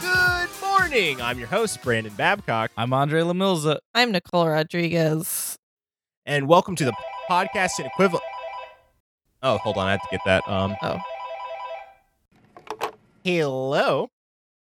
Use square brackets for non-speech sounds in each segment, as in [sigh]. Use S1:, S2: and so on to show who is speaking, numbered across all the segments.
S1: Good morning. I'm your host, Brandon Babcock,
S2: I'm Andre Lamilza.
S3: I'm Nicole Rodriguez.
S1: and welcome to the podcast and equivalent. Oh, hold on. I have to get that. Um,
S3: Oh.
S1: Hello.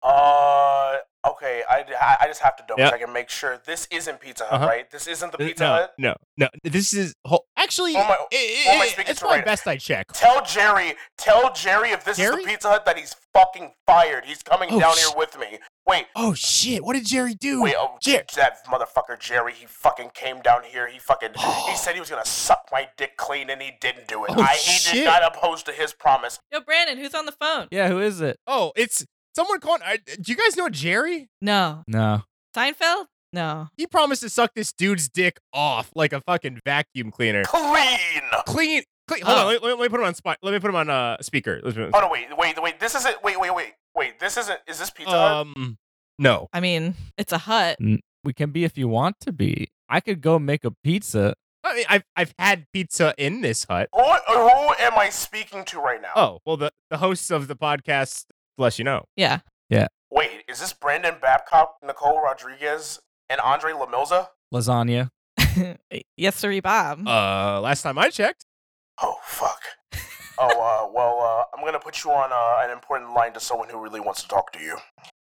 S4: Uh, okay. I, I- I just have to double
S1: Yeah.
S4: check and make sure this isn't Pizza Hut,
S1: Uh-huh.
S4: right? This isn't the Pizza
S1: no,
S4: Hut.
S1: no, no. This is whole, actually.
S4: Oh my-
S1: it- it-
S4: oh my
S1: it-
S4: speaking
S1: it's
S4: to
S1: my
S4: right.
S1: best I check.
S4: Tell Jerry, tell Jerry if this
S1: Jerry?
S4: is the Pizza Hut that he's fucking fired. He's coming
S1: Oh,
S4: down
S1: sh-
S4: here with me. Wait,
S1: Oh shit! What did Jerry do?
S4: wait, oh,
S1: Jer-
S4: that motherfucker Jerry, he fucking came down here.
S1: [gasps]
S4: He fucking, he said he was gonna suck my dick clean, and he didn't do it.
S1: Oh,
S4: I he
S1: shit.
S4: did not oppose to his promise.
S3: Yo, Brandon, who's on the phone?
S2: Yeah, who is it?
S1: Oh, it's someone calling. I, do you guys know Jerry?
S3: No.
S2: No.
S3: Seinfeld? No.
S1: He promised to suck this dude's dick off like a fucking vacuum cleaner.
S4: Clean.
S1: Clean. clean hold on.
S3: Oh.
S1: Let, let- let me put him on spot. Let me put him on uh, speaker. Let me put him
S4: Oh no, wait, wait, wait. This isn't. Wait, wait, wait, wait. This isn't. Is this Pizza Hut?
S1: on- um. No.
S3: I mean, it's a hut. [laughs]
S2: We can be if you want to be. I could go make a pizza.
S1: I mean, I've I've had pizza in this hut.
S4: Who, who am I speaking to right now?
S1: Oh well, the the hosts of the podcast, bless you know.
S3: Yeah.
S4: Wait, is this Brandon Babcock, Nicole Rodriguez, and Andre Lamilza?
S2: Lasagna.
S3: yes, sir, Bob.
S1: Uh, last time I checked,
S4: Oh fuck. oh
S1: [laughs]
S4: uh, well, uh, I'm gonna put you on uh, an important line to someone who really wants to talk to you.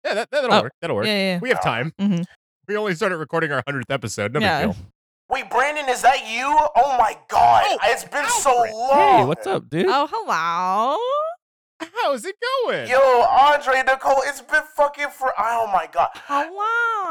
S1: yeah, that, that'll
S3: Oh,
S1: work. That'll
S3: yeah,
S1: work.
S3: yeah.
S1: We have time.
S3: yeah. Mhm.
S1: We only started recording our hundredth episode. No big
S3: Yeah.
S1: deal.
S4: Wait, Brandon, is that you? Oh my god,
S1: Oh,
S4: it's been
S1: Alfred.
S4: so long.
S2: Hey, what's up, dude?
S3: Oh, hello.
S1: How's it going?
S4: Yo, Andre, Nicole, it's been fucking for. Oh my god,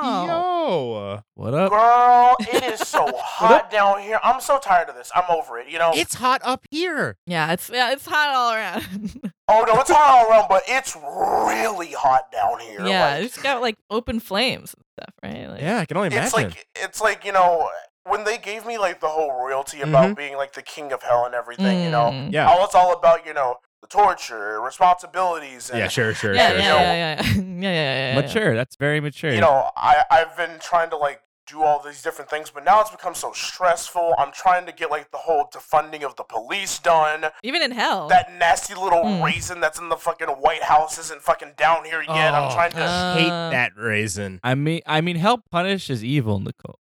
S3: Hello.
S1: Yo.
S2: What up?
S4: girl, it is
S2: [laughs]
S4: so hot down here. I'm so tired of this. I'm over it. You know.
S1: It's hot up here.
S3: Yeah, it's yeah, it's hot all around. [laughs]
S4: oh no, it's hot all around, but it's really hot down here.
S3: yeah,
S4: like-
S3: it's got like open flames and stuff, right? Like,
S1: Yeah, I can only imagine.
S4: it's like it's like you know when they gave me like the whole royalty about being like the king of hell and everything you know
S3: mm.
S1: Mm-hmm. yeah,
S4: all it's all about you know the torture responsibilities and
S1: yeah, sure, sure,
S3: Yeah,
S1: sure.
S3: yeah,
S1: sure.
S3: yeah, [laughs] yeah, yeah, yeah, yeah, yeah, yeah.
S2: Mature. That's very mature.
S4: you know i i've been trying to like do all these different things but now it's become so stressful i'm trying to get like the whole defunding of the police done
S3: Even in
S1: Oh.
S3: hell.
S4: that nasty little
S3: Mm.
S4: raisin that's in the fucking white house isn't fucking down here yet i'm
S1: Oh.
S4: trying to
S3: Uh,
S1: Hate
S3: Uh,
S1: that raisin.
S2: I mean, I mean, help punishes evil, Nicole.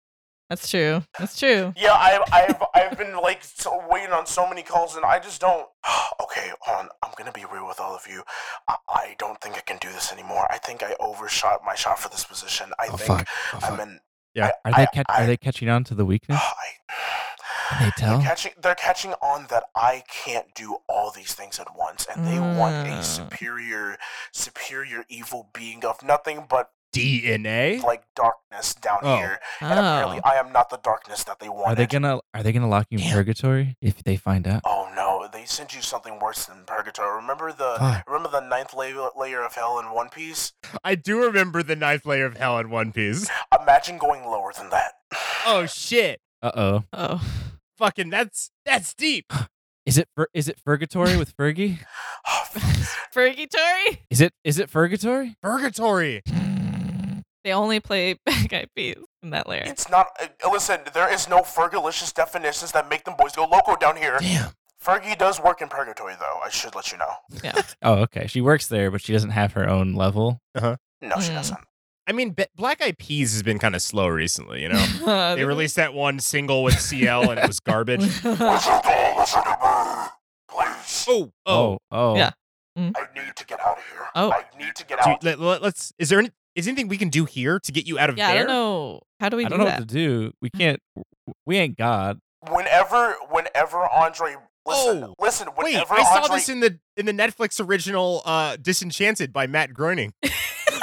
S3: That's true. That's true.
S4: Yeah, I've I've I've been like so waiting on so many calls, and I just don't. [sighs] okay, hold on. I'm gonna be real with all of you. I, I don't think I can do this anymore. I think I overshot my shot for this position. I think I'm in. [sighs]
S1: Yeah.
S2: Are
S4: I-
S2: they catch-
S4: I-
S2: are they catching on to the
S4: [sighs]
S2: weakness?
S4: I, [sighs]
S2: Can they
S4: they're
S2: tell?
S4: catching. They're catching on that I can't do all these things at once, and they want
S3: Ah.
S4: a superior, superior evil being of nothing but
S1: DNA.
S4: like darkness down
S1: Oh.
S4: here. And
S3: Oh.
S4: apparently, I am not the darkness that they wanted.
S2: Are they gonna Are they gonna lock you in
S1: Damn.
S2: purgatory if they find out?
S4: Oh no, they sent you something worse than purgatory. Remember the
S2: Fuck.
S4: remember the ninth la- layer of hell in One Piece?
S1: I do remember the ninth layer of hell in One Piece.
S4: Imagine going lower than that. [sighs]
S1: Oh shit!
S2: Uh oh.
S3: Oh. [laughs]
S1: Fucking that's that's deep.
S2: Is it Fer- Is it purgatory with Fergie?
S4: Oh,
S3: Purgatory?
S2: Is it Is it purgatory?
S1: Purgatory.
S3: They only play [laughs] Black Eyed Peas in that layer.
S4: it's not. Uh, listen, there is no Fergalicious definitions that make them boys go loco down here.
S2: Damn.
S4: Fergie does work in purgatory, though. I should let you know.
S2: Oh, okay. She works there, but she doesn't have her own level.
S4: No, she
S1: Hmm.
S3: Mm.
S4: doesn't.
S1: I mean, Be- Black Eyed Peas has been kind of slow recently.
S3: [laughs]
S1: You know, they released that one single with CL and it was garbage.
S3: [laughs]
S4: Listen to listen to me, please.
S1: Oh, oh.
S2: Oh, oh.
S3: Yeah.
S4: I need to get out of here.
S3: Oh.
S4: I need to get
S1: Do you-
S4: out.
S1: let, us Is there any, is anything we can do here to get you out of
S3: yeah, I
S1: there?
S3: don't know. How do we
S2: I
S3: do
S2: don't know
S3: that?
S2: what to do. We can't. We ain't God.
S4: Whenever, whenever Andre, listen,
S1: Oh.
S4: listen.
S1: Wait,
S4: Whenever
S1: I saw
S4: Andre,
S1: this in the in the Netflix original uh, "Disenchanted" by Matt
S3: [laughs]
S1: Groening.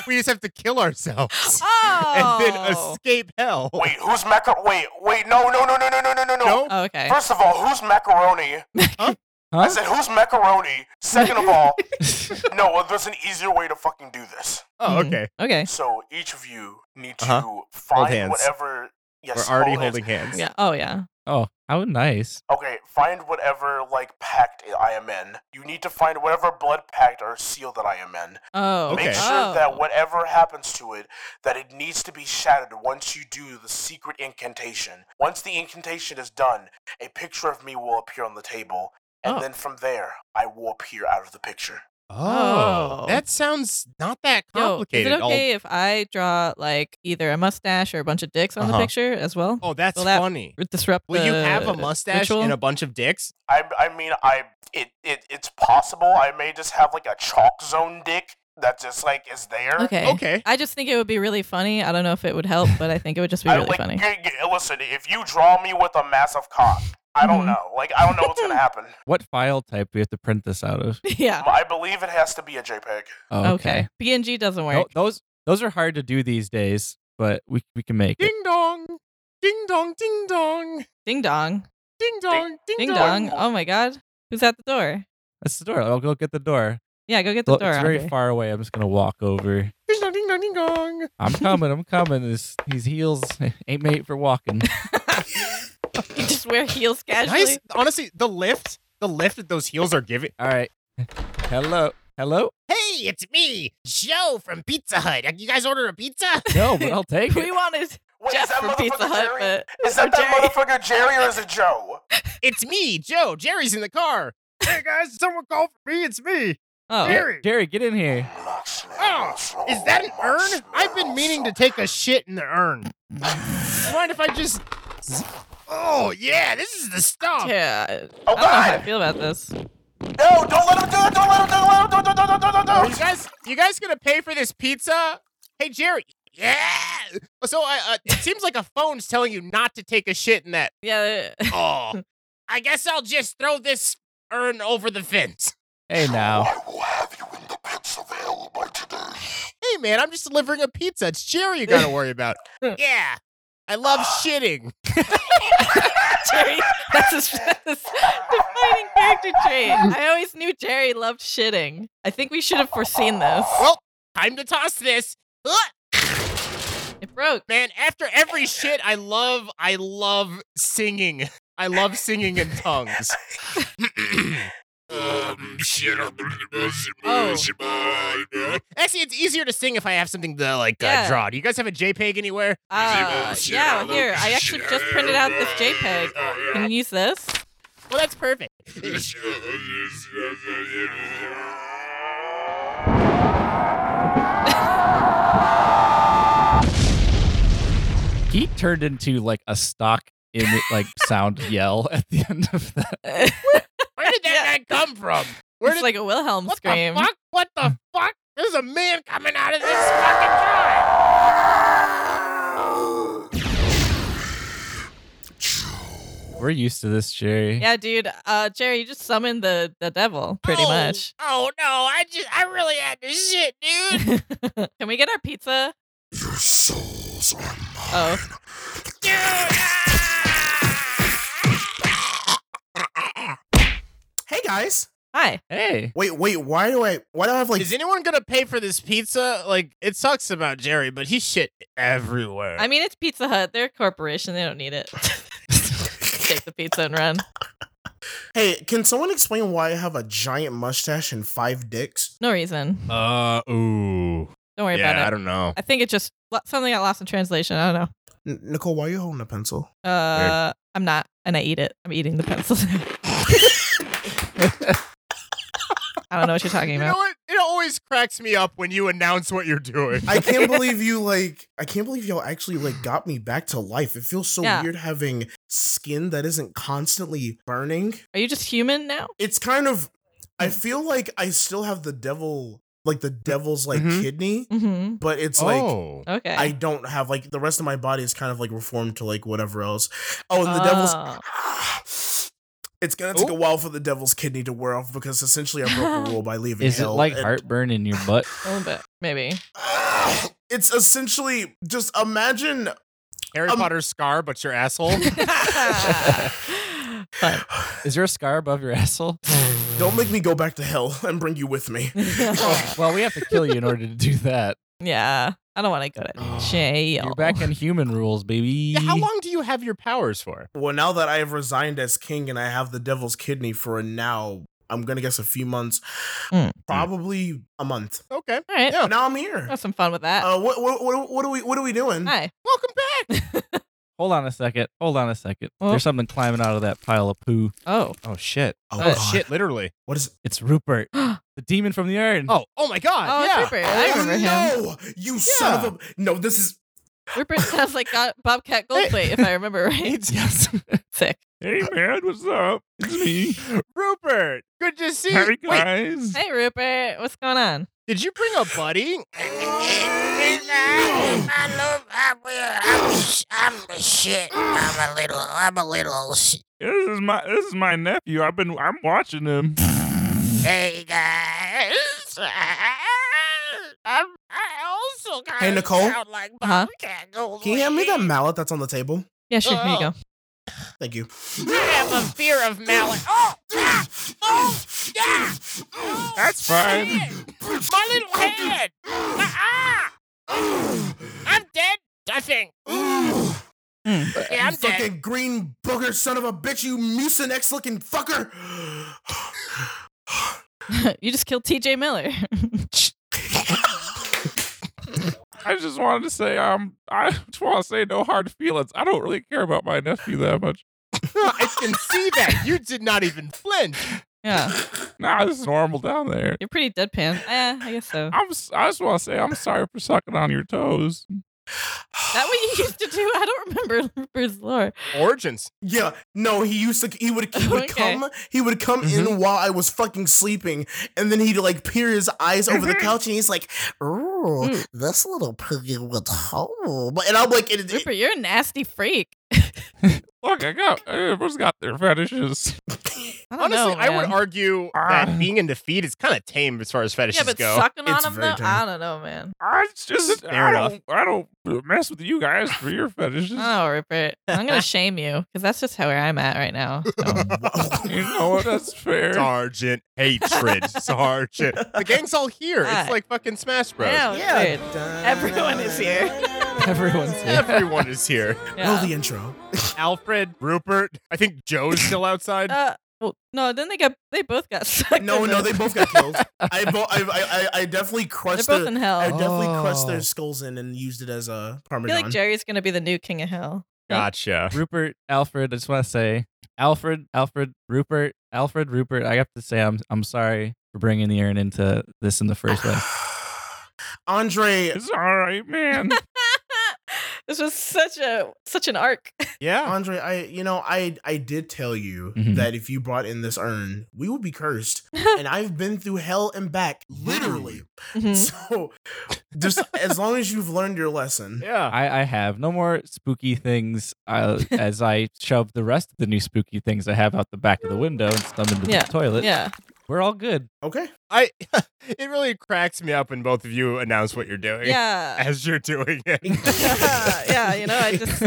S1: we just have to kill
S3: [gasps]
S1: ourselves
S3: Oh.
S1: [laughs] and then escape hell.
S4: wait, who's Maca? Wait, wait, no, no, no, no, no, no, no, no,
S1: [laughs] Oh.
S4: no.
S1: No,
S3: Oh, okay.
S4: First of all, who's macaroni? I
S2: Huh?
S4: said, who's macaroni? Second of all, no, well, there's an easier way to fucking do this.
S1: Oh,
S3: Mhm.
S1: okay.
S3: Okay.
S4: So each of you need to
S1: Uh-huh.
S4: find
S1: hands.
S4: whatever. Yes,
S1: We're already
S4: hold hands.
S1: holding hands.
S3: Yeah. Oh yeah.
S2: [laughs] Oh, how nice.
S4: Okay, find whatever like pact I am in. You need to find whatever blood pact or seal that I am in.
S3: Oh.
S1: Okay.
S4: Make sure
S3: oh.
S4: that whatever happens to it, that it needs to be shattered once you do the secret incantation. Once the incantation is done, a picture of me will appear on the table, and
S3: Oh.
S4: then from there, I will appear out of the picture.
S1: Oh,
S3: Oh.
S1: that sounds not that
S3: Yo, is
S1: complicated.
S3: it okay if I draw like either a mustache or a bunch of dicks on
S1: Uh-huh.
S3: the picture as well?
S1: Oh, oh, that's
S3: Will that-
S1: funny.
S3: Or Disrupt.
S1: Will you have
S3: the
S1: a mustache
S3: ritual?
S1: and a bunch of dicks?
S4: I, I mean, I it, it it's possible. I may just have like a chalk zone dick that just like is there.
S3: Okay.
S1: Okay.
S3: I just think it would be really funny. I don't know if it would help, but I think it would just be
S4: I-
S3: really
S4: like,
S3: funny.
S4: g- g- listen, if you draw me with a massive cock, I don't
S3: Mhm.
S4: know. Like, I don't know what's
S3: [laughs]
S4: gonna happen.
S2: What file type do we have to print this out of?
S3: yeah.
S4: I believe it has to be a JPEG.
S2: Oh,
S3: Okay. PNG doesn't
S2: No,
S3: work.
S2: those those are hard to do these days, but we we can make it.
S1: Ding dong. Ding dong, ding dong.
S3: Ding dong.
S1: Ding dong, ding,
S3: Ding dong. Oh my god. Who's at the door?
S2: That's the door. I'll go get the door.
S3: Yeah, go get the
S2: Look,
S3: door.
S2: it's very
S3: Andre.
S2: far away. I'm just gonna walk over.
S1: Ding dong, ding dong, ding dong.
S2: I'm coming. I'm coming. This, these heels [laughs] ain't made for walking.
S3: [laughs] you just wear heels casually.
S1: Nice. Honestly, the lift, the lift that those heels are giving.
S2: All right. Hello. Hello.
S1: Hey, it's me, Joe from Pizza Hut. You guys order a [laughs] pizza?
S2: No, but I'll take
S3: [laughs] We
S2: it.
S3: wanted
S4: Wait,
S3: Jeff
S4: is that
S3: from
S4: motherfucker
S3: Pizza Hut,
S4: Jerry?
S3: but
S4: is that
S3: or Jerry.
S4: that motherfucker Jerry or is it Joe?
S1: It's me, Joe. Jerry's in the car. Hey guys, someone call for me. It's me,
S3: Oh,
S1: Jerry.
S2: Jerry, get in here.
S1: Oh, is that an urn? I've been meaning to take a shit in the [laughs] urn. Mind if I just? Oh yeah, this is the stuff.
S3: yeah. I
S4: Oh
S3: don't know how I
S4: God!
S3: feel about this.
S4: No! Don't let him do it! Don't let him do it! Let him do it! Don't, don't, don't, don't,
S1: Are
S4: don't,
S1: you
S4: don't.
S1: guys, you guys gonna pay for this pizza? Hey Jerry. Yeah. So I, uh, it seems like a phone's telling you not to take a shit in
S3: [laughs]
S1: that.
S3: Yeah.
S1: Oh, I guess I'll just throw this urn over the fence.
S2: Hey now.
S4: will have you in the pits of hell by today.
S1: Hey man, I'm just delivering a pizza. It's Jerry you gotta worry about. Yeah. I love shitting.
S3: Jerry, that's his that's his defining character trait. I always knew Jerry loved shitting. I think we should have foreseen this.
S1: Well, time to toss this. Ugh.
S3: It broke.
S1: Man, after every shit, I love, I love singing. I love singing in tongues. [clears throat]
S3: Oh.
S1: Actually, it's easier to sing if I have something to like uh,
S3: Yeah.
S1: draw. Do you guys have a JPEG anywhere?
S3: Uh, yeah, here. I actually just printed out this JPEG.
S4: Oh,
S3: Can you use this?
S1: Well, that's [laughs] perfect.
S2: He turned into like a stock in like sound yell at the end of that.
S1: Where did that guy come from? Where
S3: it's
S1: did
S3: like a Wilhelm
S1: what
S3: scream.
S1: the fuck? What the fuck? There's a man coming out of this fucking drive.
S2: We're used to this, Jerry.
S3: Yeah, dude. Uh, Jerry, you just summoned the the devil, pretty
S1: Oh,
S3: much. [laughs]
S1: Oh no! I just, I really had to shit, [laughs] dude.
S3: Can we get our pizza?
S4: Your souls are mine.
S3: Oh,
S1: Dude, ah!
S5: Hey guys.
S3: hi.
S2: Hey.
S5: Wait, wait. Why do I? Why do I have like?
S1: Is anyone gonna pay for this pizza? Like, it sucks about Jerry, but he shit everywhere.
S3: I mean, it's Pizza Hut. They're a corporation. They don't need it. Take the pizza and run.
S5: hey, can someone explain why I have a giant mustache and five dicks?
S3: No reason.
S1: uh, ooh.
S3: Don't worry about it. I,
S1: don't know.
S3: think it just lo- something got lost in translation. I don't
S5: N- Nicole, why are you holding a pencil?
S3: know. Uh, I'm not, and I eat it. I'm eating the pencil. [laughs] I don't know what you're talking
S1: [laughs] You know
S3: about.
S1: what? It always cracks me up when you announce what you're [laughs] doing.
S5: I
S3: [laughs]
S5: can't believe you like. I can't believe y'all actually like got me back to life. It feels so
S3: Yeah.
S5: weird having skin that isn't constantly burning.
S3: Are you just human now?
S5: It's kind of. I feel like I still have the devil, like the devil's like
S1: Mhm.
S5: kidney,
S3: Mm-hmm.
S5: but it's
S1: Oh.
S5: like.
S3: Okay.
S5: I don't have like the rest of my body is kind of like reformed to like whatever else. Oh, and the devil's
S3: Oh.
S5: It's gonna take a
S1: Oh.
S5: while for the devil's kidney to wear off because essentially I broke a rule by leaving
S2: Is it
S5: hell.
S2: like
S5: and-
S2: heartburn in your butt?
S3: A little bit, maybe. [laughs]
S5: It's essentially just imagine
S1: Harry
S5: Um,
S4: [laughs]
S1: Potter's scar, but your asshole.
S3: oh fun.
S2: Is there a scar above your [laughs] asshole?
S5: Don't make me go back to hell and bring you with me.
S2: well, we have to kill you in order to do that.
S3: yeah, I don't want to go to jail.
S2: You're back in human rules, baby.
S1: Yeah, how long do you have your powers for?
S5: Well, now that I have resigned as king and I have the devil's kidney for now, I'm gonna guess a few months,
S3: Mm.
S5: probably a month.
S1: Okay.
S3: All right,
S1: Yeah.
S5: Now I'm here.
S3: have some fun with that.
S5: Uh, what, what what what are we what are we doing?
S3: Hi.
S1: Welcome back.
S3: [laughs]
S2: Hold on a second. Hold on a second.
S3: Oh.
S2: There's something climbing out of that pile of poo.
S3: Oh,
S1: Oh shit.
S5: Oh, God.
S3: Uh,
S1: Shit,
S3: [laughs]
S1: literally.
S5: What is?
S1: [gasps]
S2: It's Rupert, the demon from the urn.
S1: Oh, oh my god.
S3: oh,
S1: yeah.
S3: it's Rupert. I
S5: oh
S3: remember him.
S5: no! You son of a no! This is
S3: [laughs] Rupert sounds like God, Bobcat Goldthwait, [laughs] if I remember right.
S1: [laughs]
S2: yes.
S3: Sick.
S2: hey man, what's up? It's me,
S1: [gasps] Rupert. Good to see
S2: Hey,
S1: you. Wait,
S2: guys.
S3: Hey, Rupert, what's going on?
S1: did you bring a buddy?
S6: I love, I'm, I'm, I'm the shit. I'm a little, I'm a little. sh-
S2: This is my this is my nephew. I've been I'm
S1: [laughs]
S2: watching him.
S6: Hey guys, I'm, I also kind
S5: Hey, Nicole?
S6: sound like
S3: Uh-huh.
S6: Bobcat Goldthwait.
S5: can you hand me that mallet that's on the table?
S3: Yeah, sure. Here you go.
S5: Thank you.
S6: I have a fear of mallet. Oh, ah, oh, yeah. Oh,
S2: That's fine.
S6: shit. My little head. My, ah, I'm dead. I think. Yeah, I'm
S5: you fucking
S6: dead.
S5: green booger son of a bitch! You mucinex looking
S3: [laughs]
S5: fucker!
S3: you just killed TJ Miller.
S4: I just wanted to say, um, I just want to say no hard feelings. I don't really care about my nephew that much.
S1: I can see that. You did not even flinch.
S3: [laughs] yeah.
S4: Nah, this is normal down there.
S3: You're pretty [laughs] deadpan. Eh, I guess so.
S4: I'm. s- I just want to say I'm sorry for sucking on your toes.
S3: That what you [laughs] used to do? I don't remember [laughs] Rupert's lore.
S1: [laughs] Origins.
S5: Yeah, no, he used to. He would he would
S3: Okay.
S5: come. He would come in while I was fucking sleeping, and then he'd like peer his eyes
S3: [laughs]
S5: over the couch, and he's like,
S6: Ooh,
S3: Mm.
S6: this little piggy with home.
S5: "But," and I'm like, it, it,
S3: Rupert, you're a nasty freak. [laughs]
S4: Look, I got everyone's got their fetishes.
S3: I don't
S1: Honestly,
S3: know,
S1: I would
S3: man.
S1: argue
S4: Ah.
S1: that being in defeat is kind of tame as far as fetishes
S3: Yeah, but
S1: go.
S3: sucking on
S5: It's
S3: him though,
S5: very tame.
S3: I don't know, man.
S4: I it's just.
S1: Fair
S4: I don't. I don't mess with you guys for your
S1: Oh.
S4: fetishes.
S2: [laughs]
S3: I don't know, Oh, Rupert. I'm [laughs] gonna shame you because that's just how where I'm at right now. [laughs] So.
S4: You know
S1: [laughs]
S4: what? That's fair.
S1: Sergeant
S4: [laughs]
S1: hatred, Sergeant. The gang's all here.
S3: Ah.
S1: It's like fucking Smash Bros.
S3: yeah, it's weird. Everyone
S5: [laughs]
S3: is here. [laughs]
S2: Everyone's here.
S1: Everyone is here.
S3: Yeah.
S5: Roll Oh, the intro.
S1: Alfred, Rupert. I think Joe's
S5: [laughs]
S1: still outside.
S3: Uh, well, no, then they got they both got [laughs] sucked.
S5: No,
S3: in
S5: no,
S3: the-
S5: they both got killed. I, bo- I, I, I, I definitely
S3: they're
S5: crushed
S3: both
S5: their,
S3: in
S5: I
S3: hell.
S5: definitely crushed
S2: Oh.
S5: their skulls in and used it as a
S3: I
S5: parmesan.
S3: feel like Jerry's gonna be the new king of hell. [laughs]
S1: gotcha.
S2: Rupert, Alfred, I just want to say Alfred, Alfred, Rupert, Alfred, Rupert. I have to say I'm I'm sorry for bringing the urn into this in the first place.
S5: [sighs]
S1: [laughs]
S5: Andre,
S4: It's all right,
S1: [laughs]
S4: man.
S3: this was such a such an arc. [laughs]
S1: Yeah.
S5: Andre, I, you know, I, I did tell you
S2: Mhm.
S5: that if you brought in this urn, we would be
S3: [laughs]
S5: cursed, and I've been through hell and back, literally.
S3: Mhm.
S5: So, just as long as you've learned your lesson,
S1: Yeah.
S2: I, I have no more spooky things
S1: [laughs]
S2: uh, as I shove the rest of the new spooky things I have out the back of the window and stuff into
S3: Yeah.
S2: the
S5: [laughs]
S2: toilet.
S3: Yeah,
S2: We're all good.
S5: okay.
S4: [laughs]
S1: I it really cracks me up when both of you announce what you're
S5: [laughs]
S1: doing.
S3: yeah,
S1: As you're doing [laughs] it.
S3: [laughs]
S4: [laughs]
S3: yeah. You know, I just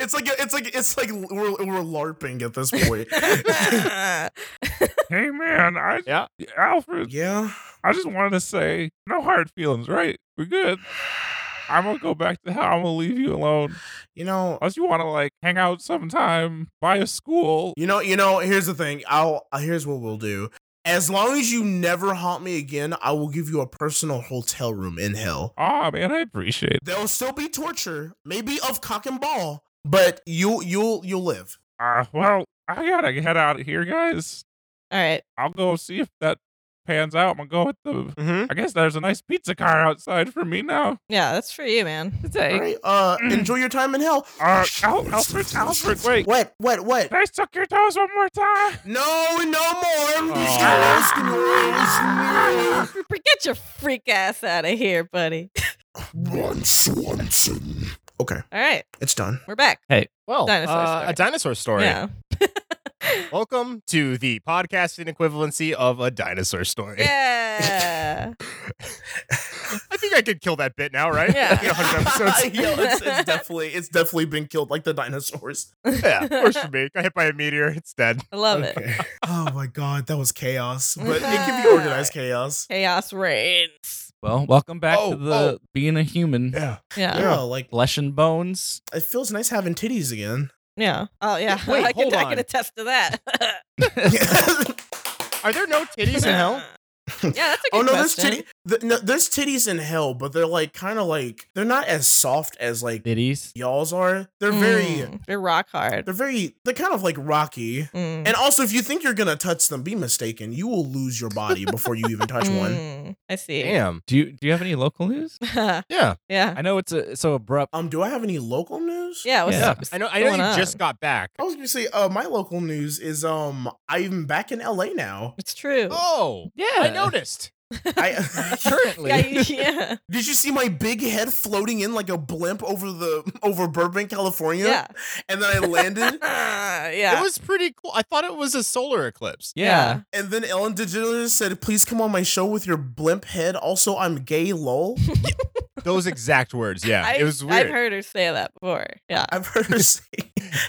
S5: It's like it's like it's like we're we're larping at this
S3: [laughs]
S5: point. [laughs]
S4: hey, man. I.
S1: Yeah.
S4: Alfred.
S5: yeah.
S4: I just wanted to say no hard feelings. Right? We're good. I'm gonna go back to hell. I'm gonna leave you alone.
S5: You know,
S4: unless you want to like hang out sometime by a school.
S5: You know, you know, here's the thing. I'll uh, here's what we'll do. As long as you never haunt me again, I will give you a personal hotel room in hell.
S4: Ah, man, I appreciate.
S5: There'll still be torture, maybe of cock and ball, but you you'll you'll live.
S4: Ah, well, I gotta head out of here, guys.
S3: all right.
S4: I'll go see if that pans out. I'm gonna go with the.
S1: Mm-hmm.
S4: I guess there's a nice pizza car outside for me now.
S3: Yeah, that's for you, man.
S5: All right. Uh
S4: Mm.
S5: enjoy your time in hell.
S1: [laughs]
S4: Uh, Al- Alfred, Alfred, wait.
S5: What? What? What?
S4: Can I suck your toes one more time?
S5: No, no more.
S3: [laughs] Rupert, Get your freak ass out of here, buddy. [laughs]
S5: Ron Swanson. Okay,
S3: All right,
S5: it's done.
S3: we're back.
S1: Well,
S3: Dinosaur
S1: uh,
S3: story.
S1: a dinosaur story.
S3: Yeah.
S5: [laughs]
S1: Welcome to the
S5: [laughs]
S1: podcasting equivalency of a dinosaur story.
S3: Yeah.
S1: [laughs] I think I I could kill that bit now, right?
S3: Yeah.
S1: You know, 100
S3: [laughs]
S5: [laughs]
S1: episodes.
S5: Yo, it's, it's definitely it's definitely been killed like the dinosaurs.
S1: yeah, of course you
S3: [laughs]
S1: make. Got hit by a meteor. It's dead.
S3: I love it.
S5: oh my god, that was chaos, but it can be
S3: [laughs]
S5: organized chaos.
S3: Chaos reigns.
S2: Well, welcome back
S5: Oh,
S2: to the being a human,
S5: Yeah,
S3: Yeah.
S5: yeah. Like
S2: flesh and bones.
S5: it feels nice having titties
S3: [laughs]
S5: again.
S3: Yeah. Oh yeah.
S5: Wait,
S3: [laughs] I, can,
S5: hold
S3: I can
S5: on.
S3: attest to that. [laughs]
S1: Are there no titties in hell?
S3: yeah, that's a
S5: [laughs]
S3: good
S5: oh no, there's
S3: question.
S5: titty. th- no, there's titties in hell, but they're like kind of like they're not as soft as like
S2: Biddies.
S5: y'all's are. They're very
S3: Mm, They're rock hard.
S5: they're very they're kind of like rocky.
S3: Mm,
S5: And also, if you think you're gonna touch them, be mistaken. You will lose your body before you even touch one.
S3: mm, I see.
S1: Damn.
S2: Do you do you have any local news?
S1: Yeah.
S3: [laughs] yeah.
S2: I know it's a, so abrupt.
S5: Um, do I have any local news?
S3: Yeah. What's
S2: Yeah.
S3: up?
S1: I know. I know
S3: going
S1: you
S3: on? Oh.
S1: just got back.
S5: I was gonna say, uh, my local news is um, I'm back in LA now.
S3: It's true.
S1: Oh,
S2: Yeah,
S1: I noticed.
S3: [laughs]
S5: I
S1: Currently,
S2: [laughs]
S3: Yeah, you- [laughs] yeah.
S5: [laughs] did you see my big head floating in like a blimp over the [laughs] over Burbank, California?
S3: Yeah.
S5: And then I
S1: [laughs]
S5: landed,
S3: [laughs] yeah.
S1: it was pretty cool. I thought it was a solar eclipse.
S2: [laughs] Yeah.
S5: and then Ellen DeGeneres said, "Please come on my show with your blimp head." Also, I'm gay. Lol.
S1: [laughs] Those exact words. Yeah,
S3: [laughs] I,
S1: it was
S3: I've
S1: weird.
S3: heard her say that before. Yeah.
S5: I've heard her say.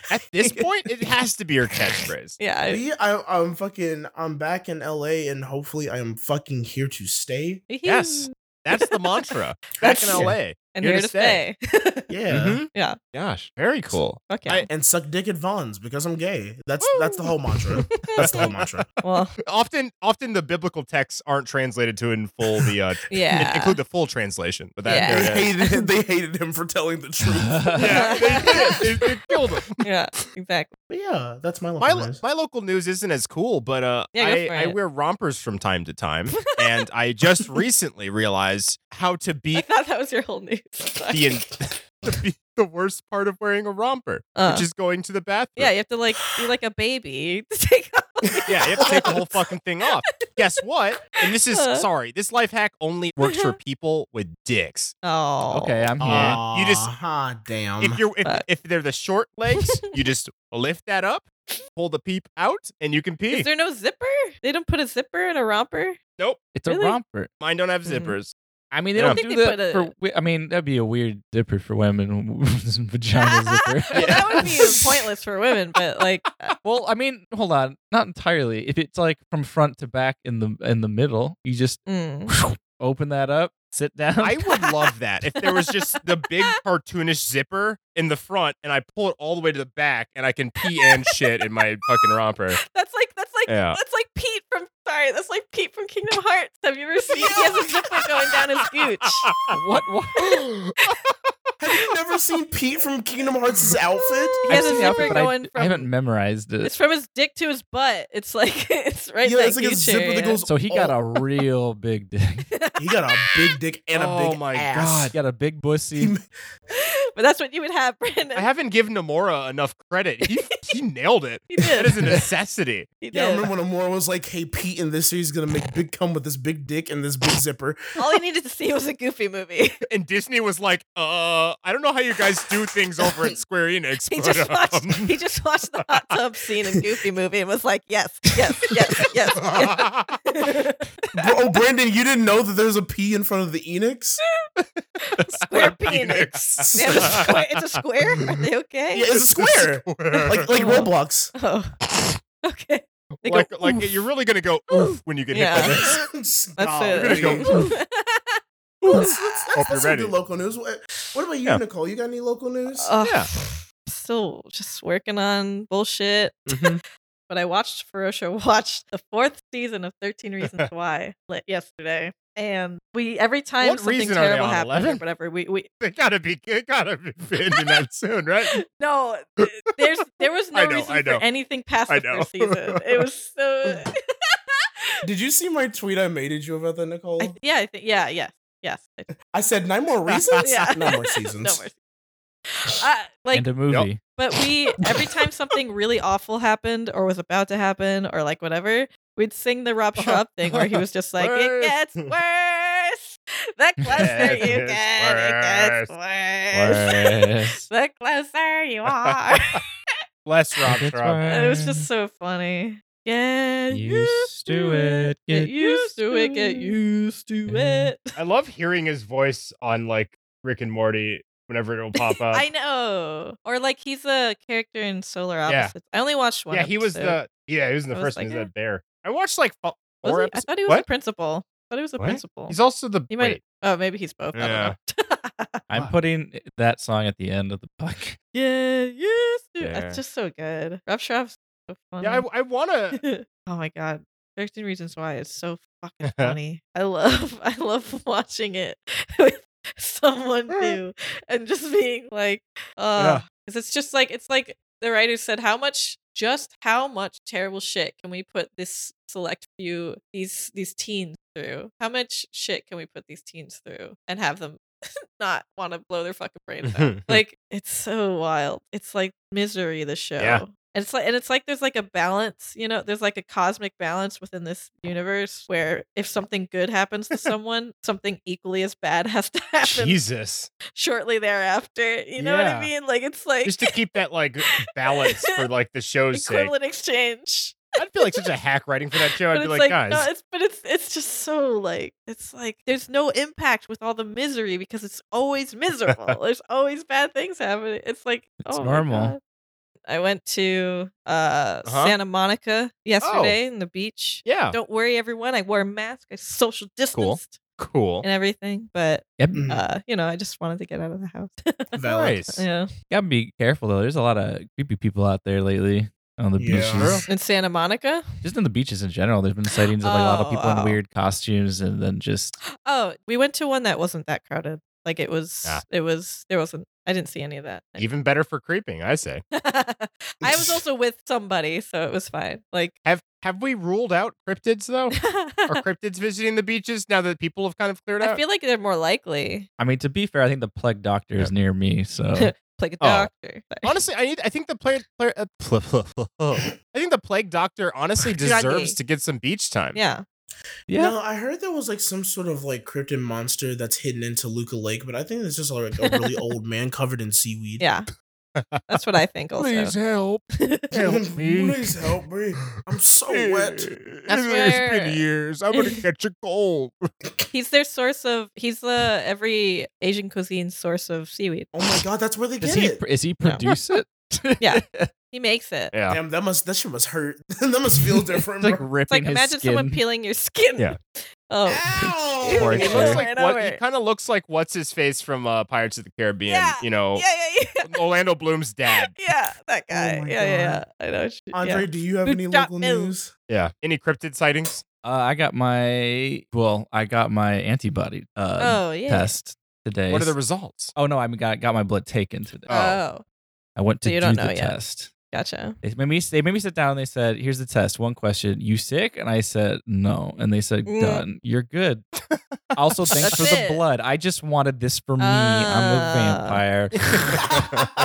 S1: At
S3: [laughs]
S1: this point, it has to be your catchphrase.
S5: [laughs]
S3: Yeah. I-
S5: Yeah, I, I'm fucking. I'm back in LA, and hopefully, I am fucking here to
S1: [laughs]
S5: stay.
S1: Yes. That's the
S3: [laughs]
S1: mantra. Back
S3: That's-
S1: in LA.
S3: And
S1: Here
S3: here,
S1: to
S3: to stay. [laughs]
S5: Yeah,
S1: Mhm.
S3: Yeah.
S1: Gosh, very cool.
S3: okay.
S1: I-
S5: and suck dick at Vaughn's because I'm gay. That's that's the whole mantra. That's the whole mantra.
S3: [laughs] well,
S1: Often, often the biblical texts aren't translated to in full the uh,
S3: yeah.
S1: in- include the full translation, but that [laughs] there
S3: Yeah.
S5: They
S1: it is.
S5: hated him. They hated him for
S1: [laughs]
S5: telling the truth.
S1: yeah, they, did. They-
S3: [laughs]
S1: they killed him.
S3: yeah. Exactly.
S5: But yeah, that's my
S1: [laughs] My,
S5: local
S1: lo-
S5: news.
S1: my local news isn't as cool, but uh,
S3: Yeah, go
S1: I,
S3: for
S1: I
S3: it.
S1: wear rompers from time to
S3: [laughs]
S1: time, and I just recently realized how to
S3: I
S1: beat
S3: thought that was your whole news. [laughs]
S1: the in- to beat [laughs] the worst part of wearing a romper,
S3: Uh,
S1: which is going to the bathroom.
S3: yeah, you have to like be like a baby to take [laughs] off.
S1: Yeah, you have to take the whole fucking thing off. Guess what? And this is
S3: Uh.
S1: sorry, this life hack only works
S3: [laughs]
S1: for people with dicks.
S3: Oh.
S2: Okay, I'm here.
S1: Aw. You just-
S5: ah damn.
S1: If you're if,
S3: fuck.
S1: if they're the short
S3: [laughs]
S1: legs, you just lift that up, pull the peep out, and you can pee.
S3: Is there no zipper? They don't put a zipper in a romper?
S2: it's
S3: Really?
S2: a romper.
S1: Mine don't have
S3: Mhm. [laughs]
S1: zippers.
S2: I mean, they
S1: Yeah.
S2: don't
S3: I think
S2: do
S3: they
S2: that
S3: put a-
S2: for. wi- I mean, that'd be a weird zipper for [laughs] women.
S3: [laughs]
S2: Vagina zipper. [laughs]
S3: well, that would be pointless for women, but [laughs] like, uh,
S2: Well, I mean, hold on, not entirely. If it's like from front to back in the in the middle, you just
S3: mm.
S2: open that up, sit down.
S1: I would love that if there was just the
S3: [laughs]
S1: big cartoonish zipper in the front, and I pull it all the way to the back, and I can pee and shit in my fucking
S3: [laughs]
S1: romper.
S3: that's like that's like
S1: Yeah.
S3: that's like Pete from sorry, that's like Pete from Kingdom Hearts. Have you ever seen? He has a zipper going down his
S5: [laughs]
S2: [laughs]
S3: gooch. [laughs]
S2: what? what?
S5: Have you never seen Pete from Kingdom Hearts' outfit?
S3: He has
S2: I've seen the
S3: a zipper
S2: outfit, but I-
S3: going
S2: I haven't
S3: from-
S2: memorized it.
S3: It's from his dick to his butt. It's like [laughs] it's right.
S5: yeah,
S3: in
S5: it's
S3: that
S5: like a
S3: gooch
S5: zipper
S3: area.
S5: that goes.
S2: so he got
S5: all-
S2: a
S3: [laughs]
S2: real big dick.
S5: He got a big dick and a
S1: Oh
S5: big
S1: my
S2: He
S5: ass.
S2: got a big
S5: He-
S2: pussy.
S3: But that's what you would have, [laughs] Brandon.
S1: I haven't given Namora enough credit.
S3: [laughs]
S1: He he nailed it.
S3: He
S1: That
S3: did. [laughs]
S1: is a necessity.
S3: He
S5: yeah, I
S3: did.
S5: remember when Amora was like, "Hey, Pete, in this series, gonna make big come with this big dick and this big zipper."
S3: All he needed to see was a goofy movie. [laughs]
S1: And Disney was like, uh, I don't know how you guys do things over at Square Enix.
S3: [laughs] He
S1: but,
S3: just watched.
S1: [laughs] um,
S3: He just watched the hot tub scene in Goofy movie and was like, "Yes, yes, yes,
S5: [laughs]
S3: yes." yes.
S5: Bro, oh, Brandon, you didn't know that there's a P in front of the Enix?
S3: square penis. They have a square- It's a square. Are they okay?
S5: Yeah, it's a square, like like Roblox.
S3: [laughs] Oh. [laughs] Okay. They go,
S1: like, like,
S3: "Oof."
S1: you're really gonna go oof when you get hit by
S3: Yeah.
S1: this.
S5: That's
S1: [laughs]
S3: That's
S1: gonna
S3: it.
S1: go,
S5: That's, that's, that's
S1: Hope
S5: some
S1: you're
S5: good
S1: ready.
S5: local news. What, what about you,
S1: Yeah.
S5: Nicole? You got any local news?
S3: [laughs] Ugh.
S1: Yeah.
S3: Still just working on bullshit.
S5: Mhm.
S3: but I watched [laughs] Ferocious watched the fourth season of Thirteen Reasons
S1: [laughs]
S3: Why li- yesterday. And we every time
S1: What
S3: something
S1: reason are they
S3: terrible
S1: on,
S3: happens
S1: 11?
S3: or whatever, we,
S1: [laughs]
S3: we
S1: They gotta be, they gotta
S3: [laughs]
S1: be ending that soon, right?
S3: no th- there's
S1: [laughs]
S3: there was no
S1: I know,
S3: reason
S1: I know.
S3: for anything past
S1: I
S3: the first
S1: know.
S3: season. It was
S1: [laughs]
S3: so
S5: [laughs] Did you see my tweet I made at you about that, Nicole?
S3: I
S5: I,
S3: th- yeah, I think yeah, yes, yes. I
S5: said nine more reasons,
S3: [laughs]
S1: [laughs]
S3: Yeah.
S5: [laughs] no more
S3: no
S5: seasons.
S3: more. Uh, like
S2: and a
S3: [laughs]
S2: movie.
S3: But we every time something really awful happened or was about to happen or like whatever, we'd sing the
S1: [laughs]
S3: Rob Schraub thing where he was just like, "It
S1: Worse. [laughs]
S3: gets worse. The closer
S1: Yes,
S3: you
S1: it's
S3: get, it gets worse.
S2: Yes.
S3: The closer you are." [laughs]
S1: Bless Rob
S2: It's
S1: Schraub.
S3: And it was just so funny. Get used to it. Get used to it. Get used to
S2: Yeah.
S3: it.
S1: I love hearing his voice on like Rick and Morty whenever
S3: [laughs]
S1: it'll pop up.
S3: I know. Or like he's a character in Solar
S1: Yeah.
S3: Opposites. I only watched one.
S1: yeah, he was
S3: episode.
S1: the yeah, he was in the
S3: I was
S1: first
S3: like,
S1: one. He's
S3: eh.
S1: that bear. I watched like fo-
S3: Was
S1: four
S3: he? I
S1: episodes.
S3: thought he was a
S1: What?
S3: principal. I thought he was a
S1: What?
S3: principal.
S1: He's also the
S3: He might.
S1: wait,
S3: Oh, maybe he's both.
S7: Yeah.
S3: I don't know.
S2: I'm putting that song at the end of the [laughs] podcast.
S3: [laughs] yeah, yes, dude.
S7: Yeah.
S3: That's just so good. Rough Shraff's so funny.
S1: Yeah, I, I [laughs]
S3: [laughs]
S1: wanna.
S3: oh my god. 13 Reasons Why is so fucking funny. I love [laughs] I love watching it [laughs] with someone new and just being like, uh 'cause it's just like it's like the writer said, how much just how much terrible shit can we put this select few these these teens through? How much shit can we put these teens through and have them [laughs] not want to blow their fucking brains out? like it's so wild. It's like misery the show. And it's like and it's like there's like a balance, you know, there's like a cosmic balance within this universe where if something good
S1: [laughs]
S3: happens to someone, something equally as bad has to [laughs] happen
S1: Jesus,
S3: shortly thereafter. You know what I
S1: Yeah.
S3: mean? Like it's like [laughs]
S1: just to keep that like balance for like the show's sake.
S3: equivalent exchange.
S1: I'd feel like
S3: [laughs]
S1: such a hack writing for that show. I'd
S3: but
S1: be
S3: it's
S1: like,
S3: like,
S1: guys,
S3: no, it's but it's it's just so like it's like there's no impact with all the misery because it's
S1: [laughs]
S3: always miserable. there's always bad things happening. It's like
S2: It's
S3: oh my
S2: normal.
S3: God. I went to uh, Santa Monica yesterday in the beach.
S1: Uh-huh. Oh.
S3: [laughs]
S1: yeah,
S3: Don't worry, everyone. I wore a mask. I social distanced
S1: cool.
S3: and everything. But
S2: Yep.
S1: Mm.
S3: uh, you know, I just wanted to get out of the house. [laughs]
S5: Valid.
S3: yeah,
S2: Gotta be careful though. There's a lot of creepy people out there lately on the
S5: Yeah.
S2: beaches.
S3: in Santa Monica.
S2: Just on the beaches in general. There's been sightings of like, a lot of
S3: Oh,
S2: people
S3: wow.
S2: in weird costumes and then just
S3: Oh, we went to one that wasn't that crowded. Like it was,
S1: Ah.
S3: it was, there wasn't, I didn't see any of that.
S1: Even better for creeping, I say.
S3: [laughs] I was also with somebody, so it was fine. Like,
S1: Have have we ruled out cryptids though?
S3: [laughs]
S1: Are
S3: I
S1: cryptids visiting the beaches now that people have kind of cleared out?
S3: feel like they're more likely.
S2: I mean to be fair, I think the plague doctor is near me,
S3: [laughs]
S2: so
S3: Like a
S1: Oh.
S3: doctor. Sorry.
S1: honestly, I need. I think the plague. Pla- uh, pl- pl- pl- pl- I think the plague doctor
S3: [laughs]
S1: honestly
S3: Cruddy.
S1: deserves to get some beach time.
S3: [laughs] Yeah.
S2: yeah.
S5: No, I heard there was like some sort of like cryptid monster that's hidden in Toluca Lake, but I think it's just like a really old man covered in seaweed.
S3: Yeah. That's what I think also.
S1: help. Help me.
S5: Please help me. I'm so wet.
S3: That's
S1: It's
S3: where-
S1: been years. I'm
S3: [laughs]
S1: gonna catch a cold.
S3: [laughs] he's their source of, he's the every Asian cuisine source of seaweed.
S5: Oh my god, that's where they
S2: Does
S5: get
S2: he
S5: it.
S2: is he produce
S3: [laughs]
S2: it?
S3: Yeah. He makes it.
S1: Yeah.
S5: Damn, that must that shit must hurt. [laughs] that must feel different.
S2: It's like
S5: bro.
S3: It's
S2: ripping
S3: like
S2: his
S3: imagine
S2: skin.
S3: someone peeling your skin.
S1: Yeah.
S3: [laughs] Oh. [laughs]
S5: Ow!
S1: He
S3: Poor
S1: looks
S3: thing.
S1: like
S3: Right
S1: what,
S3: over
S1: he
S3: it.
S1: kind of looks like what's his face from uh, Pirates of the Caribbean.
S3: Yeah.
S1: You know,
S3: [laughs] Yeah, yeah, yeah.
S1: [laughs] Orlando Bloom's
S3: [laughs]
S1: dad.
S3: Yeah, that guy. yeah,
S5: my
S3: yeah, yeah. I know. She,
S5: Andre,
S3: yeah.
S5: do you have any
S3: Good job,
S5: local
S3: Bill.
S5: news?
S1: Yeah. Any cryptid sightings?
S2: Uh, I got my well, I got my antibody uh,
S3: oh yeah.
S2: test today.
S1: What are the
S3: [laughs]
S1: results? [laughs]
S2: oh no, I mean, got got my blood taken today.
S3: Oh.
S2: I went to
S3: So you
S2: do
S3: don't
S2: the
S3: know yet.
S2: test.
S3: gotcha.
S2: They made me they made me sit down. and They said, "Here's the test. One question: You sick?" And I said, "No." And they said,
S3: Mm.
S2: "Done. You're good."
S3: [laughs]
S2: Also, thanks
S3: That's
S2: for the
S3: it.
S2: blood. I just wanted this for me. I'm a
S3: Ah. [laughs]
S2: vampire.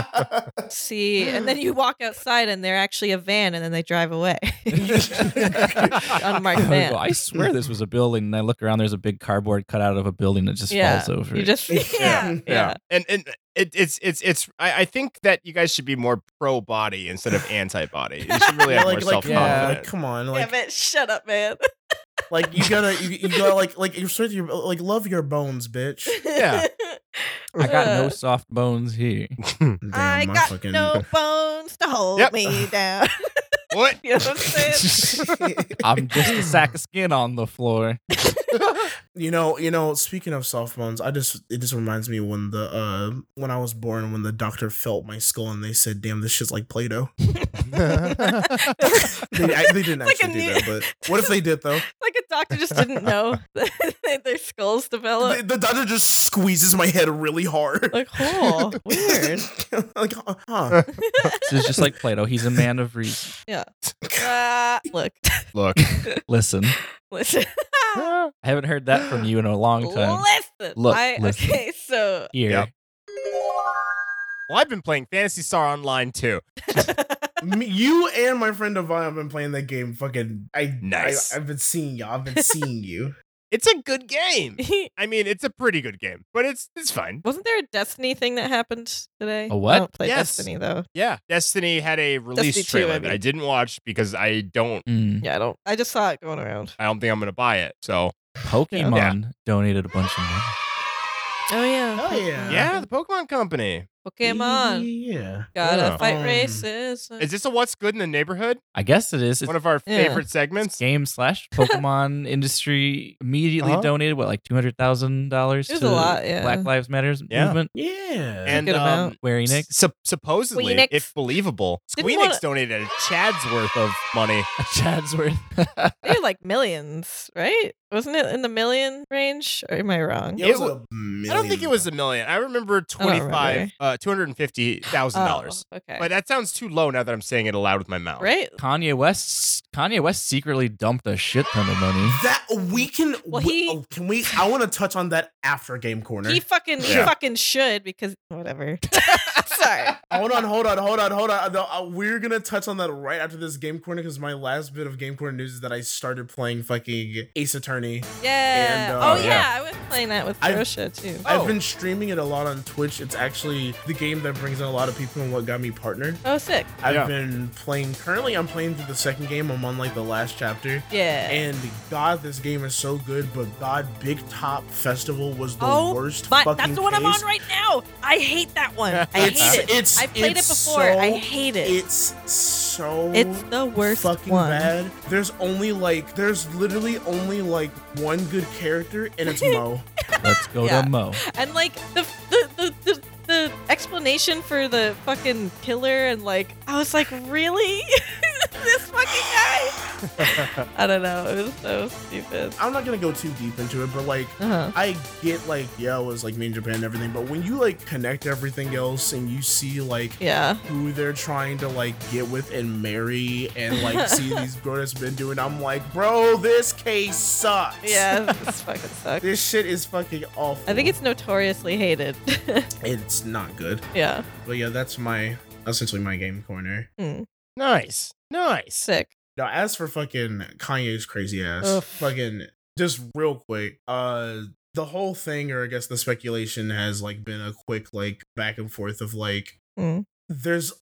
S3: See, and then you walk outside, and they're actually a van, and then they drive away. [laughs]
S2: [laughs]
S3: Unmarked
S2: I
S3: van.
S2: go, Oh, I swear this was a building. And I look around. There's a big cardboard cutout of a building that just
S3: Yeah.
S2: falls over.
S3: You
S2: it.
S3: just [laughs] yeah, yeah.
S1: And and it, it's it's it's. I, I think that you guys should be more pro body instead
S2: [laughs]
S1: of anti body. You should really
S5: Yeah, like,
S1: have more
S5: like,
S1: self
S5: come
S2: Yeah.
S5: on, like,
S1: confidence.
S5: come on, like,
S3: Damn it! Shut up, man.
S5: like you gotta, you, you gotta, like, like, you're sort of your, like, love your bones, bitch.
S3: [laughs]
S1: Yeah.
S2: I got no
S3: Uh,
S2: soft bones here.
S5: Damn,
S3: I
S5: my
S3: got no
S2: [laughs]
S3: bones to hold
S1: Yep.
S3: me down. [laughs]
S1: What?
S3: you know what I'm
S2: [laughs]
S3: saying?
S5: [laughs]
S2: I'm just a sack of skin on the floor.
S5: You know, you know. Speaking of soft bones, I just it just reminds me when the uh when I was born, when the doctor felt my skull and they said, "Damn, this shit's like
S1: [laughs]
S3: [laughs]
S5: Play-Doh." They, I, they didn't
S3: It's
S5: actually
S3: like a
S5: do
S3: new-
S5: that, but what if they did
S3: [laughs]
S5: though?
S3: like a doctor just didn't know [laughs] that their skulls
S5: The,
S3: develop.
S5: the doctor just squeezes my head really hard. [laughs]
S3: [laughs] Like,
S2: [laughs]
S3: oh, weird.
S5: like, huh,
S1: [laughs]
S5: huh?
S2: So it's just
S3: [laughs]
S2: like Plato. He's a man of reason.
S3: Uh, look, [laughs]
S1: Look,
S2: Listen,
S3: listen.
S2: I haven't heard that from you in a [laughs] long
S3: [laughs]
S2: time.
S3: Listen.
S2: Look,
S3: I,
S2: listen.
S3: Okay, so [laughs]
S2: Here,
S1: Yep. well, I've been playing Fantasy Star Online too.
S5: Me, you and my friend Devon have been playing that game. Fucking, I,
S1: Nice.
S3: [laughs]
S5: I, I've been seeing you. I've been seeing you.
S1: It's a good game. I mean, it's a pretty good game, but it's it's fine.
S3: Wasn't there a Destiny thing that happened today?
S2: A what?
S3: I don't play
S1: Yes.
S3: Destiny though.
S1: Yeah, Destiny had a release
S3: Destiny 2,
S1: trailer
S3: I
S1: that I
S3: mean.
S1: didn't watch because I don't
S2: Mm.
S3: Yeah, I don't. I just saw it going around.
S1: I don't think I'm gonna buy it. So
S2: Pokemon donated a bunch of money.
S3: Oh yeah.
S5: Hell yeah.
S1: yeah, the Pokemon Company.
S3: Pokemon.
S5: Yeah.
S3: Gotta
S1: Yeah.
S3: fight
S5: Um,
S3: races.
S1: Is this a What's Good in the Neighborhood?
S2: I guess it is. It's
S1: One of our
S3: Yeah.
S1: favorite segments. [laughs]
S2: game slash Pokemon industry immediately
S1: Uh-huh.
S2: donated what like two hundred thousand dollars
S3: It
S2: to
S3: was a lot, yeah.
S2: Black Lives Matters
S1: Yeah.
S2: movement.
S5: Yeah.
S1: And
S3: Good
S1: um,
S3: amount.
S2: Where
S1: s-
S2: [laughs] Enix,
S1: sup- supposedly,
S3: Squeenix.
S1: if believable,
S3: Didn't
S1: Squeenix
S3: wanna-
S1: donated a Chad's worth of money.
S2: Chadsworth.
S3: They're like millions, right? Wasn't it in the million range? Or am I wrong?
S1: It wa-
S5: I
S1: I don't think it was a million. I remember twenty five, uh, two hundred and fifty thousand dollars.
S3: Oh, okay.
S1: But that sounds too low now that I'm saying it aloud with my mouth.
S3: right?
S2: [laughs] Kanye West. Kanye West secretly dumped a shit ton of money.
S5: That we can.
S3: Well,
S5: we-
S3: he-
S5: oh, can we? I want to touch on that after game corner.
S3: He fucking he
S1: Yeah.
S3: fucking should because whatever. [laughs] Sorry.
S5: hold on, hold on, hold on, hold on. The- uh, we're gonna touch on that right after this game corner because my last bit of game corner news is that I started playing fucking Ace Attorney.
S3: Yeah.
S5: And, uh,
S3: oh yeah. I was playing that with
S5: I've-
S3: Rosha too.
S1: Oh.
S5: I've been streaming it a lot on Twitch. It's actually the game that brings in a lot of people and what got me partnered.
S3: Oh sick.
S5: I've
S1: Yeah.
S5: been playing. Currently, I'm playing through the second game. I'm on like the last chapter.
S3: Yeah.
S5: And God, this game is so good, but God, Big Top Festival was the
S3: Oh
S5: worst
S3: but
S5: fucking
S3: that's the one I'm
S5: case.
S3: on right now. I hate that one. I hate
S5: It's-
S3: it.
S5: it's-
S3: I played
S5: it's
S3: it before.
S5: so-
S3: I hate it. It's,
S5: It's so
S3: the worst
S5: fucking
S3: one.
S5: bad. There's only like there's literally only like one good character, and it's
S3: [laughs]
S5: Mo.
S2: Let's go
S3: Yeah.
S2: to
S3: [laughs]
S2: Mo.
S3: And like the the, the the the explanation for the fucking killer and like I was like, really? [laughs] this fucking guy?
S5: [laughs]
S3: I don't know. It was so stupid.
S5: I'm not gonna go too deep into it, but like
S3: Uh-huh.
S5: I get like yeah, it was like me in Japan and everything, but when you like connect everything else and you see like
S3: Yeah.
S5: who they're trying to like get with and marry and
S3: [laughs]
S5: like see these grown ups men doing, I'm like, bro, this case sucks. [laughs]
S3: Yeah. This fucking sucks.
S5: This shit is fucking awful.
S3: I think it's notoriously hated. [laughs]
S5: it's not good.
S3: yeah.
S5: But yeah, that's my essentially my game corner.
S3: Mm,
S1: Nice. Nice.
S3: sick.
S5: Now, as for fucking Kanye's crazy ass,
S3: Ugh.
S5: fucking just real quick, uh, the whole thing, or I guess the speculation, has like been a quick like back and forth of like.
S3: Mm.
S5: There's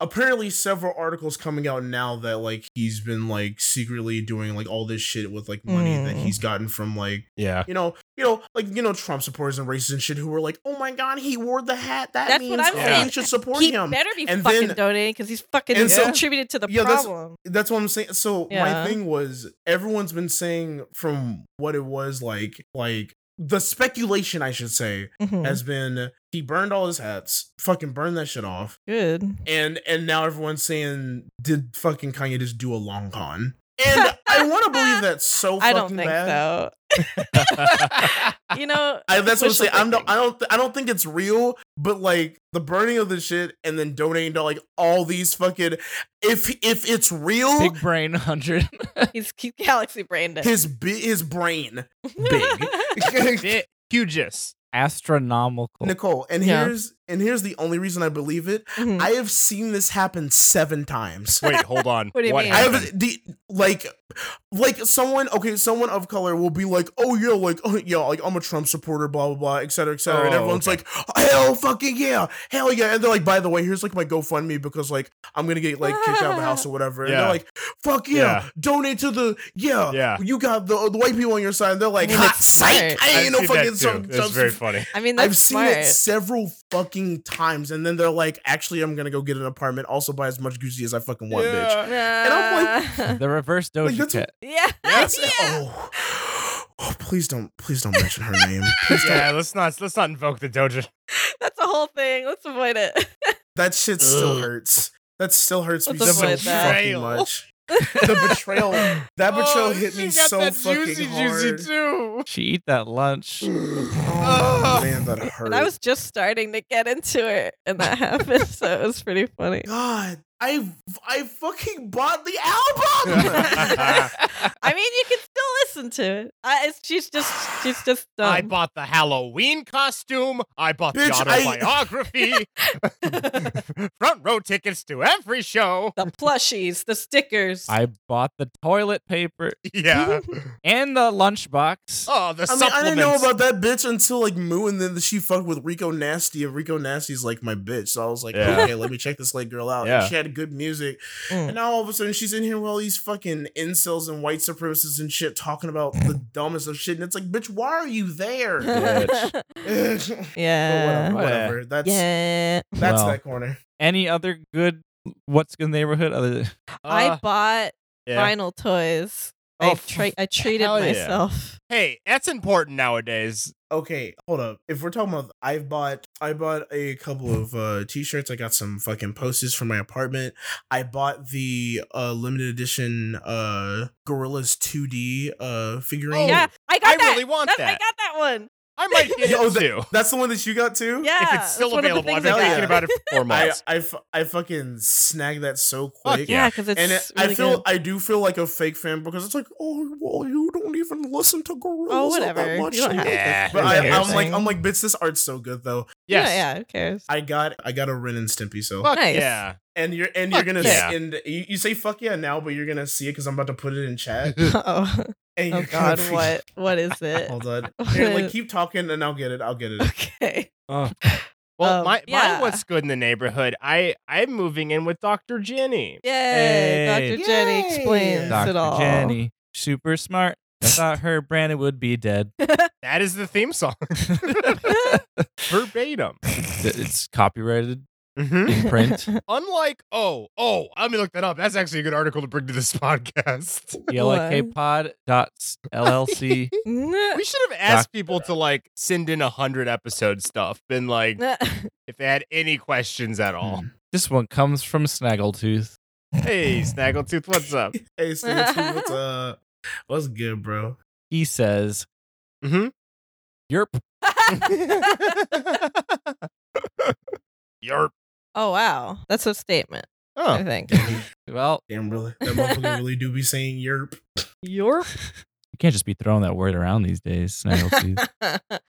S5: apparently several articles coming out now that like he's been like secretly doing like all this shit with like money that
S3: Mm.
S5: he's gotten from like
S1: Yeah.
S5: you know you know like you know Trump supporters and racists and shit who were like oh my god he wore the hat that
S3: That's what
S5: means
S3: I'm
S5: oh,
S3: saying.
S5: we should support
S3: He
S5: him
S3: better be
S5: And
S3: fucking
S5: then-
S3: donating because he's fucking
S5: and
S1: so-
S3: contributed to the
S5: Yeah, that's-
S3: problem.
S5: that's what I'm saying. So
S3: Yeah.
S5: my thing was everyone's been saying from what it was like, like the speculation I should say
S3: Mhm.
S5: has been he burned all his hats, fucking burned that shit off,
S3: Good.
S5: and and now everyone's saying did fucking Kanye just do a long con? And I want to believe that's so fucking
S3: [laughs] I don't think
S5: bad. [laughs]
S3: so. [laughs] You know,
S5: I, that's what I'm
S3: Wishful
S5: saying. I'm not,
S3: thinking.
S5: I don't. I don't think it's real. But like the burning of the shit and then donating to like all these fucking. If if it's real,
S2: Big brain hundred.
S3: he's he's galaxy
S5: [laughs]
S3: brain dead.
S5: his bi- his brain big.
S1: [laughs] Bit hugest.
S2: Astronomical.
S5: Nicole, and
S3: Yeah.
S5: here's and here's the only reason I believe it.
S3: Mhm.
S5: I have seen this happen seven times.
S1: Wait, hold on.
S3: [laughs] What do you mean?
S5: I
S1: happened?
S5: have the like, like someone okay, someone of color will be like, oh yeah, like oh yeah, like I'm a Trump supporter, blah blah blah, et cetera, et cetera, and
S1: Oh,
S5: everyone's like, hell fucking yeah, hell yeah, and they're like, by the way, here's like my GoFundMe because like I'm gonna get like kicked out of the house or whatever, and
S1: Yeah.
S5: they're like, fuck yeah,
S1: Yeah.
S5: donate to the yeah,
S1: Yeah.
S5: you got the, the white people on your side, and they're like,
S3: I mean,
S5: hot
S3: it's
S5: psych,
S3: smart.
S5: I ain't no
S1: I've seen that
S5: fucking
S1: too.
S5: Trump,
S1: It's
S5: Trump
S1: very funny.
S3: I mean, that's
S5: I've seen
S3: smart.
S5: it several fucking times, and then they're like, "Actually, I'm gonna go get an apartment. Also, buy as much Gucci as I fucking want, bitch." I'm
S3: Nah.
S2: The reverse Doja
S5: Like, that's-
S2: Cat.
S3: [laughs]
S5: [laughs]
S3: yeah.
S1: [laughs]
S5: That's-
S3: [laughs] yeah.
S5: Oh. Oh, please don't, please don't mention her name.
S1: yeah, let's not let's not invoke the Doja.
S3: That's a whole thing. Let's avoid it. [laughs]
S5: That shit still
S1: Ugh.
S5: hurts. That still hurts me so
S3: What the
S5: fucking
S3: fuck, that?
S1: [laughs]
S5: much. the betrayal. That betrayal
S1: Oh,
S5: hit me
S1: she got
S5: so
S1: that
S5: fucking
S1: juicy,
S5: hard.
S1: juicy too.
S2: She eat that lunch.
S5: Oh,
S1: [laughs]
S5: man, that hurt. [laughs]
S3: And I was just starting to get into it, and that happened, so it was pretty funny.
S5: God I I fucking bought the [laughs] album.
S3: [laughs] I mean, you can still listen to it. I, it's, she's just, she's just. um, Dumb.
S1: I bought the Halloween costume. I bought
S5: Bitch,
S1: the
S5: I-
S1: autobiography. Front row tickets to every show.
S5: [laughs]
S3: the plushies, the stickers.
S2: I bought the toilet paper
S1: Yeah.
S2: and the lunchbox.
S1: Oh, the
S5: I mean,
S1: supplements.
S5: I didn't know about that bitch until like Moo, and then she fucked with Rico Nasty, and Rico Nasty's like my bitch. So I was like,
S1: Yeah.
S5: okay, let me check this late girl out.
S1: Yeah.
S5: And she had good music,
S3: Mm.
S5: and now all of a sudden she's in here with all these fucking incels and white supremacists and shit talking about the
S3: Mm.
S5: dumbest of shit, and it's like, bitch, why are you
S3: [laughs]
S5: there? [laughs]
S1: bitch. Oh,
S5: but
S3: yeah.
S5: whatever, whatever. That's
S3: Yeah.
S5: that's
S2: Well.
S5: that corner.
S2: Any other good what's good neighborhood other than
S3: I
S1: Uh,
S3: bought
S1: yeah.
S3: vinyl toys.
S1: Oh,
S3: I, tra- I treated
S1: hell yeah.
S3: myself.
S1: Hey, that's important nowadays.
S5: Okay, hold up. If we're talking about, I bought, I bought a couple of uh, t-shirts. I got some fucking posters for my apartment. I bought the uh, limited edition uh, Gorillas 2D uh, figurine.
S3: yeah, I got
S1: Oh, I
S3: that.
S1: really want
S3: That- I
S1: that.
S3: got that one.
S1: I might get
S5: Yo,
S1: it
S5: that-
S1: too.
S5: that's the one that you got too.
S1: if
S3: Yeah,
S1: it's still
S3: that's one of the
S1: available, I've
S3: things
S1: been
S3: I
S1: thinking
S3: got.
S1: about it for four
S5: I,
S1: months.
S5: I, f- I fucking snagged that so
S1: Fuck
S5: quick.
S3: [laughs] Yeah, because
S5: And
S3: it's
S5: it,
S3: really
S5: I feel
S3: good.
S5: I do feel like a fake fan because it's like, oh well, you don't even listen to gorillas
S3: Oh,
S5: all
S3: whatever.
S5: that
S3: You
S5: much.
S3: don't have
S1: Yeah.
S3: to.
S5: But I, I'm like,
S3: Embarrassing.
S5: I'm like, bitch, this art's so good though.
S1: yes.
S3: Yeah, yeah, who cares? [laughs]
S5: I got, I got a Ren and Stimpy. So
S1: Fuck
S3: Nice.
S1: yeah.
S5: and you're and
S1: Fuck
S5: you're gonna
S1: yeah.
S5: s- and you, you say fuck yeah now, but you're gonna see it because I'm about to put it in chat.
S3: oh,
S5: And you're
S3: oh
S5: gonna
S3: God,
S5: be-
S1: [laughs]
S3: what, what is
S5: [laughs]
S3: it?
S5: Hold on. Here, like keep talking and I'll get it. I'll get it.
S3: okay.
S1: Well,
S3: Um,
S1: my,
S3: yeah.
S1: my what's good in the neighborhood, I, I'm moving in with Dr. Jenny.
S3: Yay,
S2: Hey.
S3: Dr. Jenny
S5: Yay.
S3: explains it
S2: Dr.
S3: all.
S2: Jenny? Super smart.
S3: [laughs]
S2: Without her, Brandon would be dead.
S1: That is the theme song. [laughs] Verbatim.
S2: it's copyrighted
S1: Mm-hmm.
S2: in
S3: [laughs]
S2: print.
S1: Unlike, oh, oh, let me look that up. That's actually a good article to bring to this [laughs]
S3: [laughs]
S1: podcast.
S2: E ELKpod.llc.
S1: We should have asked people to like send in a hundred episode stuff, been like, if they had any questions at
S3: [laughs]
S1: all.
S2: this one comes from Snaggletooth.
S1: Hey, Snaggletooth, what's
S3: [laughs]
S1: up?
S5: Hey, Steve, what's uh what's good, bro?
S2: He says,
S1: Mm-hmm.
S2: Yerp.
S1: Yarp.
S3: [laughs] oh wow, that's a statement. I
S1: Oh, [laughs]
S3: think.
S2: Well,
S5: Damn really that motherfucker really do be saying yerp.
S3: Your.
S2: you can't just be throwing that word around these days,
S3: [laughs]
S1: Oh.
S2: Snaggletooth.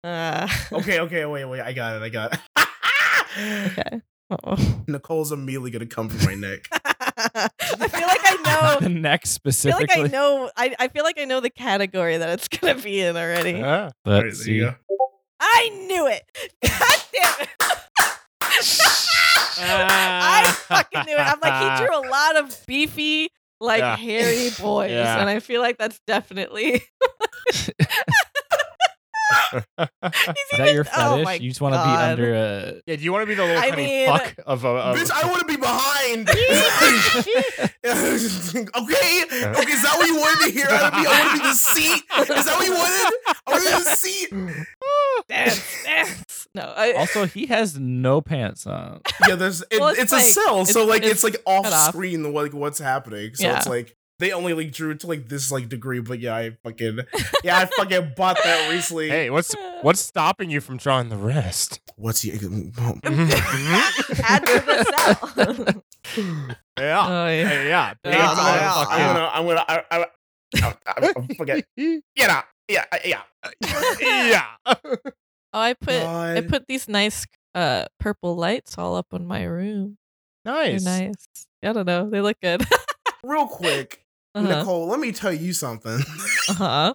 S3: uh,
S5: Okay, okay, wait, wait, I got it, I got it.
S3: okay.
S1: Oh.
S3: Uh-oh.
S5: [laughs] Nicole's immediately gonna come for my neck.
S3: [laughs] I feel like I know.
S2: the neck
S3: I feel
S2: specifically.
S3: like I know. I, I feel like I know the category that it's gonna be in already.
S1: Ah.
S5: All right,
S2: Let's
S5: there
S2: see.
S5: you go.
S3: I knew it. [laughs] God damn it. I fucking knew it. I'm like, he drew
S2: [laughs]
S3: a lot of beefy, like
S1: Yeah.
S3: hairy boys,
S1: Yeah.
S3: and I feel like that's definitely. [laughs]
S2: Is that
S3: [laughs]
S2: your fetish?
S3: Oh my
S2: you just want to be
S3: God.
S2: under
S3: [laughs]
S2: a.
S1: [laughs] yeah, do you want to be the little
S3: I
S1: tiny
S3: mean-
S1: fuck of a. Of,
S5: Bitch, I want to be [laughs]
S3: [laughs]
S5: behind. okay, okay, is that what you wanted to hear out of me? I want to be the seat. Is that what you wanted? I want to be the seat.
S3: Dance, dance. No, I,
S2: Also, he has no pants on.
S5: Yeah, there's it,
S3: Well, it's
S5: it's, a
S3: like-
S5: cell, so
S3: it's-
S5: like it's,
S3: it's
S5: like off
S3: cut off.
S5: screen like what's happening. So it's
S3: Yeah.
S5: like they only like drew it to like this like degree, but yeah, I
S3: [laughs]
S5: fucking yeah, I fucking bought that recently.
S1: hey, what's what's stopping you from drawing the
S3: [laughs]
S1: rest? Mm-hmm.
S5: what's um, he?
S3: add to the cell. [laughs]
S2: [laughs]
S1: Yeah.
S3: Oh, yeah.
S1: Hey, yeah.
S3: Yeah,
S1: Pants
S3: yeah,
S1: on,
S3: yeah.
S1: fucking-
S5: I'm gonna, I'm gonna, I, I, I, I, I
S1: [laughs]
S5: forget. Get out. Yeah, I- yeah.
S1: yeah.
S3: Oh, I put I
S5: God.
S3: put these nice uh purple lights all up in my room. They're
S1: Nice.
S3: nice. I don't know. They look good. [laughs]
S5: Real quick,
S3: uh-huh.
S5: Nicole, let me tell you something. [laughs]
S3: [laughs] uh-huh.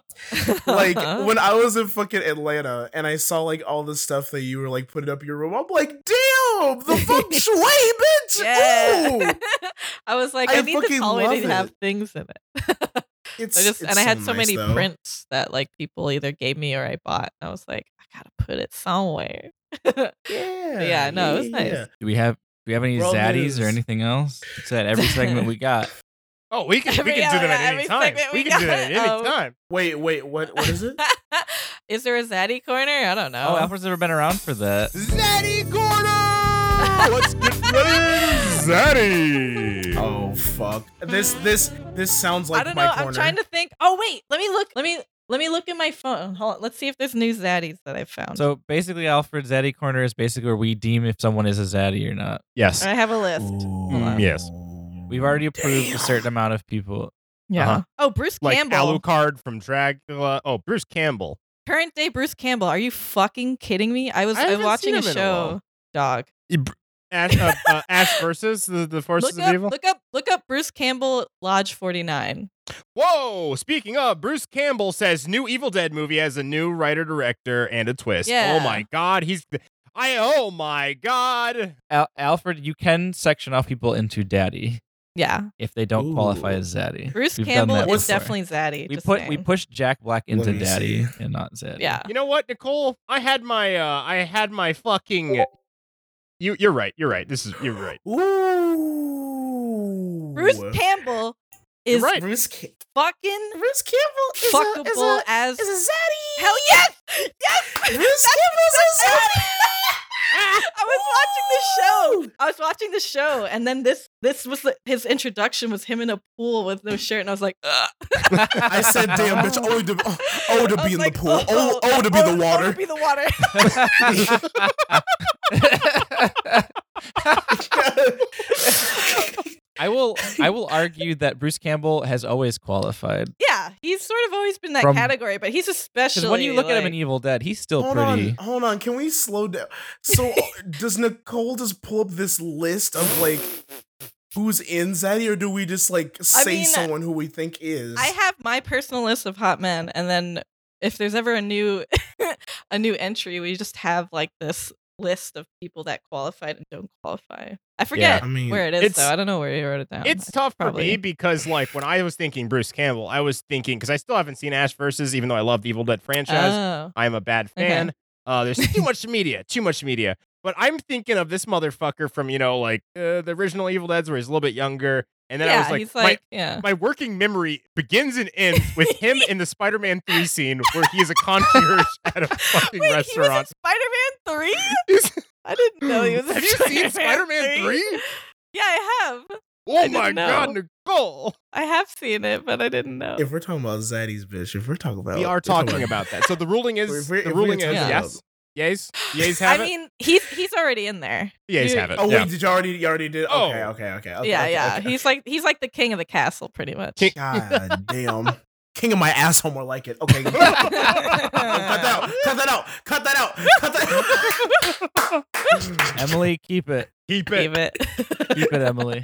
S5: like
S3: Uh-huh.
S5: when I was in fucking Atlanta and I saw like all the stuff that you were like putting up your room, I'm like, damn,
S3: [laughs]
S5: the feng shui, bitch.
S3: yeah.
S5: Ooh.
S3: [laughs] I was like,
S5: I
S3: I, need this
S5: fucking
S3: hallway to
S5: love
S3: have
S5: it.
S3: things in it. [laughs]
S5: It's,
S3: I just and
S5: it's
S3: I had so
S5: nice,
S3: many
S5: though.
S3: prints that like people either gave me or I bought. I was like, I gotta put it somewhere. [laughs]
S5: Yeah.
S3: Yeah, no, it was nice.
S2: Do we have. Do we have any
S5: World
S2: zaddies or
S5: news.
S2: anything else? It's at every segment we got.
S1: Oh, we can
S3: Every-
S1: we can
S3: oh,
S1: do them
S3: yeah,
S1: at any
S3: every
S1: time.
S3: segment
S1: We
S3: we
S1: can do that at
S3: got.
S1: any
S3: Oh.
S1: time.
S5: Wait, wait, what what is it?
S3: is there a zaddy corner? I don't know.
S2: Oh, Alfred's never been around for that.
S1: Zaddy Corner. What's good, [laughs]
S3: [laughs]
S1: Zaddy?
S5: oh fuck. This this this sounds like
S3: I don't
S5: my
S3: know.
S5: corner.
S3: I'm trying to think. Oh wait, let me look. Let me let me look in my phone. Hold on. Let's see if there's new zaddies that I found.
S2: So basically, Alfred's
S5: Uh,
S2: zaddy corner is basically where we deem if someone is a zaddy or not.
S1: Yes.
S3: I have a list.
S1: Mm, yes.
S2: We've already approved a certain amount of people.
S8: Yeah.
S2: Uh-huh.
S3: Oh, Bruce
S1: Like
S3: Campbell.
S1: Alucard from Dracula. Oh, Bruce Campbell.
S3: Current day Bruce Campbell. Are you fucking kidding me? I was
S1: I
S3: I was
S1: haven't
S3: watching
S1: seen
S3: a
S1: him in a
S3: show.
S1: while.
S3: Dog.
S1: Ash, uh, uh, Ash versus the, the forces
S3: look
S1: of
S3: up,
S1: evil.
S3: look up look up Bruce Campbell Lodge 49.
S1: Whoa! Speaking of, Bruce Campbell says new Evil Dead movie has a new writer director and a twist.
S3: Yeah.
S1: Oh my god, he's I oh my god.
S3: Uh.
S2: Al- Alfred, you can section off people into daddy
S3: Yeah.
S2: if they don't
S5: Ooh.
S2: qualify as zaddy.
S3: Bruce
S2: We've done
S3: Campbell
S2: that
S3: is
S2: before.
S3: definitely Zaddy.
S2: We
S3: just
S2: put
S3: saying.
S2: we pushed Jack Black into
S5: me
S2: daddy
S5: see.
S2: and not zaddy.
S3: Yeah.
S1: You know what, Nicole? I had my uh I had my fucking You you're right. You're right. This is you're
S3: [sighs]
S1: right.
S5: Ooh.
S3: Bruce Campbell is
S1: right.
S5: Bruce, Ca-
S3: fucking
S5: Bruce Campbell is a-
S3: fuckable
S5: is a,
S3: as
S5: is a zaddy.
S3: Hell yes! Yes!
S5: Bruce Campbell's a zaddy.
S3: [laughs] I was watching the show. I was watching the show, and then this this was the, his introduction was him in a pool with no shirt, and I was like, Ugh.
S5: I [laughs]
S2: [laughs]
S5: said, "Damn, bitch! Oh, to, oh, oh, to
S3: I
S5: be
S3: was
S5: in
S3: like,
S5: the pool.
S3: [laughs]
S5: Oh, oh, to be
S3: oh,
S5: the
S3: Oh,
S5: water."
S3: to be the water. [laughs]
S2: I will I will argue that Bruce Campbell has always qualified.
S3: yeah, he's sort of always been that
S2: From-
S3: category, but he's
S2: Because
S3: especially
S2: when you look at him
S3: like-
S2: in Evil Dead, he's still
S5: Hold
S2: pretty.
S5: on, hold on. Can we slow down?
S3: [laughs]
S5: So, does Nicole just pull up this list of like who's in Zaddy, or do we just like say
S3: mean,
S5: someone who we think is?
S3: I have my personal list of hot men, and then if there's ever a new [laughs] a new entry, we just have like this list of people that qualified and don't qualify. I forget
S5: I mean,
S3: where it is
S1: it's-
S3: though. I don't know where you wrote it down.
S1: It's tough for
S3: probably-
S1: me because, like, when I was thinking Bruce Campbell, I was thinking because I still haven't seen Ash versus, even though I love the Evil Dead franchise.
S3: Oh.
S1: I'm a bad
S3: Okay.
S1: fan. Uh, there's
S3: [laughs]
S1: too much media, too much media. But I'm thinking of this motherfucker from you know, like uh, the original Evil Dead's, where he's a little bit younger, and then
S3: yeah,
S1: I was like,
S3: he's
S1: my-
S3: like,
S1: [laughs]
S3: yeah.
S1: my working memory begins and
S3: [laughs]
S1: ends with him in the Spider-Man 3 scene where he is a
S3: [laughs]
S1: concierge at a fucking
S3: Wait, he was in
S1: restaurant.
S3: Spider-Man Three.
S1: He's-
S3: I didn't know he was. in
S1: Have you seen Spider-Man 3?
S3: [laughs] Yeah, I have.
S1: Oh
S3: didn't
S1: my god,
S3: know.
S1: Nicole!
S3: I have seen it, but I didn't know.
S5: if we're talking about Zaddy's bitch, if we're talking about,
S1: We are
S5: we're
S1: talking about that. So the ruling
S5: We're-
S1: is
S5: we're-
S1: the
S5: we're
S1: ruling is
S5: talking
S3: about-
S1: yes, yes, yes
S3: I
S1: have it.
S3: mean, he's he's already in there.
S1: Yes
S3: you-
S1: have it.
S5: Oh
S1: yeah.
S5: wait, did you already? You already did.
S1: Oh.
S5: Okay, okay, okay. okay
S3: yeah,
S5: okay,
S3: yeah.
S5: okay.
S3: He's like he's like the king of the castle, pretty much. [laughs]
S1: King-
S5: God damn. King of my asshole, more like it. Okay. [laughs] cut that out. Cut that out. Cut that out. Cut that [laughs] out.
S3: [laughs]
S2: Emily, keep it.
S1: Keep it.
S3: Keep it.
S5: [laughs]
S2: Keep it, Emily.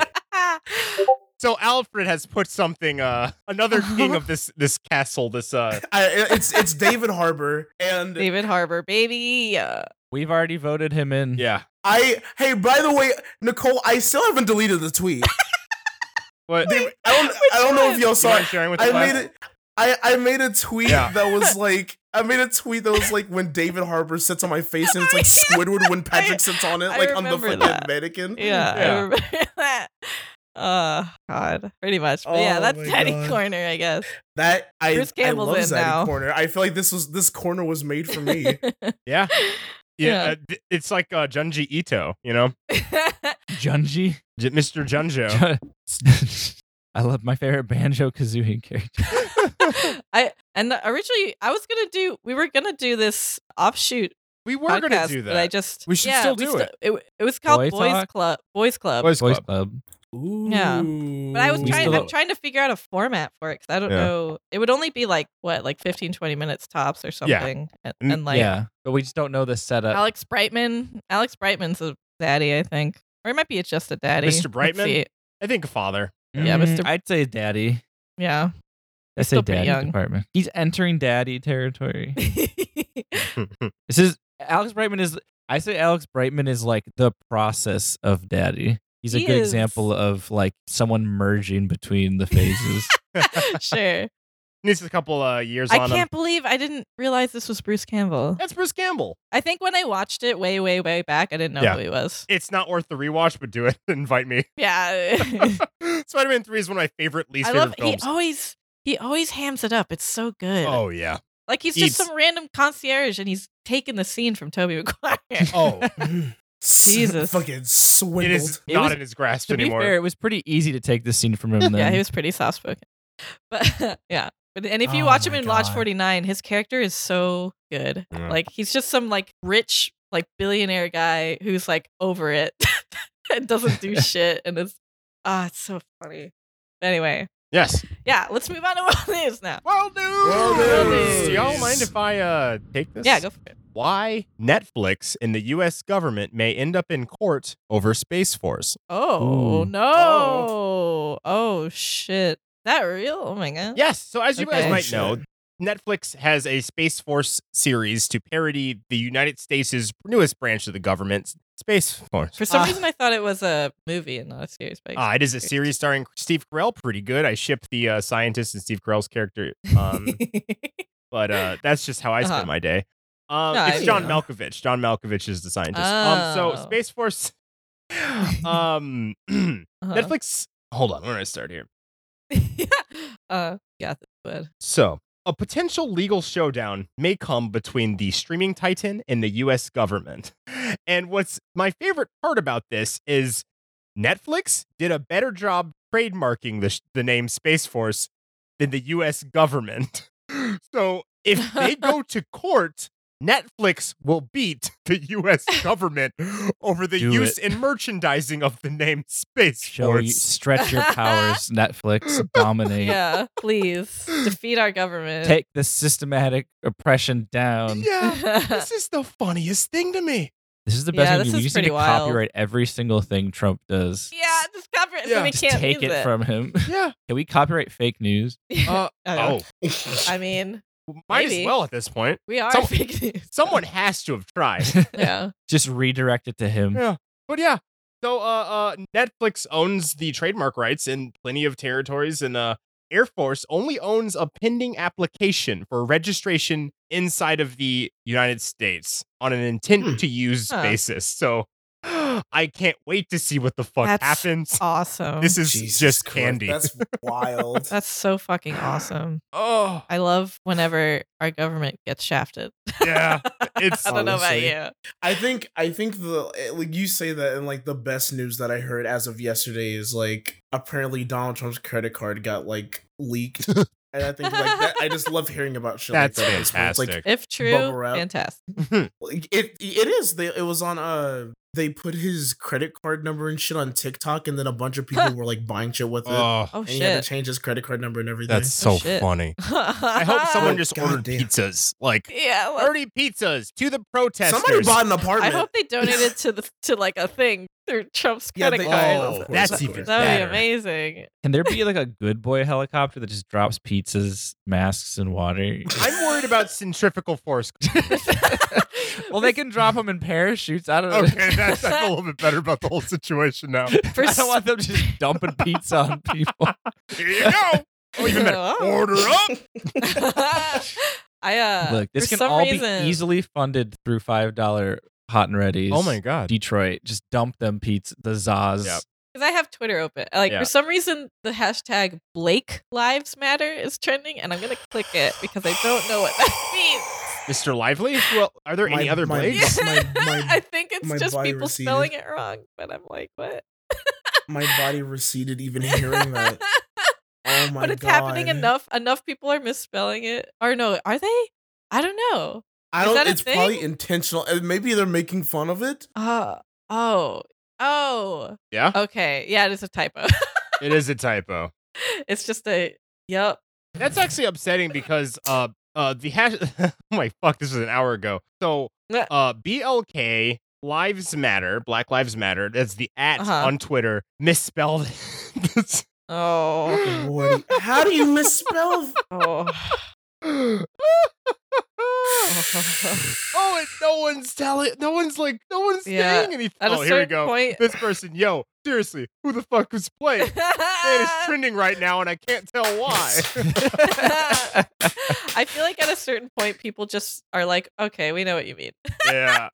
S1: So Alfred has put something, uh, another
S3: [laughs]
S1: king of this this castle, this uh,
S5: I, it's it's David Harbor and
S3: David Harbor, baby. Uh,
S2: We've already voted him in.
S1: yeah.
S5: I hey by the way Nicole I still haven't deleted the
S3: [laughs]
S5: tweet.
S1: What?
S5: They- I don't I don't know if y'all
S1: You
S5: saw
S1: mind
S5: it.
S1: sharing with the
S5: I
S1: class?
S5: made it I I made a tweet
S1: Yeah.
S5: that was like I made a tweet that was like when David Harbour sits on my face and it's
S3: [laughs]
S5: like Squidward when Patrick sits on it
S3: I
S5: like on the
S3: remember
S5: fucking
S3: that.
S5: mannequin.
S3: yeah,
S1: Yeah.
S3: I remember [laughs] that. Oh God, pretty much. But yeah,
S5: Oh
S3: that's
S5: my
S3: Teddy
S5: God.
S3: Corner, I guess.
S5: That I,
S3: Bruce
S5: I
S3: Campbell's
S5: love
S3: in
S5: Zaddy
S3: now.
S5: corner. I feel like this was this corner was made for
S3: [laughs]
S5: me.
S1: Yeah. Yeah,
S3: Yeah.
S1: uh, th- it's like uh, Junji Ito, you know,
S2: Junji.
S1: J- Mr. Junjo.
S2: Ju- [laughs] I love my favorite banjo kazooie character.
S3: I and originally I was gonna do we were gonna do this offshoot
S1: We were gonna
S3: podcast,
S1: do
S3: but I
S1: that.
S3: just
S1: We should
S3: yeah,
S1: still
S3: we
S1: do
S3: sti-
S1: it.
S3: it. It was called
S2: Boy
S3: Boys
S2: Talk?
S3: Club. Boys Club.
S1: Boys
S2: Boys
S1: Club.
S2: Club.
S3: Yeah.
S5: Ooh.
S3: But I was
S2: We
S3: trying.
S2: still-
S3: I'm trying to figure out a format for it because I don't
S1: Yeah.
S3: know. It would only be like what, like 15, 20 minutes tops or something. And,
S1: Mm,
S3: and like
S2: yeah. But we just don't know the setup.
S3: Alex Brightman. Alex Brightman's a daddy, I think, or it might be just a daddy.
S1: Mr.
S3: Let's
S1: Brightman?
S3: see.
S1: I think father. [laughs]
S3: yeah,
S2: Mm,
S3: Mr.
S2: I'd say daddy.
S3: Yeah. [laughs]
S2: I say
S3: still pretty
S2: daddy
S3: young.
S2: department. He's entering daddy territory. This is Alex Brightman is I say Alex Brightman is like the process of daddy. He's a
S3: He
S2: good
S3: is.
S2: example of like someone merging between the phases.
S3: sure.
S1: Needs a couple uh, years
S3: I
S1: on him.
S3: can't believe I didn't realize this was Bruce Campbell.
S1: That's Bruce Campbell.
S3: I think when I watched it way, way, way back, I didn't know
S1: Yeah.
S3: who he was.
S1: It's not worth the rewatch, but do it. [laughs] Invite
S3: [laughs]
S1: me.
S3: Yeah. [laughs]
S1: Spider-Man Three is one of my favorite, least
S3: I
S1: favorite
S3: love he
S1: films.
S3: always he always hams it up. It's so good.
S1: oh
S3: [laughs]
S1: yeah. [laughs]
S3: like he's
S1: he's-
S3: just some random concierge and he's taken the scene from Toby McGuire.
S1: Oh,
S3: [laughs] Jesus.
S5: fucking
S1: it
S5: swindled.
S1: is
S2: It
S1: not
S2: was-
S1: in his grasp
S2: to be
S1: anymore.
S2: fair, it was pretty easy to take this scene [laughs] from him. Then.
S3: yeah, he was pretty soft spoken. [laughs] But yeah. But and if you
S5: Oh
S3: watch him
S5: my
S3: in Lodge
S5: God.
S3: 49, his character is so good.
S1: Yeah.
S3: Like he's just some like rich [laughs] like billionaire guy who's like over it and doesn't do shit and is Ah, it's so funny. Anyway,
S1: Yes.
S3: yeah, let's move on to [laughs] world news now.
S1: World news.
S3: World
S1: Do y'all
S5: news.
S1: mind if I uh take this?
S3: Yeah, go for it.
S1: Why Netflix and the U.S. government may end up in court over Space Force?
S3: Oh
S2: Ooh.
S3: no! Oh. shit! Is that real? Oh my god!
S1: Yes. So as you
S3: Okay.
S1: guys might know, Netflix has a Space Force series to parody the United States' newest branch of the government, Space Force.
S3: For some
S1: Ah.
S3: reason, I thought it was a movie and not a series. But
S1: Ah, it is a series starring Steve Carell, pretty good. I ship the uh, scientist and Steve Carell's character,
S3: [laughs]
S1: um, but uh, that's just how I spend
S3: Uh-huh.
S1: my day. Um,
S3: No,
S1: it's
S3: I-
S1: John
S3: yeah.
S1: Malkovich. John Malkovich is the scientist. Um,
S3: Oh.
S1: so Space Force, [laughs] um, [clears throat]
S3: Uh-huh.
S1: Netflix. Hold on, we're gonna start here.
S3: uh, [laughs] yeah, that's good.
S1: So, a potential legal showdown may come between the streaming titan and the US government. And what's my favorite part about this is Netflix did a better job trademarking the, sh- the name Space Force than the US government. [laughs] So, if they
S2: [laughs]
S1: go to court, Netflix will beat the US government over the
S2: Do
S1: use
S2: it.
S1: and merchandising of the name Space
S2: Show you,
S1: Force.
S2: stretch your [laughs] powers, Netflix. Dominate.
S3: Yeah, please defeat our government.
S2: Take the systematic oppression [laughs] down.
S1: Yeah,
S3: [laughs] yeah,
S1: this is the funniest thing to me.
S2: This is the best
S3: Yeah,
S2: thing.
S3: this
S2: We
S3: is
S2: used to
S3: pretty wild.
S2: copyright every single thing Trump does.
S3: just cover it so
S1: Yeah.
S3: we
S2: Just
S3: can't
S2: take
S3: use
S2: it, from him. [laughs]
S1: Yeah.
S2: Can we copyright fake news?
S1: Uh,
S3: oh,
S1: [laughs] oh.
S3: I mean,
S1: Might
S3: Maybe.
S1: as well at this point.
S3: we are
S1: Some- [laughs]
S3: fake news.
S1: Someone has to have
S5: [laughs]
S1: tried. [laughs]
S3: Yeah.
S2: Just redirect it to him.
S1: Yeah. but yeah, so uh, uh, Netflix owns the trademark rights in plenty of territories, and uh, Air Force only owns a pending application for registration inside of the United States on an intent
S5: Hmm.
S1: to use
S3: Huh.
S1: basis. So [gasps] I can't wait to see what the fuck
S3: That's
S1: happens.
S3: Awesome.
S1: This is
S5: Jesus
S1: just
S5: Christ,
S1: candy.
S5: That's wild.
S3: [laughs] That's so fucking awesome.
S1: oh,
S3: I love whenever our government gets shafted.
S1: Yeah, it's-
S3: [laughs] I don't know about
S5: Honestly.
S3: you.
S5: I think I think the eh, like you say that and like the best news that I heard as of yesterday is like apparently Donald Trump's credit card got like
S1: [laughs]
S5: leaked. and I think like that I just love hearing about shit
S1: that's
S5: like that. It's like-
S1: fantastic.
S3: If true,
S5: Bubble wrap.
S3: fantastic.
S5: Like, it it is. They it was on uh they put his credit card number and shit on TikTok and then a bunch of
S1: [laughs]
S5: people were like buying shit with it.
S1: [laughs] oh,
S3: Oh
S5: and he had
S3: shit.
S5: to change his credit card number and everything.
S1: that's so
S3: Oh, shit.
S1: funny.
S3: [laughs] I
S1: I hope someone
S5: Oh,
S1: just
S5: God
S1: ordered
S5: damn.
S1: pizzas. Like,
S3: Yeah. well,
S1: 30 pizzas to the protesters.
S5: Somebody bought an
S3: I
S5: apartment.
S3: hope they donated to the to like a thing through Trump's
S5: Yeah,
S3: credit
S5: they-
S3: card.
S5: Oh,
S1: Oh,
S5: of course,
S1: that's
S5: of
S1: even
S5: course.
S3: that would be
S1: better.
S3: amazing.
S2: Can there be like a good boy helicopter that just drops pizzas, masks, and water?
S1: [laughs] I'm worried about centrifugal force.
S2: [laughs] well, they can drop them in parachutes. I don't
S3: Oh,
S1: [laughs]
S2: know.
S1: okay, that's I feel a little bit better about the whole situation now.
S3: For
S2: [laughs] I don't want them
S3: [laughs]
S2: just dumping pizza on people.
S1: Here you go. Oh, even better.
S3: [laughs] Oh.
S1: Order up. [laughs]
S3: [laughs] I uh
S2: Look, this
S3: for
S2: can
S3: some
S2: all
S3: reason,
S2: be easily funded through five dollar hot and ready's.
S1: Oh god.
S2: Detroit, just dump them pizza, the Zaz.
S1: Yep.
S3: because I have Twitter open. Like
S1: Yeah.
S3: for some reason, the hashtag Blake Lives Matter is trending, and I'm gonna click it because I don't know what that [laughs] means.
S1: Mr. Lively, well, are there any
S5: My-
S1: other
S5: my-
S1: blades? [laughs]
S5: It's
S3: [laughs]
S5: my-
S3: I think it's
S5: my
S3: just
S5: bio
S3: people
S5: receded.
S3: spelling it wrong, but I'm like, what?
S5: My body receded even hearing
S3: [laughs]
S5: that. Oh my
S3: but it's
S5: God.
S3: happening enough. Enough people are misspelling it. Or no, are they? I don't know.
S5: I
S3: Is
S5: don't.
S3: that a
S5: It's probably
S3: thing?
S5: intentional. Uh, Maybe they're making fun of
S3: [laughs]
S5: it.
S3: Uh, oh. Oh.
S1: Yeah.
S3: Okay. Yeah, it is a typo. [laughs]
S1: It is a typo.
S3: it's just a yep.
S1: That's actually upsetting because uh uh the hash [laughs] oh my fuck this was an hour ago. So
S3: Yeah.
S1: uh BLK Lives Matter, Black Lives Matter. That's the at
S3: Uh-huh.
S1: on Twitter misspelled. [laughs] this-
S5: [laughs]
S3: Oh.
S5: What? How do you misspell?
S3: oh. [laughs]
S1: oh, and no one's telling. No one's like. No one's
S3: Yeah.
S1: saying anything.
S3: At a
S1: oh,
S3: certain
S1: here we go.
S3: point.
S1: This person, yo, seriously, who the fuck was
S3: [laughs]
S1: playing? It is trending right now, and I can't tell why. [laughs]
S3: I feel like at a certain point, people just are like, "Okay, we know what you mean." [laughs]
S1: yeah.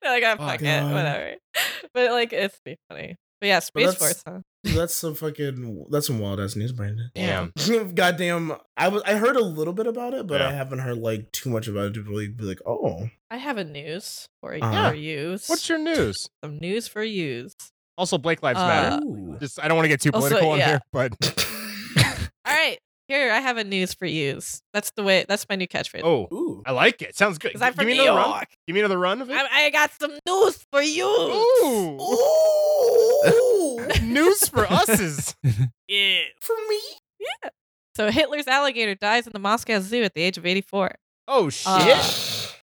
S3: They're like, "I
S1: Oh,
S3: fuck it,
S5: God.
S3: whatever." [laughs] But like, it's pretty funny. But yeah, Space
S5: that's-
S3: Force, huh?
S5: That's some fucking. That's some wild ass news, Brandon.
S1: Damn.
S5: [laughs] Goddamn. I was. I heard a little bit about it, but I
S1: Yeah.
S5: haven't heard like too much about it to really be like, oh,
S3: I have a news for you.
S5: Uh-huh.
S3: For yous.
S1: What's your news?
S3: Some news for yous.
S1: Also, Blake Lives
S3: Uh,
S1: Matter.
S5: ooh.
S1: Just I don't want to get too
S3: also,
S1: political on
S3: yeah.
S1: here, but
S3: [laughs] All right, here I have a news for yous. That's the way. That's my new catchphrase.
S1: oh,
S5: ooh.
S1: I like it. Sounds good.
S3: Because I'm
S1: Give
S3: from
S1: me
S3: New
S1: another run.
S3: York.
S1: Give me another run of it.
S3: I, I got some news for you.
S1: Ooh.
S5: Ooh.
S1: [laughs] news
S3: [laughs]
S1: for us is
S9: Yeah.
S5: For me?
S3: So Hitler's alligator dies in the Moscow Zoo at the age of 84.
S1: oh shit.
S3: Uh,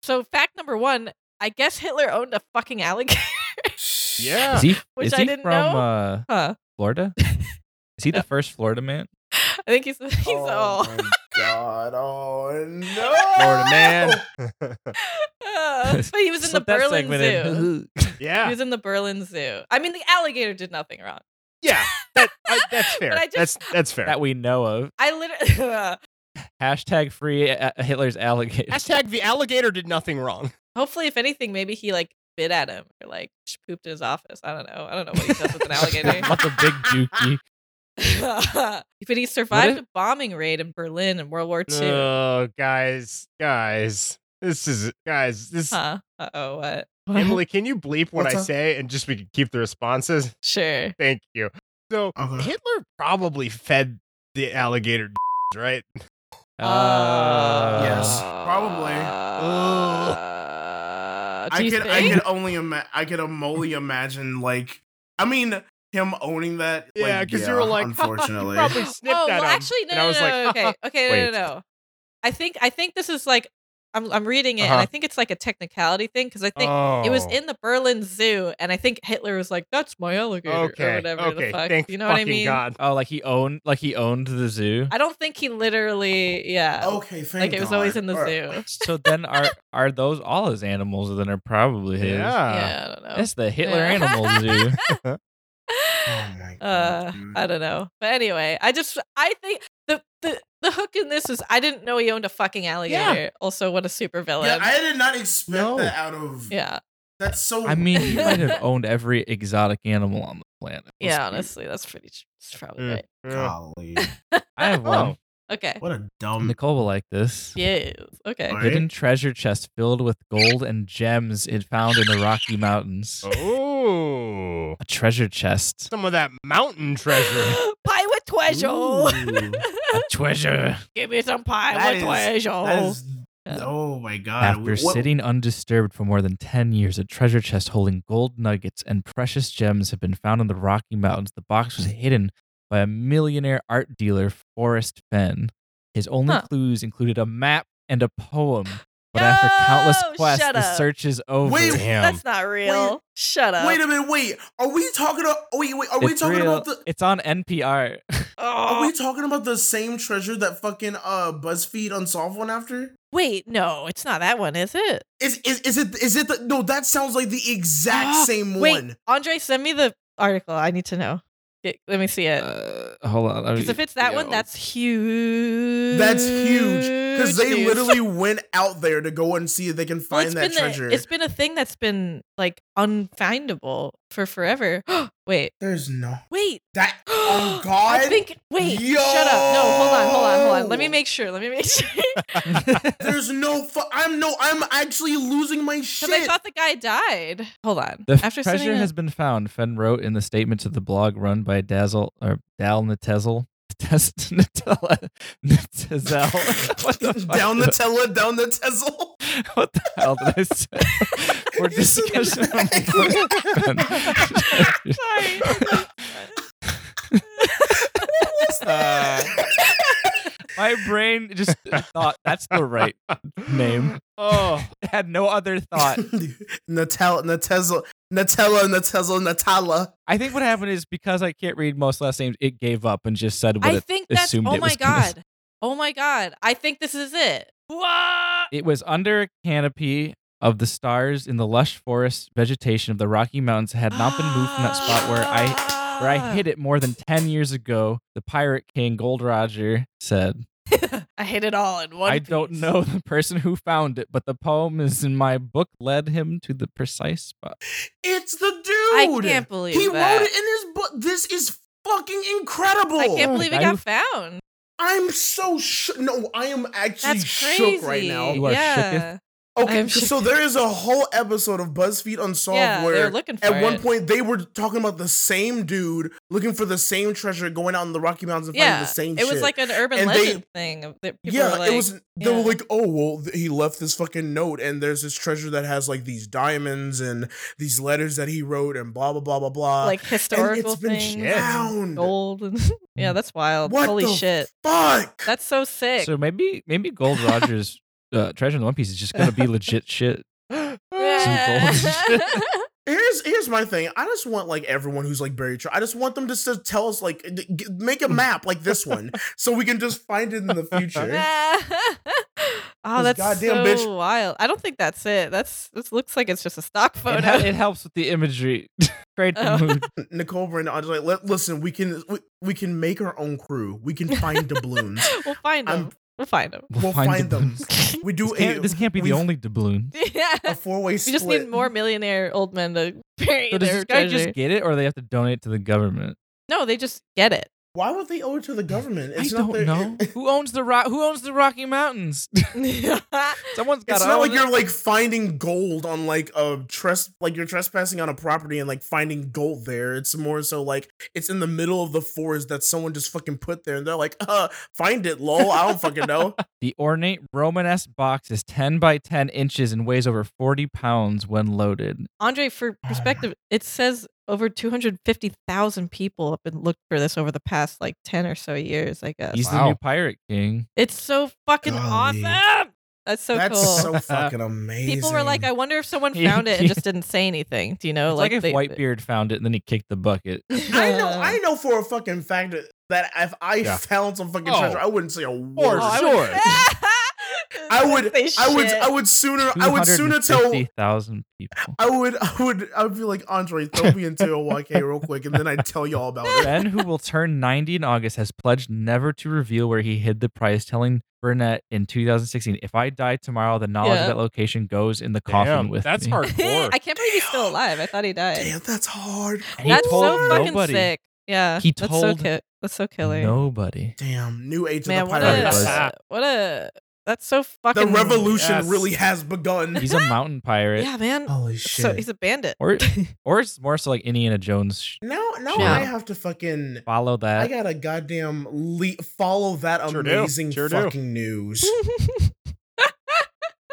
S3: So fact number one, I guess Hitler owned a fucking alligator.
S1: [laughs]
S3: [laughs]
S1: yeah.
S2: Is he,
S3: Which
S2: is
S3: I
S2: he
S3: didn't
S2: from
S3: know.
S2: Uh,
S3: Huh. [laughs]
S2: Florida? Is he the first Florida man?
S3: I think he's [laughs] he's all.
S5: Oh my god! Oh no!
S1: Florida man.
S3: Uh, [laughs] but he was in the
S2: Slip that
S3: Berlin
S2: segment in. [laughs]
S3: Zoo. He
S1: yeah.
S3: was in the Berlin Zoo. I mean, the alligator did nothing wrong.
S1: Yeah. That, I, that's fair.
S3: [laughs] But I just-
S1: that's that's fair.
S2: that we know of.
S3: I [laughs] uh, literally.
S2: Hashtag free uh, Hitler's alligator.
S1: Hashtag the alligator did nothing wrong.
S3: hopefully, if anything, maybe he like bit at him or like sh- pooped in his office. I don't know. I don't know what he does [laughs] with
S2: [laughs]
S3: an alligator.
S2: What's a big dookie?
S3: but he survived
S2: if-
S3: a bombing raid in Berlin in World War II.
S1: Oh, guys, guys, this is guys. This
S3: huh. Uh oh. What?
S1: Emily, can you bleep what
S5: What's
S1: I
S5: up?
S1: say and just we can keep the responses?
S3: [laughs] Sure.
S1: Thank you. So
S5: Okay.
S1: Hitler probably fed the alligator, right?
S2: Uh,
S5: Yes. probably.
S3: Uh, do
S5: I
S3: you
S5: could I
S3: think?
S5: could only ima- I could only imagine like I mean him owning that.
S1: Yeah,
S5: like,
S1: because you were
S3: [laughs]
S1: like,
S5: unfortunately.
S1: you probably snipped
S3: oh,
S1: at
S3: well,
S1: him.
S3: actually, no,
S1: and
S3: no,
S1: I was
S3: no,
S1: like,
S3: no,
S1: [laughs]
S3: okay, okay, no,
S1: wait.
S3: no, no. I think I think this is like I'm I'm reading it, and
S1: Uh-huh.
S3: I think it's like a technicality thing because I think it was
S1: Oh.
S3: in the Berlin Zoo, and I think Hitler was like, "That's my alligator,"
S1: Oh, Okay,
S3: or whatever
S1: okay.
S3: the fuck.
S1: Thank
S3: you know what I
S1: fucking
S3: mean?
S1: God.
S2: Oh, like he owned, like he owned the zoo.
S3: I don't think he literally, yeah,
S5: okay, Oh, thank
S3: like it was always
S5: God.
S3: in the
S5: Or-
S3: zoo.
S2: So then, are are those all his animals? Then are probably his.
S5: uh,
S1: Yeah.
S3: yeah, I don't know.
S2: That's the Hitler
S3: Yeah.
S2: Animal
S3: [laughs]
S2: Zoo.
S5: [laughs] Oh my God,
S3: Uh,
S5: dude.
S3: I don't know. But anyway, I just I think the the the hook in this is I didn't know he owned a fucking alligator. Also, what a super villain.
S5: yeah, I did not expect
S1: No.
S5: that out of.
S3: yeah,
S5: That's so.
S2: I mean,
S5: [laughs]
S2: he might have owned every exotic animal on the planet.
S3: yeah, honestly, that's pretty. tr- That's probably
S1: Mm.
S3: right. Oh,
S1: Yeah.
S5: golly,
S2: I
S3: [laughs]
S2: have one.
S3: Okay.
S5: what a dumb.
S2: Nicole will like this.
S3: Yes. Okay.
S5: Alright.
S2: Hidden treasure chest filled with gold and gems it found in the Rocky Mountains.
S1: Oh,
S2: A treasure
S1: [laughs]
S2: chest.
S1: some of that mountain treasure.
S3: [laughs] pie with
S5: Ooh.
S3: treasure.
S2: A treasure.
S3: [laughs] Give me some pie
S5: That
S3: with
S5: is-
S3: treasure.
S5: That is.
S3: Yeah.
S5: Oh my God.
S2: After
S5: What-
S2: sitting undisturbed for more than 10 years, a treasure chest holding gold nuggets and precious gems have been found in the Rocky Mountains. The box was hidden by a millionaire art dealer, Forrest Fenn. His only
S3: Huh.
S2: clues included a map and a poem. But after countless
S3: No,
S2: quests,
S3: shut
S2: the
S3: up.
S2: search is over.
S5: Wait,
S1: Damn.
S3: That's not real. Shut up.
S5: Wait a minute. Wait. Are we talking? About, wait. Wait. Are we
S2: It's
S5: talking
S2: real.
S5: about the?
S2: It's
S5: [laughs]
S2: on [laughs] NPR.
S5: Are
S3: Oh.
S5: we talking about the same treasure that fucking uh BuzzFeed Unsolved went after?
S3: Wait, no, it's not that one, is it?
S5: Is is is it is it the no? That sounds like the exact
S3: [gasps]
S5: same
S3: Wait,
S5: one.
S3: Andre, send me the article. I need to know. Get- let me see it.
S2: Uh, hold on. I
S3: Because if it's that one,
S2: yo.
S3: that's huge.
S5: That's huge because they
S3: news. [laughs]
S5: literally went out there to go and see if they can
S3: Well,
S5: find
S3: it's
S5: that
S3: been a-
S5: treasure.
S3: it's been a thing that's been like unfindable for forever. [gasps] wait,
S5: There's no
S3: wait.
S5: that.
S3: [gasps]
S5: Oh God!
S3: I think. Wait. Shut up. No, hold on, hold on, hold on. Let me
S5: Yo.
S3: make sure. Let me make [laughs] sure.
S5: There's no. Fu- I'm no. I'm actually losing
S3: [laughs]
S5: my shit.
S3: Because I thought the guy died. Hold on.
S2: The
S3: After
S2: treasure
S3: sending
S2: has been found, Fenn wrote in the statement to the blog run by Dazzle or Dal [laughs] Natezel. Test Natella Natezel. [laughs] What the
S5: [laughs]
S2: fuck
S5: down the
S2: did-
S5: Tella, down the Tezel.
S2: [laughs] What the hell did
S5: [laughs]
S2: I say? For
S5: You said
S2: discussion of
S5: that.
S2: Fenn.
S5: [laughs]
S3: Sorry.
S2: Uh, [laughs] my brain just thought that's the right. [laughs] Name.
S1: Oh,
S2: Had no
S5: [laughs]
S2: other thought.
S5: Natella, Natezel, Natella, Natezel, Natala.
S2: I think what happened is because I can't read most last names, it gave up and just said what
S3: I
S2: it,
S3: think that's.
S2: assumed
S3: Oh
S2: it
S3: my
S2: was gonna
S3: god. Oh my god. I think this is it. [laughs] What?
S2: It was under a canopy of the stars in the lush forest vegetation of the Rocky Mountains had not been moved from that spot where I where I hid it more than
S3: Ah!
S2: 10 years ago, the pirate king Gold Roger said.
S3: I hit it all in one.
S2: I don't
S3: piece.
S2: know [laughs] the person who found it, but the poem is in my book led him to the precise spot.
S5: It's the dude.
S3: I can't believe
S5: He
S3: that.
S5: wrote it in his book. This is fucking incredible.
S3: I can't
S2: Oh,
S3: believe
S2: the
S3: it
S2: guy
S3: got found.
S5: I'm so shook. No, I am actually
S3: That's
S5: shook right
S3: crazy.
S5: now.
S2: You are shooketh?
S3: yeah.
S5: Okay,
S3: I'm sure-
S5: [laughs] so there is a whole episode of BuzzFeed Unsolved
S3: yeah,
S5: where
S3: they're looking for
S5: at one
S3: it.
S5: point they were talking about the same dude looking for the same treasure, going out in the Rocky Mountains and
S3: yeah,
S5: finding the same.
S3: it was
S5: shit.
S3: like an urban
S5: And they-
S3: legend thing. of- That people
S5: yeah,
S3: were like,
S5: it was. They were
S3: yeah.
S5: like, "Oh well, th- he left this fucking note, and there's this treasure that has like these diamonds and these letters that he wrote, and blah blah blah blah blah."
S3: like
S5: and
S3: historical
S5: it's been
S3: things,
S5: found.
S3: gold, and [laughs] yeah, that's wild.
S5: What
S3: Holy
S5: the
S3: shit,
S5: Fuck.
S3: that's so sick.
S2: So maybe maybe Gold Rogers uh, Treasure in the One Piece is just gonna be legit shit.
S5: [laughs]
S3: [laughs]
S2: gold. [laughs]
S5: Here's here's my thing. I just want like everyone who's like buried. tre- I just want them just to tell us like d- g-
S2: [laughs]
S5: make a map like this one, so we can just find it in the future.
S3: [laughs] oh,
S5: This
S3: that's
S5: goddamn
S3: so
S5: bitch-
S3: wild. I don't think that's it. That's this looks like it's just a stock
S2: It,
S3: photo. [laughs]
S2: hel- it helps with the imagery. [laughs] Create the
S3: Oh.
S2: mood.
S5: Nicole Brandon, I was like, "Let- listen, we can we, we can make our own crew. We can find doubloons.
S3: we'll find
S5: I'm-
S3: them. We'll find them.
S5: We'll find them.
S2: [laughs]
S5: We do
S2: This can't,
S5: a,
S2: this can't be the
S5: we've-
S2: only doubloon.
S3: [laughs] yeah.
S5: a four way
S3: We
S5: split.
S3: just need more millionaire old men to [laughs] bury
S2: So does
S3: their
S2: this guy
S3: treasure.
S2: just get it, or they have to donate to the government?
S3: no, they just get it.
S5: Why would they owe it to the government?
S2: I don't
S5: their- [laughs]
S2: know. who owns the rock? Who owns the Rocky Mountains?
S5: [laughs]
S2: Someone's got.
S5: It's not like you're like finding gold on like a tresp like you're trespassing on a property and like finding gold there. It's more so like it's in the middle of the forest that someone just fucking put there and they're like, uh, find it, lol. I don't fucking know.
S2: The ornate Romanesque box is 10 by 10 inches and weighs over 40 pounds when loaded.
S3: [laughs] Andre, for perspective, it says over 250,000 people have been looked for this over the past like 10 or so years, I guess.
S2: He's the
S7: Wow.
S2: new pirate king.
S3: It's so fucking
S5: Golly.
S3: awesome. That's so
S5: That's
S3: cool.
S5: so fucking amazing.
S3: People were like, I wonder if
S2: [laughs]
S3: someone
S2: Yeah,
S3: found it and
S2: yeah.
S3: just didn't say anything. Do you know?
S2: It's like, if
S3: they-
S2: Whitebeard found it and then he kicked the bucket.
S3: [laughs]
S5: I know, I know for a fucking fact that if I
S1: Yeah.
S5: found some fucking
S7: Oh.
S5: treasure, I wouldn't say a word.
S7: For
S2: Oh,
S7: sure.
S3: [laughs]
S5: I would, I would, I would sooner, [laughs] I would sooner tell
S2: 250,000 people.
S5: I would, I would, I would be like Andre, throw me into a YK real quick, and then I'd tell y'all about it.
S2: Ben, who will turn 90 in August, has pledged never to reveal where he hid the prize, telling Burnett in 2016, If I die tomorrow, the knowledge
S3: Yeah.
S2: of that location goes in the coffin
S1: Damn,
S2: with
S1: that's
S2: me.
S3: [laughs]
S1: hardcore.
S3: I can't believe he's still alive. I thought he died.
S5: Damn, that's hard.
S2: And he
S3: That's so
S2: told
S3: fucking
S2: nobody.
S3: sick. Yeah.
S2: He
S3: that's so
S2: told
S3: ki- that's so killer.
S2: Nobody.
S5: Damn, new age
S3: Man,
S5: of the
S3: what
S5: pirate.
S2: was.
S3: a what a that's so
S5: the
S3: fucking
S5: revolution Oh,
S7: Yes.
S5: really has begun. [laughs]
S3: [laughs]
S2: He's a mountain pirate.
S3: Yeah, man.
S5: Holy
S3: So he's a bandit. [laughs]
S2: Or, or it's more so like Indiana Jones. sh-
S5: now, now
S3: Yeah.
S5: I have to fucking.
S2: Follow that.
S5: I gotta goddamn le- follow that
S1: Sure do.
S5: amazing
S1: Sure do.
S5: fucking
S3: [laughs]
S5: news.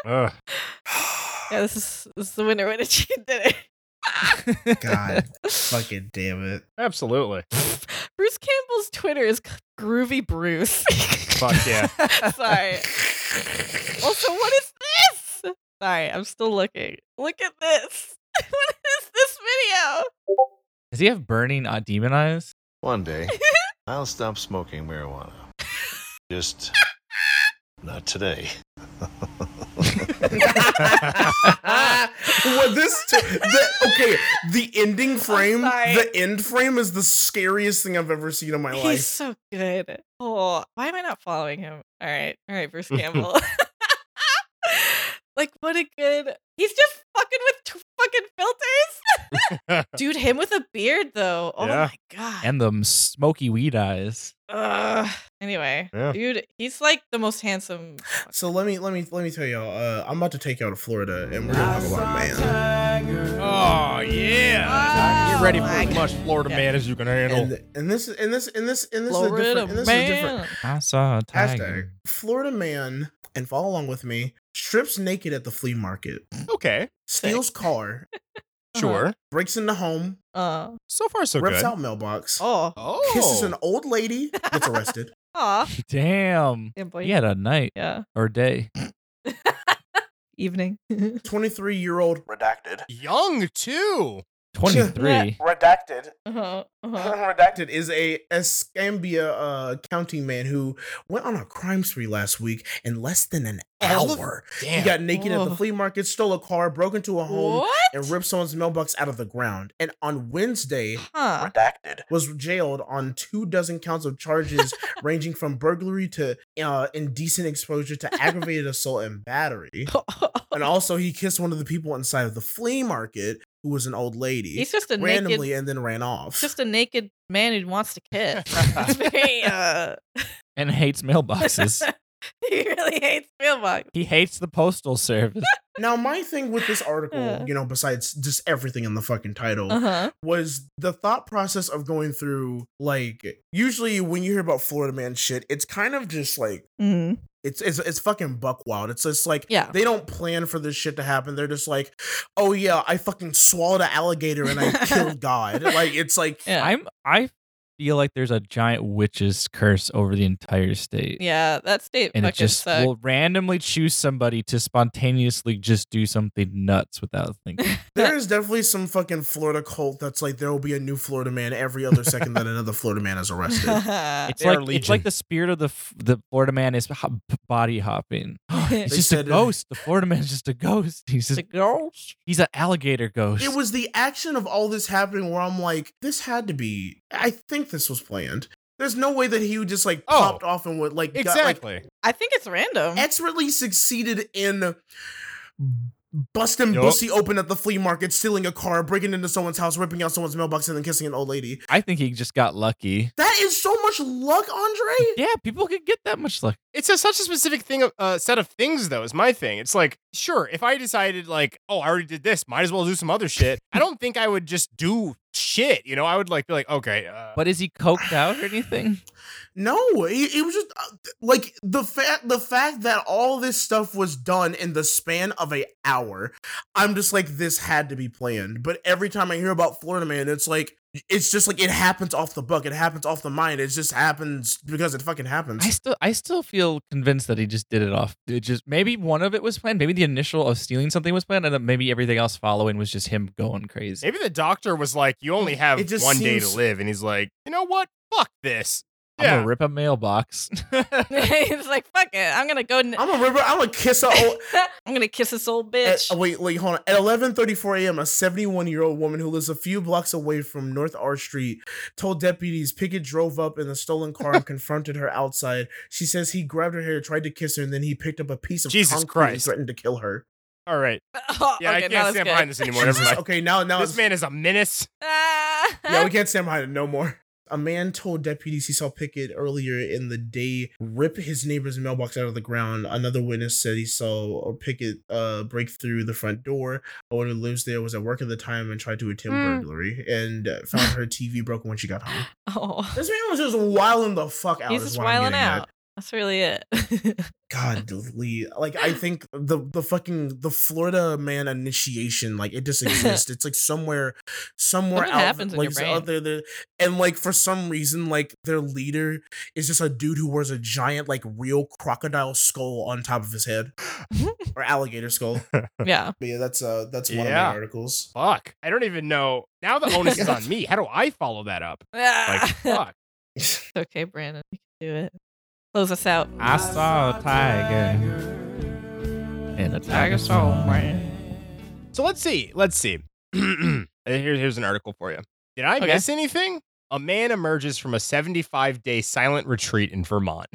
S1: Ugh.
S3: yeah, this is this is the winner [laughs] when she did it.
S2: [laughs]
S5: God, fucking damn
S3: [laughs]
S5: it.
S1: Absolutely.
S3: Bruce Campbell's Twitter is groovy Bruce. [laughs]
S1: Fuck yeah.
S3: Sorry. Also, what is this? Sorry, I'm still looking. Look at this. [laughs] what is this video?
S2: Does he have burning uh, demon eyes?
S8: One day, I'll stop smoking marijuana. Just not today.
S5: well, this t- the, okay. The
S3: [laughs]
S5: ending frame,
S3: sorry.
S5: the end frame is the scariest thing I've ever seen in my
S3: He's
S5: life.
S3: so good. Oh, why am I not following him? All right, all
S1: [laughs]
S3: right, Bruce Campbell. [laughs] like, what a good. He's just fucking with t- fucking filters,
S1: [laughs]
S3: dude. Him with a beard, though. Oh
S1: Yeah.
S3: my god.
S2: And them smoky weed eyes.
S3: Ugh. Anyway,
S1: Yeah.
S3: dude, he's like the most
S1: [gasps]
S3: handsome.
S5: So let me let me let me tell y'all. Uh, I'm about to take y'all to Florida, and
S1: Oh,
S5: we're gonna talk about man.
S7: Oh yeah.
S1: Get ready for
S3: my
S1: as much Florida
S3: Yeah.
S1: man as you can handle.
S5: And and this and this and this and this is a
S3: Florida
S5: different. And this is a different
S3: man.
S2: I saw a
S5: hashtag.
S2: tiger.
S5: Florida man, and follow along with me. Strips naked at the flea market,
S1: okay.
S5: steals car,
S3: Uh-huh.
S1: Sure.
S5: breaks into home,
S3: Uh,
S1: So far, so
S5: rips
S1: good.
S5: out mailbox,
S3: oh,
S1: oh.
S5: kisses an old lady, gets
S3: [laughs]
S5: arrested.
S3: aw.
S2: Damn.
S3: Yeah, boy.
S2: He had a night
S3: Yeah.
S2: or day.
S3: Evening.
S5: 23 year old
S4: Redacted.
S1: Young, too.
S2: 23.
S4: [laughs] Redacted. [laughs]
S3: uh-huh, uh-huh.
S4: Redacted.
S5: Redacted is a Escambia uh, County man who went on a crime spree last week in less than an
S1: All of-
S5: hour.
S1: Damn.
S5: He got naked at
S3: Oh.
S5: the flea market, stole a car, broke into a home,
S3: What?
S5: and ripped someone's mailbox out of the ground. And on Wednesday, [laughs]
S3: Huh.
S4: Redacted.
S5: was jailed on two dozen counts of
S3: [laughs]
S5: charges ranging from burglary to uh, indecent exposure to aggravated assault and battery. And also, he kissed one of the people inside of the flea market, who was an old lady,
S3: [laughs] He's just a naked
S5: randomly, and then ran off.
S3: just
S5: [laughs]
S3: a naked man who wants to kiss. It's very, uh, [laughs]
S2: And hates mailboxes.
S3: he really hates Spielberg.
S2: He hates the postal service.
S5: Now, my thing with this article,
S3: Yeah.
S5: you know, besides just everything in the fucking title,
S3: Uh
S1: Uh-huh.
S3: huh.
S5: was the thought process of going through like usually when you hear about Florida man shit, it's kind of just like
S3: Mm-hmm.
S5: it's it's it's fucking buck wild. It's just like
S3: Yeah.
S5: they don't plan for this shit to happen. They're just like, oh yeah, I fucking swallowed an alligator and I killed God. Like it's
S3: [laughs]
S5: like
S3: Yeah.
S2: I'm I feel like there's a giant witch's curse over the entire state.
S3: yeah, that state
S2: And it
S3: fucking
S2: just
S5: [laughs]
S3: sucked.
S2: will randomly choose somebody to spontaneously just do something nuts
S3: [laughs]
S2: without thinking.
S5: there is definitely some fucking Florida cult that's like there will be a new Florida man every other second that another Florida man is
S3: [laughs]
S5: arrested.
S2: It's
S1: They're
S2: like it's like
S1: legion.
S2: the spirit of the f- the Florida man is ho- p- body
S3: [laughs]
S2: hopping. [gasps] It's
S5: They
S2: just a
S5: said, uh,
S2: ghost. The Florida man's just a ghost. He's just,
S3: girls.
S2: he's an alligator ghost.
S5: It was the action of all this happening where I'm like, this had to be. I think this was planned. There's no way that he would just like
S1: Oh.
S5: popped off and would like got,
S1: Exactly.
S3: I think it's random.
S5: like expertly succeeded in busting
S1: Yup.
S5: pussy open at the flea market, stealing a car, breaking into someone's house, ripping out someone's mailbox, and then kissing an old lady.
S2: I think he just got lucky.
S5: That is so much luck, Andre.
S2: Yeah, people can get that much luck.
S1: It's a, such a specific thing, of- uh, set of things, though, is my thing. It's like, sure, if I decided, like, oh, I already did this, might as well do some other shit, I don't think I would just do shit. You know, I would, like, be like, okay. Uh,
S2: But is he coked out or anything?
S5: No, it, it was just uh, like the fact the fact that all this stuff was done in the span of a hour. I'm just like this had to be planned. But every time I hear about Florida Man, it's like it's just like it happens off the buck. It happens off the mind. It just happens because it fucking happens.
S2: I still I still feel convinced that he just did it off. It just maybe one of it was planned. Maybe the initial of stealing something was planned, and then maybe everything else following was just him going crazy.
S1: maybe the doctor was like, you only have
S5: It just
S1: one day to
S5: seems-
S1: live. And he's like, you know what? Fuck this.
S2: I'm
S1: Yeah.
S2: gonna rip a mailbox.
S3: [laughs] He's like, fuck it. I'm gonna go. N-
S5: I'm a river. I'm Uh, a oh, kiss. A old,
S3: [laughs] I'm gonna kiss this old bitch.
S5: At, wait, wait, hold on. At 11:34 a.m., a 71-year-old woman who lives a few blocks away from North R Street told deputies Pickett drove up in the stolen car
S1: [laughs]
S5: and confronted her outside. She says he grabbed her hair, tried to kiss her, and then he picked up a piece of
S1: Jesus
S5: concrete and
S1: Christ.
S5: threatened to kill her.
S1: All right.
S5: uh,
S3: [laughs]
S1: Yeah, I
S3: Uh, Okay, now
S1: can't
S3: that's
S1: stand
S3: good.
S1: behind this anymore. Never
S5: Jesus,
S1: mind.
S5: okay, now now
S1: This
S5: it's,
S1: man is a menace.
S3: Ah.
S5: yeah,
S3: [laughs]
S5: we can't stand behind it no more. A man told deputies he saw Pickett earlier in the day rip his neighbor's mailbox out of the ground. Another witness said he saw Pickett uh, break through the front door. A woman who lives there was at work at the time and tried to attempt
S3: Mm.
S5: burglary and uh, found her TV broken when she got
S3: [gasps]
S5: home.
S3: Oh,
S5: This man was just wilding the fuck out.
S3: he's
S5: is
S3: just
S5: what I'm
S3: wiling
S5: getting at.
S3: out. That's really it. [laughs]
S5: God, delete. Like I think the the fucking the Florida man initiation, like it just exists. it's like somewhere, somewhere
S3: Something
S5: out,
S3: happens in your
S5: like so- out
S3: brain.
S5: there, there- and like for some reason, like their leader is just a dude who wears a giant, like real crocodile skull on top of his head, or alligator skull.
S3: yeah.
S5: But yeah, that's uh, that's one of
S1: Yeah.
S5: my articles. [laughs]
S1: Fuck. I don't even know. Now the onus is on me. How do I follow that up? [laughs] Like,
S3: [laughs] Ah.
S1: fuck.
S3: It's okay, Brandon. You can do it. Close us out.
S2: [laughs] I saw a tiger. And a tiger saw me.
S1: So let's see. Let's see. [clears throat] Uh, Here- here's an article for you. Did I
S3: Okay.
S1: miss anything? A man emerges from a 75 day silent retreat in Vermont.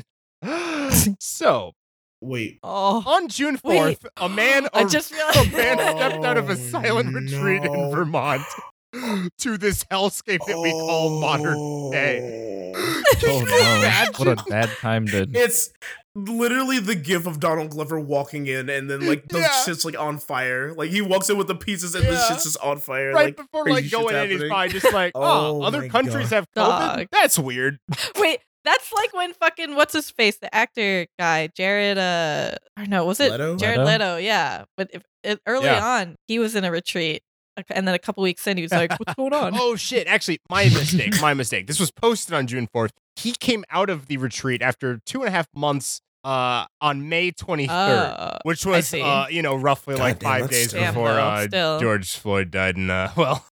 S1: [gasps] so
S3: [laughs]
S5: Wait,
S3: Oh,
S1: on June 4th, a man
S3: [gasps] I
S1: [laughs]
S3: just
S1: a
S3: realized.
S1: man stepped out of a
S5: Oh,
S1: silent retreat in
S5: no.
S1: Vermont [gasps] to this hellscape that we
S5: Oh.
S1: call modern. [laughs] day.
S2: Oh
S1: Can you
S2: no!
S1: imagine?
S2: What a bad time to.
S5: It's literally the gif of Donald Glover walking in, and then like the
S1: Yeah.
S5: shit's like on fire. Like he walks in with the pieces, and the
S1: Yeah.
S5: shit's just on fire.
S1: [laughs] Right
S5: like,
S1: before
S5: crazy
S1: like
S5: shit's
S1: going in, he's
S5: happening.
S1: probably
S5: [laughs]
S1: just like, oh,
S5: Oh
S1: other
S5: my
S1: countries have COVID.
S3: Dog.
S1: That's weird.
S3: [laughs] Wait, that's like when fucking what's his face, the actor guy, Jared. Uh, or no, was it
S5: Leto?
S3: Jared
S2: Leto?
S3: Leto? Yeah, but if, it, early
S1: Yeah.
S3: on he was in a retreat, Like, and then a couple weeks in he was like,
S1: [laughs]
S3: "What's going on?"
S1: Oh shit! Actually, my mistake. My mistake. This was posted on June fourth. He came out of the retreat after two and a half months uh, on May twenty third,
S3: Oh,
S1: which was
S3: see.
S1: uh, you know roughly
S5: God
S1: like
S5: damn,
S1: five
S5: that's
S1: days
S5: still-
S3: Damn,
S1: before
S3: though,
S1: uh,
S3: still. [laughs]
S1: George Floyd died. And uh, [laughs] well,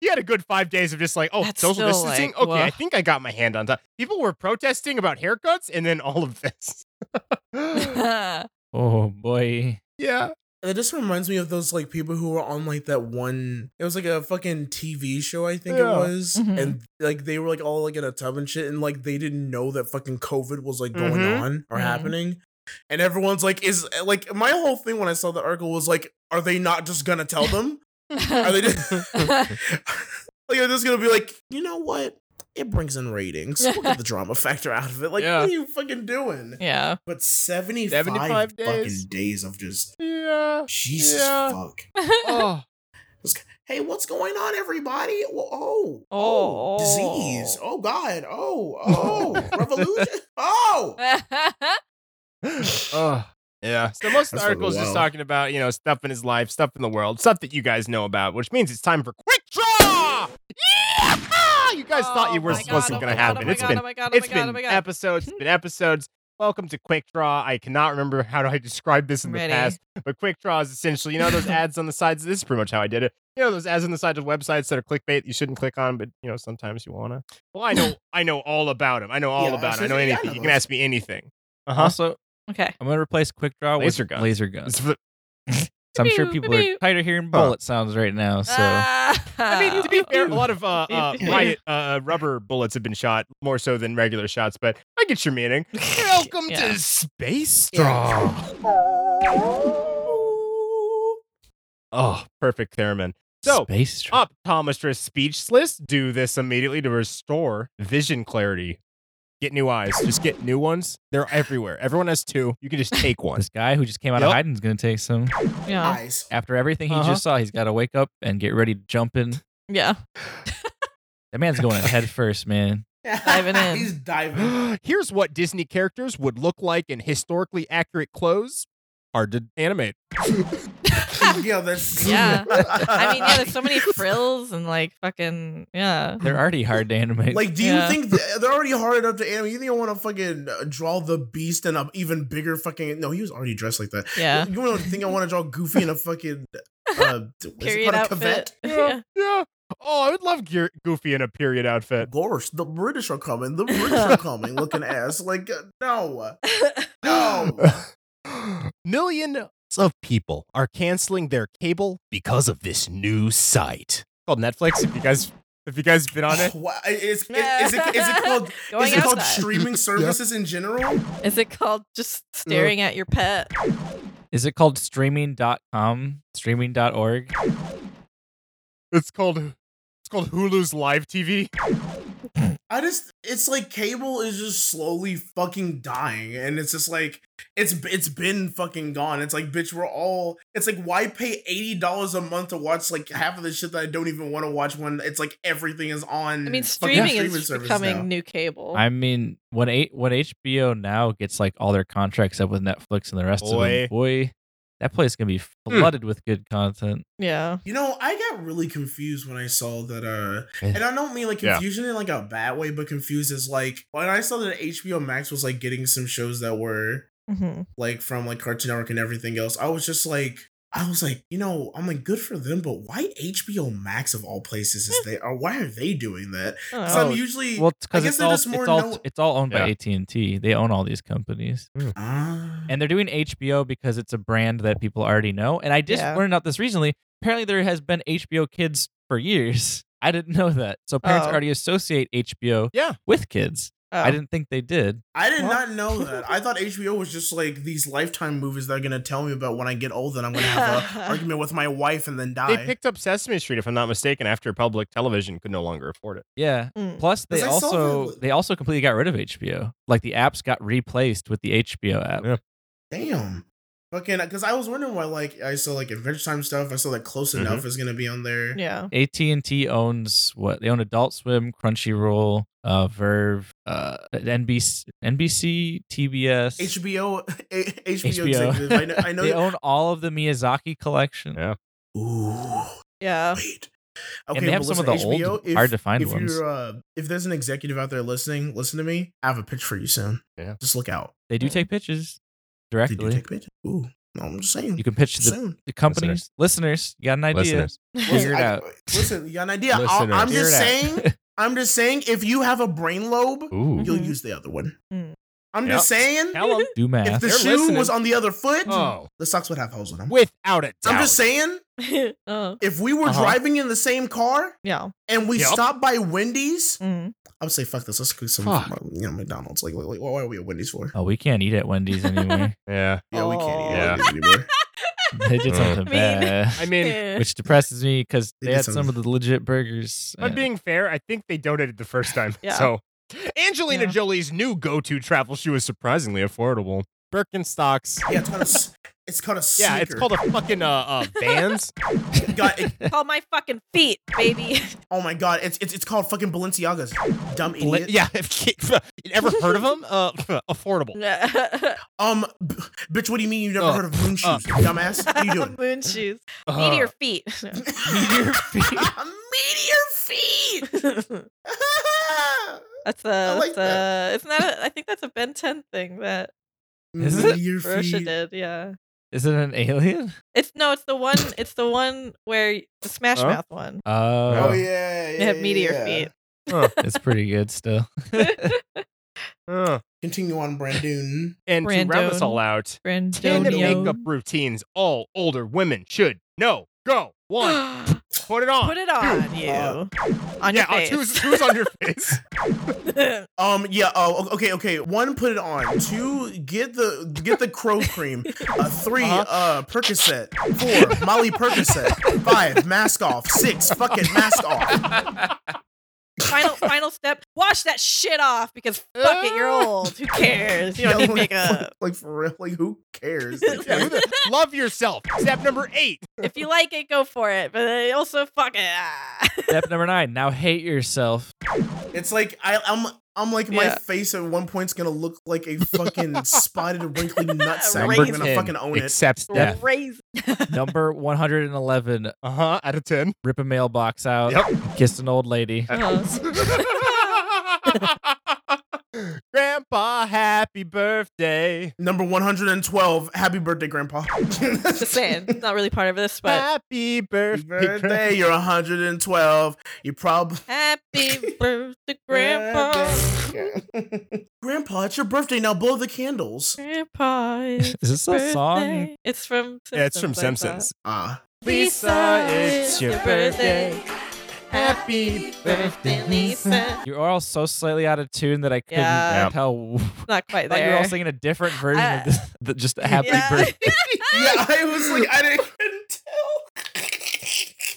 S1: he had a good five days of just like, oh,
S3: That's
S1: social
S3: still,
S1: distancing.
S3: like,
S1: okay, I
S3: whoa.
S1: think I got my hand on top. People were protesting about haircuts, and then all of this. [laughs]
S2: Oh boy!
S1: yeah.
S5: It just reminds me of those like people who were on like that one. It was like a fucking TV show, I think
S1: Yeah.
S5: it was,
S3: Mhm.
S5: and like they were like all like in a tub and shit, and like they didn't know that fucking COVID was like going
S1: Mhm.
S5: on or
S3: Mhm.
S5: happening. And everyone's like, is like my whole thing when I saw the article was like, are they not just gonna [laughs]
S1: [laughs]
S5: tell them? Are they just like they're just gonna be like, you know what? it brings in ratings. We'll get the
S3: [laughs]
S5: drama factor out of it. Like,
S3: Yeah.
S5: what are you fucking doing?
S3: [laughs]
S1: [laughs]
S3: Yeah.
S5: But 75,
S1: 75 days.
S5: fucking days of just,
S1: Yeah.
S5: Jesus
S1: Yeah.
S5: fuck.
S2: Oh,
S5: Hey, what's going on, everybody? Well, oh,
S3: Oh.
S5: oh, disease. Oh, God.
S3: [laughs]
S5: Oh, oh, revolution. Oh,
S1: Ugh. oh. yeah. So most
S5: That's
S1: of the
S5: fucking
S1: articles just
S5: wild.
S1: talking about, you know, stuff in his life, stuff in the world, stuff that you guys know about, which means it's time for quick draw. Yeah! You guys thought you were
S3: my God,
S1: wasn't
S3: oh
S1: going
S3: my
S1: to
S3: God,
S1: happen.
S3: Oh
S1: It's
S3: my God,
S1: been
S3: oh my God, oh
S1: it's
S3: my God, oh
S1: been
S3: my God.
S1: episodes, it's been episodes. Welcome to Quick Draw. I cannot remember how do I described this in the
S3: Ready.
S1: past, but Quick Draw is essentially, you know, those ads on the sides. This is pretty much how I did it. You know, those ads on the sides of websites that are clickbait you shouldn't click on, but you know, sometimes you wanna. Well, I know, I know all about them. I know all
S5: Yeah,
S1: about 'em.
S5: so-
S1: I know
S5: yeah, I
S1: anything.
S5: know
S1: You can
S5: those.
S1: ask me anything. Uh huh.
S2: also,
S3: Okay.
S2: I'm gonna replace quick draw with
S1: Laser gun.
S2: Laser gun.
S1: It's
S2: So
S1: the-
S2: I'm sure
S3: Pew,
S2: people are
S3: pew.
S2: tired of hearing
S1: Huh.
S2: bullet sounds right now. So
S3: Ah.
S1: I mean, to be [laughs] fair, a
S3: Ooh.
S1: lot of uh, uh, riot uh, rubber bullets have been shot more so than regular shots, but I get your meaning. Welcome
S3: Yeah.
S1: to Space
S5: Yeah.
S1: Draw. Oh, perfect, theremin. So,
S2: space. Tra-
S1: optometrist speechless. Do this immediately to restore vision clarity. Get new eyes. Just get new ones. They're everywhere. Everyone has two. You can just take
S2: [laughs]
S1: one. [gasps]
S2: this guy who just came out of
S1: Yep.
S2: hiding is gonna take some.
S5: [laughs]
S3: Yeah.
S5: eyes.
S2: After everything he
S1: Uh-huh.
S2: just saw, he's got to wake up and get ready to jump in.
S1: [laughs]
S3: Yeah.
S2: That man's going head first, man.
S3: Diving in.
S5: He's diving.
S3: [gasps]
S1: Here's what Disney characters would look like in historically accurate clothes. Hard to animate.
S5: yeah, that's. [laughs]
S3: Yeah. I mean, yeah, there's
S1: [laughs]
S3: so many frills and like fucking yeah.
S5: [laughs]
S2: They're already hard to animate.
S5: Like, do you
S3: Yeah.
S5: think th- they're already hard enough to animate? You think I want to fucking uh, draw the beast in a even bigger fucking? No, he was already dressed like that.
S3: Yeah.
S5: You don't think I want to draw Goofy in a fucking
S3: [laughs]
S5: uh, what's it
S3: Period
S5: called, a
S3: outfit. [laughs]
S1: Yeah. yeah. Oh, I would love Gear- Goofy in a period outfit.
S5: cavette? Gorsh, the British are coming. The British
S3: [laughs]
S5: are coming. Looking ass like uh, no, [gasps] no.
S1: [gasps] Millions of people are canceling their cable because of this new site called Netflix. If you guys, if you guys been on it,
S5: Why- is, is, is it, is it called?
S3: [laughs] Going
S5: is it called
S3: outside.
S5: streaming services in general?
S3: Is it called just staring at your pet?
S2: Is it called streaming.com? Streaming.org?
S1: it's called it's called Hulu's live TV.
S5: I just it's like cable is just slowly fucking dying and it's just like it's it's been fucking gone. It's like bitch we're all it's like why pay $80 a month to watch like half of the shit that I don't even want to watch when it's like everything is on
S3: I mean,
S5: fucking
S3: streaming is
S5: services
S3: becoming
S5: now.
S3: new
S5: Oh.
S3: cable.
S2: I mean, when eight when HBO now gets like all their contracts up with Netflix and the rest of
S1: Boy.
S2: them, boy, that place is gonna be
S5: Hmm.
S2: flooded with good content.
S3: yeah.
S5: You know, I got really confused when I saw that uh
S2: Yeah.
S5: and I don't mean like
S1: Yeah.
S5: confusion in like a bad way, but confused is like when I saw that HBO Max was like getting some shows that were
S3: Mm-hmm.
S5: like from like Cartoon Network and everything else. I was just like, I was like, you know, I'm like, good for them, but why HBO Max of all places is they or why are they doing that? Because
S3: Oh,
S5: I'm usually
S2: Eh. Well,
S5: I
S2: because
S5: guess
S2: it's
S5: they're
S2: all
S5: just
S2: it's
S5: more
S2: all
S5: known-
S2: it's all owned by
S1: Yeah.
S2: AT and T. They own all these companies,
S5: Ah.
S2: and they're doing HBO because it's a brand that people already know. And I just
S3: Yeah.
S2: learned out this recently. Apparently, there has been HBO Kids for years. [laughs] I didn't know that. So parents
S3: Oh.
S2: already associate HBO
S1: Yeah.
S2: with kids.
S3: oh.
S2: I didn't think they did.
S5: I did
S1: Well-
S5: not know
S2: [laughs]
S5: that. I thought HBO was just like these lifetime movies they're gonna tell me about when I get old and I'm gonna
S2: [laughs]
S5: have an argument with my wife and then die.
S1: They picked up Sesame Street, if I'm not mistaken, after public television could no longer afford it.
S2: Yeah.
S3: Mm.
S2: Plus, they
S5: 'Cause I saw
S2: also
S5: the-
S2: they also completely got rid of HBO. Like the apps got replaced with the HBO app.
S1: Yeah.
S5: Damn. Fucking, because I was wondering why, like, I saw like Adventure Time stuff. I saw like Close
S2: Mm-hmm.
S1: Mhm.
S5: Enough is gonna be on there.
S3: Yeah.
S2: AT and T owns what they own: Adult Swim, Crunchyroll, uh, Verve, uh, NBC, NBC, TBS.
S5: HBO, [laughs] a- HBO,
S2: HBO.
S5: executives. I
S2: [laughs]
S5: know, I know
S2: they own all of the Miyazaki collection.
S1: Yeah.
S5: Ooh,
S3: Yeah.
S5: [laughs] Wait.
S2: And they have
S5: but
S2: some of
S5: listen,
S2: the
S5: HBO,
S2: old, hard-to-find
S5: if
S2: ones.
S5: You're, uh, if there's an executive out there listening, listen to me. I have a pitch for you soon.
S1: Yeah.
S5: Just look out.
S2: They do take pitches
S5: Did you
S2: directly.
S5: take pitch? Ooh, no, I'm just saying.
S2: you can pitch to the,
S5: soon.
S2: the companies, listeners. You got an idea?
S1: Listeners.
S2: Figure it
S5: I-
S2: out.
S5: Listen, you got an idea. I'll-
S1: Listeners.
S5: I'm
S2: Figure
S5: just
S2: it out.
S5: saying.
S2: [laughs]
S5: I'm just saying. If you have a brain lobe, [laughs]
S1: Ooh.
S5: you'll
S3: Mhm.
S5: use the other one.
S3: Mm.
S5: I'm
S1: Yep.
S5: just saying.
S1: Tell 'em.
S2: do
S5: If
S2: math.
S5: the
S1: They're
S5: shoe
S1: listening.
S5: was on the other foot,
S1: Oh.
S5: the socks would have holes in them.
S1: Without it.
S5: I'm just saying.
S3: [laughs] oh.
S5: If we were
S1: Uh-huh.
S5: driving in the same car
S3: Yeah.
S5: and we
S1: Yep.
S5: stopped by Wendy's,
S1: [laughs]
S3: Mm.
S5: I would say, fuck this. Let's cook some, um,
S1: Fuck.
S5: you know, McDonald's. Like, like, like, why are we at Wendy's for?
S2: oh, we can't eat at Wendy's anymore. [laughs]
S1: Yeah.
S5: Yeah, we can't eat at
S1: Yeah.
S5: Wendy's anymore.
S2: They did
S8: Uh.
S1: [laughs]
S2: something
S3: [laughs] I mean-
S2: bad.
S1: I mean,
S2: [laughs]
S3: Yeah.
S2: Which depresses me because
S5: They
S2: they
S5: did
S2: had some of the legit burgers.
S1: But
S2: and-
S1: being fair, I think they donated the first time.
S3: Yeah.
S1: So Angelina
S3: Yeah.
S1: Jolie's new go-to travel shoe is surprisingly affordable. Birkenstocks.
S5: [laughs] Yeah, it's called a, s- it's called a
S1: Yeah, it's
S5: sneaker.
S1: called a fucking uh, uh Vans.
S5: God, it-
S3: [laughs] Call my fucking feet,
S1: [laughs]
S3: baby. [laughs]
S5: oh my god, it's, it's it's called fucking Balenciagas. Dumb
S1: Bla-
S5: idiot.
S1: yeah, if you ever heard of them? Uh, [laughs] affordable.
S5: Um, b- bitch, what do you mean you never
S1: Uh,
S5: heard of moon shoes?
S1: uh.
S5: dumbass, what are you doing?
S3: [laughs] Moon shoes.
S1: Uh,
S3: Meteor feet. [laughs]
S1: [laughs]
S5: Meteor
S3: that's
S5: feet.
S3: a.
S5: I like
S3: that's a it's not. A, I think that's a Ben 10
S5: [laughs]
S3: thing that
S2: Is
S3: [laughs]
S2: it?
S5: Meteor
S3: Russia
S5: feet.
S3: did. Yeah.
S2: Is it an alien?
S3: It's no. It's the one. It's the one where y- the Smash
S1: Huh?
S3: Mouth one.
S1: Uh.
S2: Oh,
S5: yeah,
S3: They have
S5: [laughs]
S3: meteor feet. [laughs]
S2: it's pretty good still.
S1: uh.
S5: Continue on, Brandoon.
S1: And to round us
S3: Brandon.
S1: all out, ten makeup
S3: Brandonio.
S1: routines all older women should know. Go one,
S3: [gasps]
S1: put it on.
S3: Put it on you.
S5: uh,
S3: on
S1: yeah,
S3: your face.
S1: uh, who's who's on
S3: [laughs]
S1: your face?
S5: Um, yeah. Oh, okay, okay. One, put it on. Two, get the get the crow cream. Uh, 3 uh
S1: Uh-huh.
S5: Percocet. Four, Molly Percocet. Five, mask off. Six, fucking mask off.
S3: final final step. Wash that shit off because fuck it, you're
S5: Uh.
S3: old. Who
S5: [laughs]
S3: cares? [laughs] You don't
S5: Yeah,
S3: need
S5: like,
S3: makeup.
S5: Like for real. Like who
S3: [laughs]
S5: cares?
S1: Yeah, who the- love yourself. Step number eight.
S3: If you like it, go for it. But uh, also fuck it. [laughs] Ah.
S2: Step number nine. Now hate yourself.
S5: It's like I, I'm I'm like my
S3: Yeah.
S5: face at one point's gonna look like a fucking spotted
S3: [laughs]
S5: wrinkly nutsack.
S3: Number
S5: We're gonna fucking own it.
S1: accepts death.
S3: Crazy.
S2: Number [laughs] 111.
S1: Uh huh. Out of
S3: [laughs]
S1: ten. [laughs]
S2: Rip a mailbox out.
S1: Yep.
S2: Kiss an old lady.
S3: Oh,
S1: Grandpa, happy birthday.
S5: Number 112. Happy birthday, Grandpa.
S3: [laughs] Just saying, it's not really part of this,
S1: [laughs]
S3: but
S5: [laughs]
S1: happy
S5: Happy
S1: birthday.
S5: birthday, you're 112. You probably
S3: happy birthday, Grandpa.
S5: [laughs] Grandpa, it's your birthday now. Blow the candles.
S3: Grandpa.
S2: [laughs]
S3: Is
S2: Is this a song?
S3: It's from. Simpsons,
S1: Yeah, it's from
S3: I thought.
S1: Simpsons.
S5: Ah,
S3: Lisa, it's your birthday.
S1: Happy
S3: birthday, Lisa.
S2: You are all so slightly out of tune that I couldn't
S3: Yeah.
S2: tell. [laughs]
S3: Not quite
S2: Like you're all
S3: there.
S2: singing a
S5: [laughs]
S2: different version
S3: Uh,
S2: of this. that Just a happy
S3: Yeah.
S2: birthday.
S5: yeah, I was like, I didn't, couldn't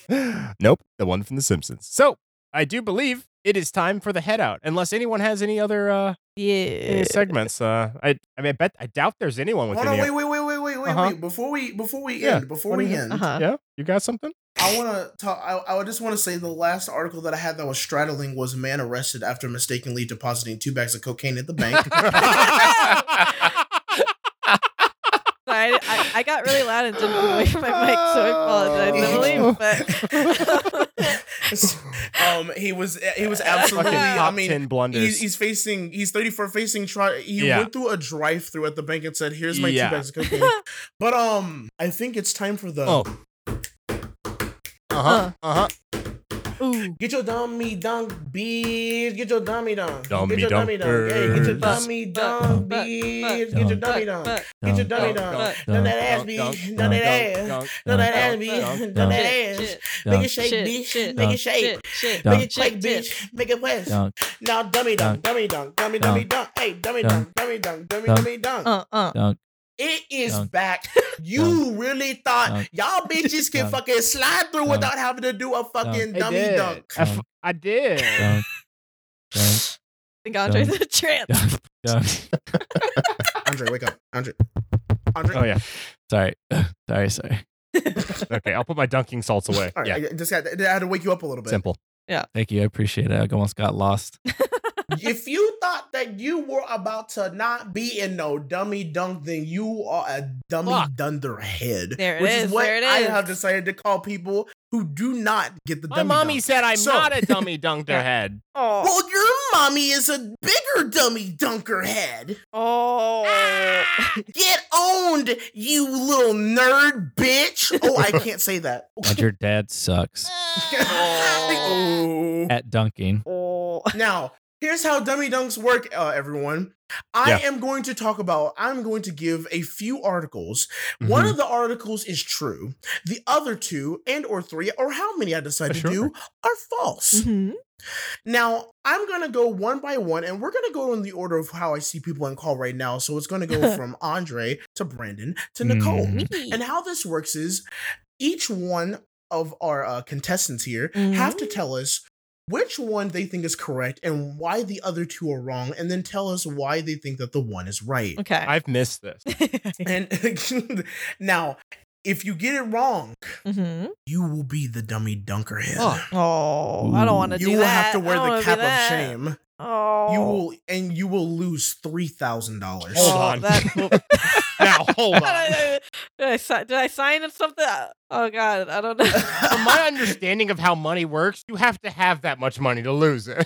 S1: [gasps] nope, the one from The Simpsons. So I do believe it is time for the head out, unless anyone has any other uh,
S3: [laughs] yeah.
S5: Eh.
S1: any segments. Uh, I, I mean, I bet I doubt there's anyone with
S5: Hold on,
S1: any.
S5: wait, wait, wait, wait, wait, wait,
S1: Uh-huh.
S5: wait. Before we, before we
S1: Yeah.
S5: end, before
S1: What do
S5: we
S1: you-
S5: end,
S3: Uh-huh.
S1: Yeah, you got
S5: [laughs]
S1: something?
S5: I want to talk. I, I just want to say the last article that I had that was straddling was a man arrested after mistakenly depositing two bags of cocaine at the
S1: [laughs]
S5: bank. [laughs]
S3: Sorry, I, I, I got really loud and didn't wake my mic, so I apologize. I believe,
S5: um, he was he was absolutely.
S1: Fucking
S5: I
S1: top
S5: mean,
S1: ten blunders.
S5: he's, he's facing. He's thirty four facing trial. He
S1: Yeah.
S5: went through a drive through at the bank and said, "Here's my
S1: Yeah.
S5: two bags of
S1: [laughs]
S5: cocaine." but um, I think it's time for the
S1: oh. Uh huh. Uh huh.
S3: but ooh,
S5: get your dummy dunk bees. Get your dummy dunk.
S1: Dummy
S5: get your dummy dunk. Hey, get your
S1: dunkers.
S5: dummy dunk bees. Get your [laughs] dummy dunk.
S3: but
S5: [laughs] Get your dummy
S1: Dunk,
S5: dunk.
S3: dunk,
S5: Done that ass bees. Done that ass. Done that ass bees. Done
S2: dunk,
S5: that ass.
S3: shit,
S5: Make it
S2: Dunk,
S5: shake,
S3: shit,
S5: bitch.
S3: shit,
S5: Make it
S2: dunk,
S5: shake.
S3: shit,
S5: Make it
S3: shit,
S5: shake,
S3: shit.
S5: bitch. Make it west.
S2: dunk,
S5: Now dummy dunk, dummy dunk, dummy dummy dunk. Hey, dummy dunk,
S2: Dunk.
S5: dummy dunk, dummy
S2: Dunk.
S5: dummy dunk.
S3: Uh, uh.
S2: dunk.
S5: It is
S2: Dunk.
S5: back. You really thought
S2: Dunk.
S5: y'all bitches can
S2: Dunk.
S5: fucking slide through
S2: Dunk.
S5: without having to do a fucking
S1: I
S5: dummy
S1: did.
S5: dunk.
S1: I, f- I did.
S2: Dunk, dunk,
S3: think Andre's a trance.
S2: dunk, dunk.
S5: Andre, wake up. Andre. Andre.
S1: Oh yeah.
S2: Sorry, [laughs] sorry, sorry.
S1: Okay, I'll put my dunking salts away.
S5: All right,
S1: yeah.
S5: I just had, I had to wake you up a little bit.
S1: Simple.
S2: Thank you. I appreciate it. I almost got lost.
S5: if you thought that you were about to not be in no dummy dunk, then you are a dummy
S1: Fuck.
S5: dunderhead.
S3: There it
S5: which is,
S3: is,
S5: what
S3: there it
S5: I
S3: is.
S5: have decided to call people who do not get the
S1: My
S5: dummy
S1: mommy
S5: dunk.
S1: said I'm
S5: So-
S1: not a
S5: [laughs]
S1: dummy dunked her head.
S3: Oh,
S5: Well, your mommy is a bigger dummy dunker head.
S3: oh.
S5: Get owned, you little nerd bitch. Oh,
S3: [laughs]
S5: I can't say that.
S3: Oh.
S5: [laughs]
S2: And your dad
S5: [laughs]
S2: sucks
S5: Oh.
S2: at dunking.
S3: Oh. [laughs]
S5: [laughs] Now, here's how dummy dunks work, uh, everyone. I
S1: Yeah.
S5: am going to talk about. I'm going to give a few articles. One
S1: Mm-hmm.
S5: of the articles is true. The other two, and or three, or how many I decide to
S1: Sure.
S5: do, are false. Now I'm gonna go one by one, and we're gonna go in the order of how I see people on call right now. So it's gonna
S3: [laughs]
S5: go from Andre to Brandon to Nicole. And how this works is each one of our uh, contestants here have
S3: Mm.
S5: to tell us which one they think is correct and why the other two are wrong, and then tell us why they think that the one is right.
S3: [laughs] Okay.
S1: I've missed this.
S5: And [laughs] now, if you get it wrong,
S3: Mhm.
S5: you will be the dummy dunkerhead.
S3: Oh, I don't want to do
S5: you
S3: that.
S5: will have to
S3: I
S5: wear
S3: don't wanna
S5: the
S3: be
S5: cap of
S3: that.
S5: shame.
S3: Oh.
S5: You
S3: [laughs]
S5: will, and you will lose three thousand dollars.
S1: Hold
S3: Oh,
S5: [laughs]
S1: on.
S3: that-
S1: [laughs] now, hold
S3: did,
S1: on.
S3: I, did, I, si- did I sign in something? Oh, God. I don't
S5: [laughs]
S3: know. [laughs]
S1: From my understanding of how money works, you have to have that much money to lose it.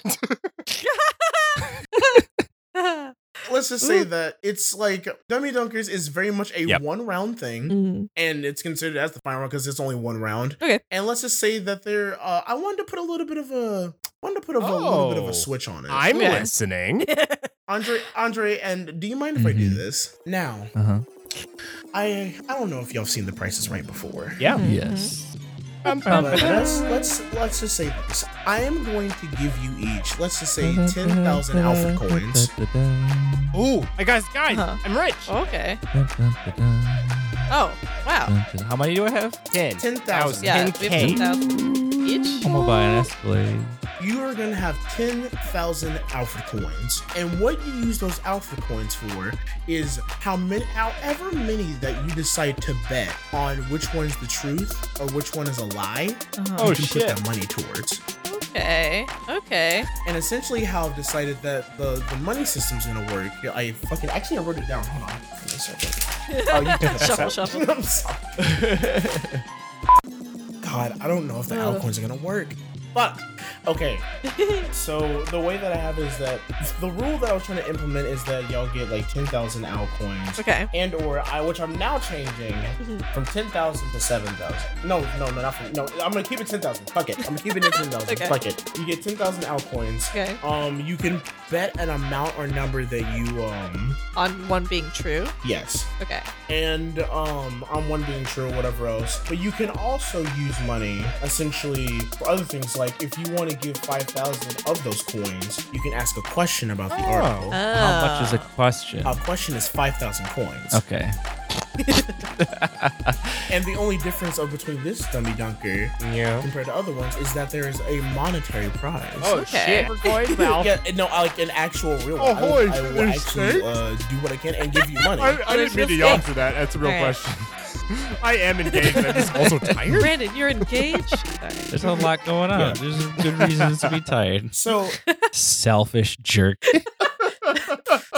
S5: Let's just say
S3: Ooh.
S5: that it's like Dummy Dunkers is very much a
S1: Yep.
S5: one round thing,
S3: Mhm.
S5: and it's considered as the final round because it's only one round.
S3: Okay.
S5: And let's just say that there, uh, I wanted to put a little bit of a, wanted to put a, a little bit of
S1: Oh.
S5: a switch on it.
S1: [laughs] I'm
S3: Yeah.
S1: listening.
S5: Andre, Andre, and do you mind if I do
S1: Mm-hmm.
S2: Mhm.
S5: this now?
S2: Uh-huh.
S5: I, I don't know if y'all have seen The Prices Right before.
S1: Yeah.
S2: Yes.
S5: But let's let's let's just say this. I am going to give you each, let's just say ten thousand Alfred coins.
S1: Ooh, I guys, guys,
S3: Uh-huh.
S1: I'm rich.
S3: okay. Oh, wow.
S2: How many do I have?
S1: Ten.
S5: Ten thousand.
S3: Yeah, we have 10,000 each.
S2: I'm gonna buy an Escalade.
S5: You are gonna have 10,000 Alfred coins. And what you use those Alfred coins for is how many, however many that you decide to bet on which one's the truth or which one is a lie,
S3: Uh-huh.
S1: Oh
S5: you put
S1: shit.
S5: that money towards.
S3: Okay. Okay.
S5: And essentially, how I've decided that the, the money system's gonna work. Yeah, I fucking actually I wrote it down. Hold on. Give me a
S3: [laughs]
S5: second. Oh, you can
S3: Shuffle,
S5: [laughs]
S3: shuffle.
S5: I'm sorry. God, I don't know if the
S3: Ugh.
S5: altcoins are gonna work. Fuck.
S3: [laughs]
S5: Okay. so the way that I have is that the rule that I was trying to implement is that y'all get like ten thousand altcoins.
S3: Okay.
S5: And or I, which I'm now changing from ten thousand to seven thousand. No, no, no, not from, no. I'm gonna keep it ten thousand. Fuck it. I'm gonna keep it at ten thousand.
S3: Okay.
S5: Fuck it. You get ten thousand altcoins.
S3: Okay.
S5: Um, you can bet an amount or number that you um
S3: On one being true.
S5: yes,
S3: Okay.
S5: and um on one being true or whatever else. But you can also use money essentially for other things like if you want to give five thousand of those coins, you can ask a question about the
S1: Oh.
S5: article.
S2: How much is a
S5: Uh,
S2: question?
S5: a question is five thousand coins,
S2: Okay.
S5: and the only difference of between this dummy dunker
S1: Yeah.
S5: compared to other ones is that there is a monetary prize.
S1: Oh
S3: Okay.
S1: shit. We're [laughs] going well.
S5: Yeah, no, I like an actual real
S1: Oh,
S5: one. I will,
S1: holy
S5: I will actually
S1: shit.
S5: uh, do what I can and
S1: [laughs]
S5: give you money.
S3: I didn't mean to yell for
S1: that. That's a
S3: real Alright.
S1: [laughs] I am engaged. I'm just [laughs] also tired.
S3: Brandon, you're engaged? Sorry.
S2: There's a lot going on.
S5: Yeah.
S2: There's good reasons to be tired.
S5: [laughs] So,
S2: Selfish jerk.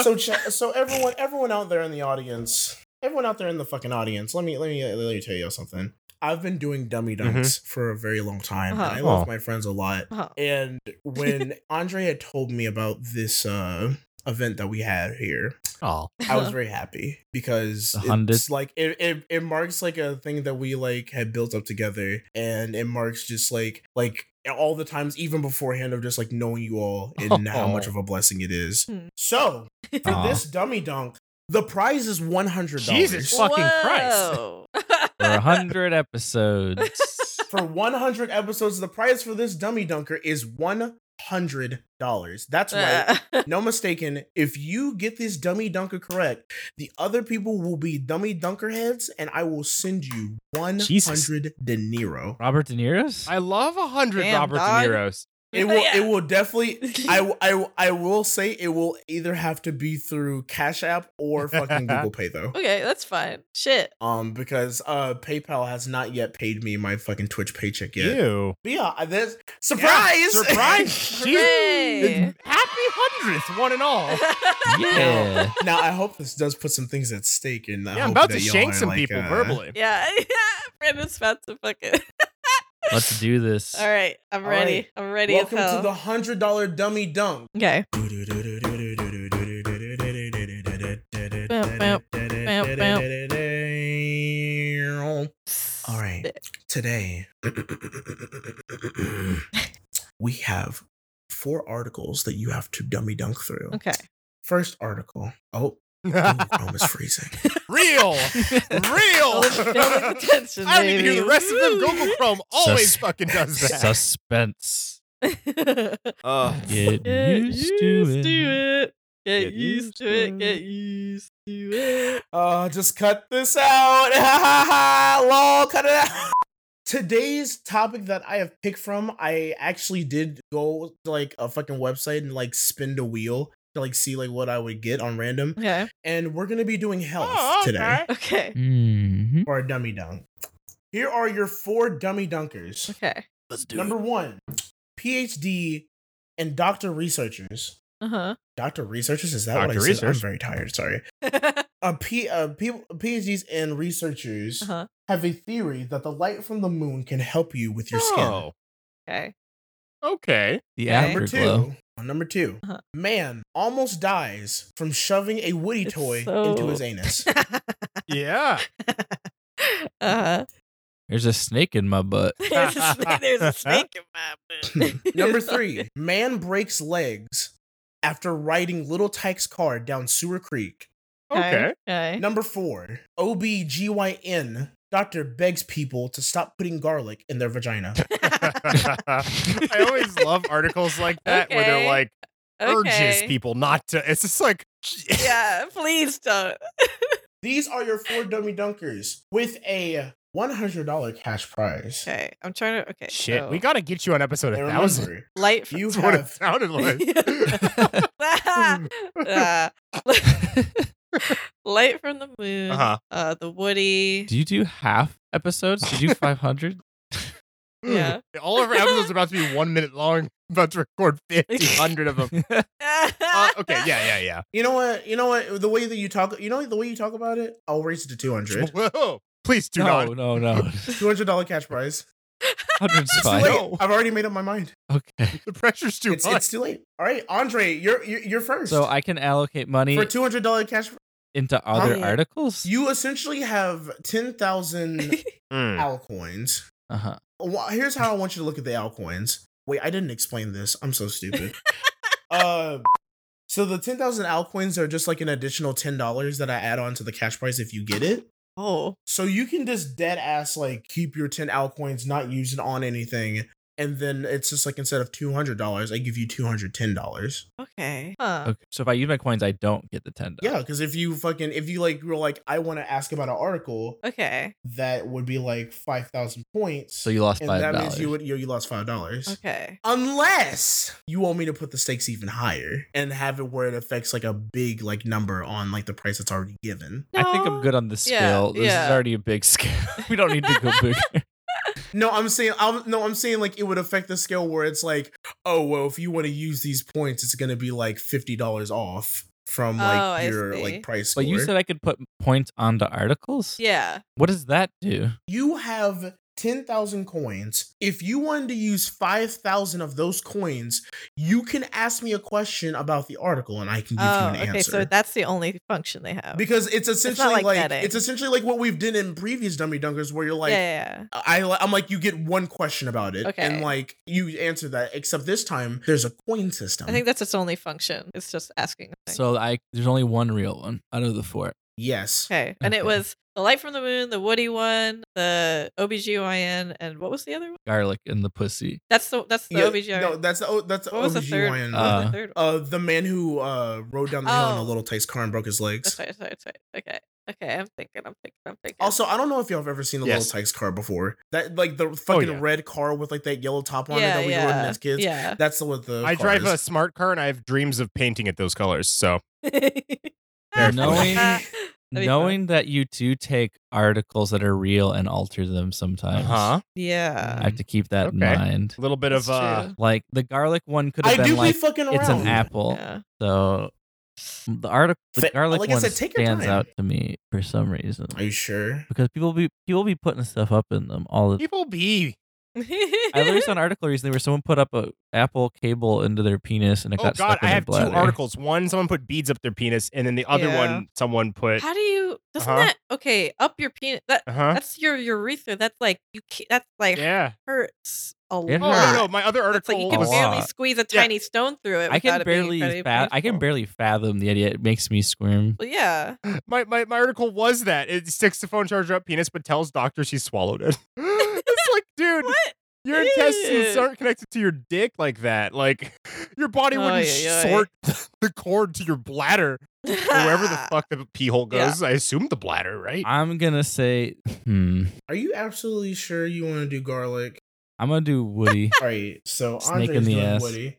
S5: so, ch- so everyone, everyone out there in the audience, everyone out there in the fucking audience, let me, let me, let me tell you something. I've been doing dummy dunks for a very long time.
S3: Uh-huh.
S5: and I love
S1: Mm-hmm. Oh.
S5: my friends a lot.
S3: Uh-huh.
S5: And
S1: [laughs]
S5: when Andre had told me about this uh, event that we had here,
S1: Oh.
S5: I [laughs]
S3: [laughs]
S5: was very happy because
S2: The hundred.
S5: it's like it, it, it marks like a thing that we like had built up together and it marks just like like all the times even beforehand of just like knowing you all and
S2: [laughs]
S5: how much of a blessing it is.
S3: Hmm.
S5: So for
S2: Oh. Aw.
S5: this dummy dunk, the prize is one hundred
S1: Jesus
S5: dollars.
S1: fucking Christ.
S3: Whoa.
S2: For a hundred episodes.
S5: For one hundred episodes, the prize for this dummy dunker is one hundred dollars. That's
S3: Uh.
S5: right. no mistaken, if you get this dummy dunker correct, the other people will be dummy dunker heads, and I will send you 100
S1: Jesus.
S5: De Niro.
S2: Robert De Niro's?
S1: I love a hundred
S3: Damn,
S1: Robert
S3: dog.
S1: De Niro's.
S3: [laughs]
S5: It will, it will definitely. I, w- I, w- I will say it will either have to be through Cash App or fucking
S1: [laughs]
S5: Google Pay though,
S3: okay, that's fine. Shit.
S5: um, because uh PayPal has not yet paid me my fucking Twitch paycheck yet.
S1: Ew.
S5: But yeah, I- there's surprise,
S1: [laughs] Surprise!
S3: Hooray.
S1: Jesus. Happy hundredth, one and [laughs] all.
S2: Yeah.
S5: now I hope this does put some things at stake, and I
S1: Yeah, I'm
S5: hope
S1: about to
S5: that y'all
S1: shank
S5: are,
S1: some
S5: like,
S1: people
S5: uh,
S1: verbally.
S3: yeah, [laughs] yeah. Brandon's about to fucking. [laughs]
S2: Let's do this.
S3: All right, I'm
S5: All
S3: ready.
S5: right.
S3: I'm ready
S5: Welcome
S3: as hell.
S5: to the hundred dollar dummy dunk.
S3: okay.
S5: All right. [clears throat] Today we have four articles that you have to dummy dunk through.
S3: Okay. [laughs]
S5: First article. Oh,
S1: [laughs]
S5: Chrome is freezing.
S6: Real, real. [laughs]
S3: attention,
S6: I don't need to hear
S3: baby.
S6: the rest of them.
S3: Woo.
S6: Google Chrome always
S2: Sus-
S6: fucking does that.
S2: Suspense.
S3: [laughs]
S6: Ugh.
S2: Get
S3: Get
S2: used to it.
S3: Get,
S6: Get
S3: used to it. Get used to it.
S5: Oh, just cut this out. [laughs] Lol, cut it out. Today's topic that I have picked from, I actually did go to like a fucking website and like spin the wheel to like see like what I would get on random.
S3: Okay.
S5: And we're gonna be doing health
S6: Oh, okay.
S5: today
S3: Okay.
S2: Mhm.
S5: for a dummy dunk. Here are your four dummy dunkers.
S3: Okay.
S6: Let's do
S5: Number one, PhD and doctor researchers.
S3: Uh [laughs] huh.
S5: Doctor researchers is that what I
S1: Doctor
S5: said?
S1: research.
S5: I'm very tired. Sorry.
S3: uh
S5: Uh, P, uh, people, PhDs and researchers
S3: huh.
S5: have a theory that the light from the moon can help you with your
S1: Oh,
S3: Okay.
S1: okay.
S2: The
S3: Okay.
S5: skin. Number
S2: afterglow.
S5: two. Uh, Number 2
S3: Uh-huh.
S5: Man almost dies from shoving a woody
S3: It's
S5: toy
S3: so-
S5: into his
S3: [laughs]
S5: anus.
S1: Yeah.
S3: uh huh.
S2: There's a snake in my butt.
S3: [laughs] There's, a sna- there's a snake in my
S5: [laughs]
S3: butt.
S5: Number three. Man breaks legs after riding Little Tyke's car down Sewer Creek.
S1: Okay.
S3: [laughs] Okay.
S5: Number four. OBGYN doctor begs people to stop putting garlic in their
S3: [laughs]
S5: vagina.
S1: [laughs] I always love articles like that where
S3: Okay.
S1: they're like urges
S3: Okay.
S1: people not to. It's just like
S3: [laughs] Yeah. Please don't.
S5: These are your four dummy dunkers with a $100 cash prize.
S3: Okay. I'm trying to. Okay.
S1: shit.
S3: so-
S6: Oh.
S1: We gotta get you on episode
S5: And
S1: a thousand. [laughs]
S5: remember,
S3: light from
S5: You
S1: That's what it
S5: have
S1: sounded
S6: [laughs]
S1: like.
S3: [laughs] Ah. Uh, [laughs] light from the moon.
S1: Uh-huh.
S3: Uh, the Woody.
S2: Do you do half episodes? Do you do 500?
S1: [laughs]
S3: Yeah.
S1: [laughs] All of our episodes are about to be one minute long. About to
S6: [laughs]
S1: record 1,500
S2: [laughs]
S1: of them. Uh, okay,
S3: [laughs]
S1: yeah, yeah,
S5: You know what? You know what? The way that you talk, you know the way you talk about it. I'll raise it to two
S1: yeah. [laughs]
S5: hundred.
S1: Whoa, please do
S2: no,
S1: not.
S2: no, no.
S5: Two hundred dollar cash
S1: [laughs]
S5: prize.
S2: 100's
S5: It's too
S2: fine.
S5: late. I've already made up my mind.
S6: Oh.
S2: Okay.
S1: The pressure's [laughs] too
S5: It's,
S1: much.
S5: it's too late. All right, Andre, you're you're, you're first.
S2: So I can allocate money
S5: for two hundred dollar cash, pri-
S2: into other
S3: yeah.
S2: articles?
S5: you essentially have ten thousand
S1: [laughs] Mm.
S5: alcoins.
S2: Uh-huh.
S5: Wha- Here's how I want you to look at the alcoins. Wait, I didn't explain this. I'm so
S1: [laughs]
S5: stupid. uh, so the ten thousand alcoins are just like an additional ten dollars that I add on to the cash prize if you get it.
S3: Oh.
S5: So you can just dead ass like keep your 10 alcoins, not use it on anything. And then it's just like instead of $200, I give you $210.
S3: Okay. Huh.
S2: Okay. So if I use my coins, I don't get the $10.
S5: Yeah, because if you fucking, if you like, were like, I want to ask about an article
S2: Uh,
S3: Okay.
S5: that would be like 5,000 points.
S2: So you lost
S5: and
S2: $5.
S5: that means you would, you, you lost $5.
S3: Okay.
S5: Unless you want me to put the stakes even higher and have it where it affects like a big like number on like the price that's already given.
S2: I think I'm good on the
S3: Yeah,
S2: scale. this
S3: yeah.
S2: is already a big [laughs] scale. we don't need to go
S5: [laughs]
S2: bigger.
S5: No, I'm saying I'm no, I'm saying like it would affect the scale where it's like, oh well, if you want to use these points, it's gonna be like fifty dollars off from like
S3: Oh, I
S5: your
S3: see.
S5: like price score.
S2: But you said I could put points onto articles?
S3: Yeah.
S2: What does that do?
S5: you have ten thousand coins. If you wanted to use five thousand of those coins, you can ask me a question about the article, and I can give
S3: Oh,
S5: you an
S3: okay.
S5: answer.
S3: So that's the only function they have.
S5: because it's essentially
S3: like
S5: like,
S3: betting.
S5: it's essentially like what we've done in previous dummy dunkers, where you're like,
S3: yeah, yeah,
S5: I, I'm like, you get one question about it,
S3: Okay.
S5: and like you answer that. Except this time, there's a coin system.
S3: yeah. I think that's its only function. It's just asking. a thing.
S2: So I there's only one real one out of the four.
S5: yes,
S3: okay. And it
S2: Okay.
S3: was the light from the moon, the Woody one, the OBGYN, and what was the other one?
S2: Garlic and the pussy.
S3: That's the that's the
S5: Yeah,
S3: OBGYN.
S5: No, that's the O- that's the
S3: what was the third?
S5: OBGYN.
S3: What was
S2: Uh,
S3: the third one?
S5: uh, the man who uh rode down the hill in a
S3: Oh.
S5: little Tyke's car and broke his legs.
S3: That's right. That's right. That's right. Okay. Okay. I'm thinking. I'm thinking. I'm thinking.
S5: Also, I don't know if y'all have ever seen the
S1: Yes.
S5: little Tyke's car before. That like
S2: Oh,
S5: the fucking
S1: yeah.
S5: red car with like that yellow top on it
S3: yeah,
S5: that we
S3: yeah,
S5: rode as kids.
S3: yeah. [laughs]
S5: That's the what the
S1: I
S5: car
S1: drive a
S5: is.
S1: smart car and I have dreams of painting it those colors. So
S2: [laughs] Knowing-
S3: Ah, That'd be fun.
S2: Knowing that you do take articles that are real and alter them sometimes.
S5: Uh-huh.
S3: Uh-huh. Yeah.
S2: I have to keep that in
S1: Okay.
S2: mind.
S1: a little bit of
S3: That's
S1: uh,
S3: true.
S2: Like the garlic one could
S5: I
S2: have
S5: do
S2: been like
S5: be fucking around.
S2: it's an apple.
S3: Yeah.
S2: So the article the
S5: Fa-
S2: garlic
S5: like I
S2: one
S5: said, take your
S2: stands
S5: time.
S2: out to me for some reason.
S5: Are you sure?
S2: Because people be people be putting stuff up in them all
S1: [laughs]
S2: the
S1: people be
S2: I
S1: [laughs]
S2: learned an article recently where someone put up a Apple cable into their penis and it
S1: Oh
S2: got
S1: God,
S2: stuck in
S1: I
S2: their
S1: have two
S2: bladder.
S1: articles. One, someone put beads up their penis, and then the other
S3: Yeah.
S1: one, someone put.
S3: [laughs] How do you? Doesn't
S1: Uh-huh.
S3: that okay? Up your penis. That
S1: Uh-huh.
S3: that's your urethra. That's like you. ca- That's like
S1: Yeah.
S3: hurts a lot.
S2: It
S1: Oh no, no, my other
S3: It's
S1: article.
S3: like you can
S1: was-
S3: barely
S2: lot.
S3: squeeze a
S1: Yeah.
S3: tiny stone through it.
S2: I
S3: without
S2: can
S3: it being
S2: barely
S3: very
S2: fa- I can
S3: painful.
S2: barely fathom the idea. It makes
S1: [laughs]
S2: me squirm. [laughs]
S3: Well, yeah.
S1: my, my my article was that it sticks the phone charger up penis, but tells doctor she swallowed it. [laughs] it's like, dude,
S3: [laughs] What?
S1: your intestines
S3: Ew.
S1: aren't connected to your dick like that. Like, [laughs] your body
S3: Oy,
S1: wouldn't
S3: oy, oy.
S1: sort [laughs] the cord to your bladder, wherever
S5: [laughs]
S1: the fuck the pee hole
S3: Yeah.
S1: goes. I assume the bladder, right?
S2: I'm gonna say, hmm.
S5: Are you absolutely sure you want to do garlic?
S2: I'm gonna do
S1: [laughs]
S2: Woody.
S5: All right, so
S2: Snake
S5: Andre's
S2: in the
S5: doing
S2: ass.
S5: Woody.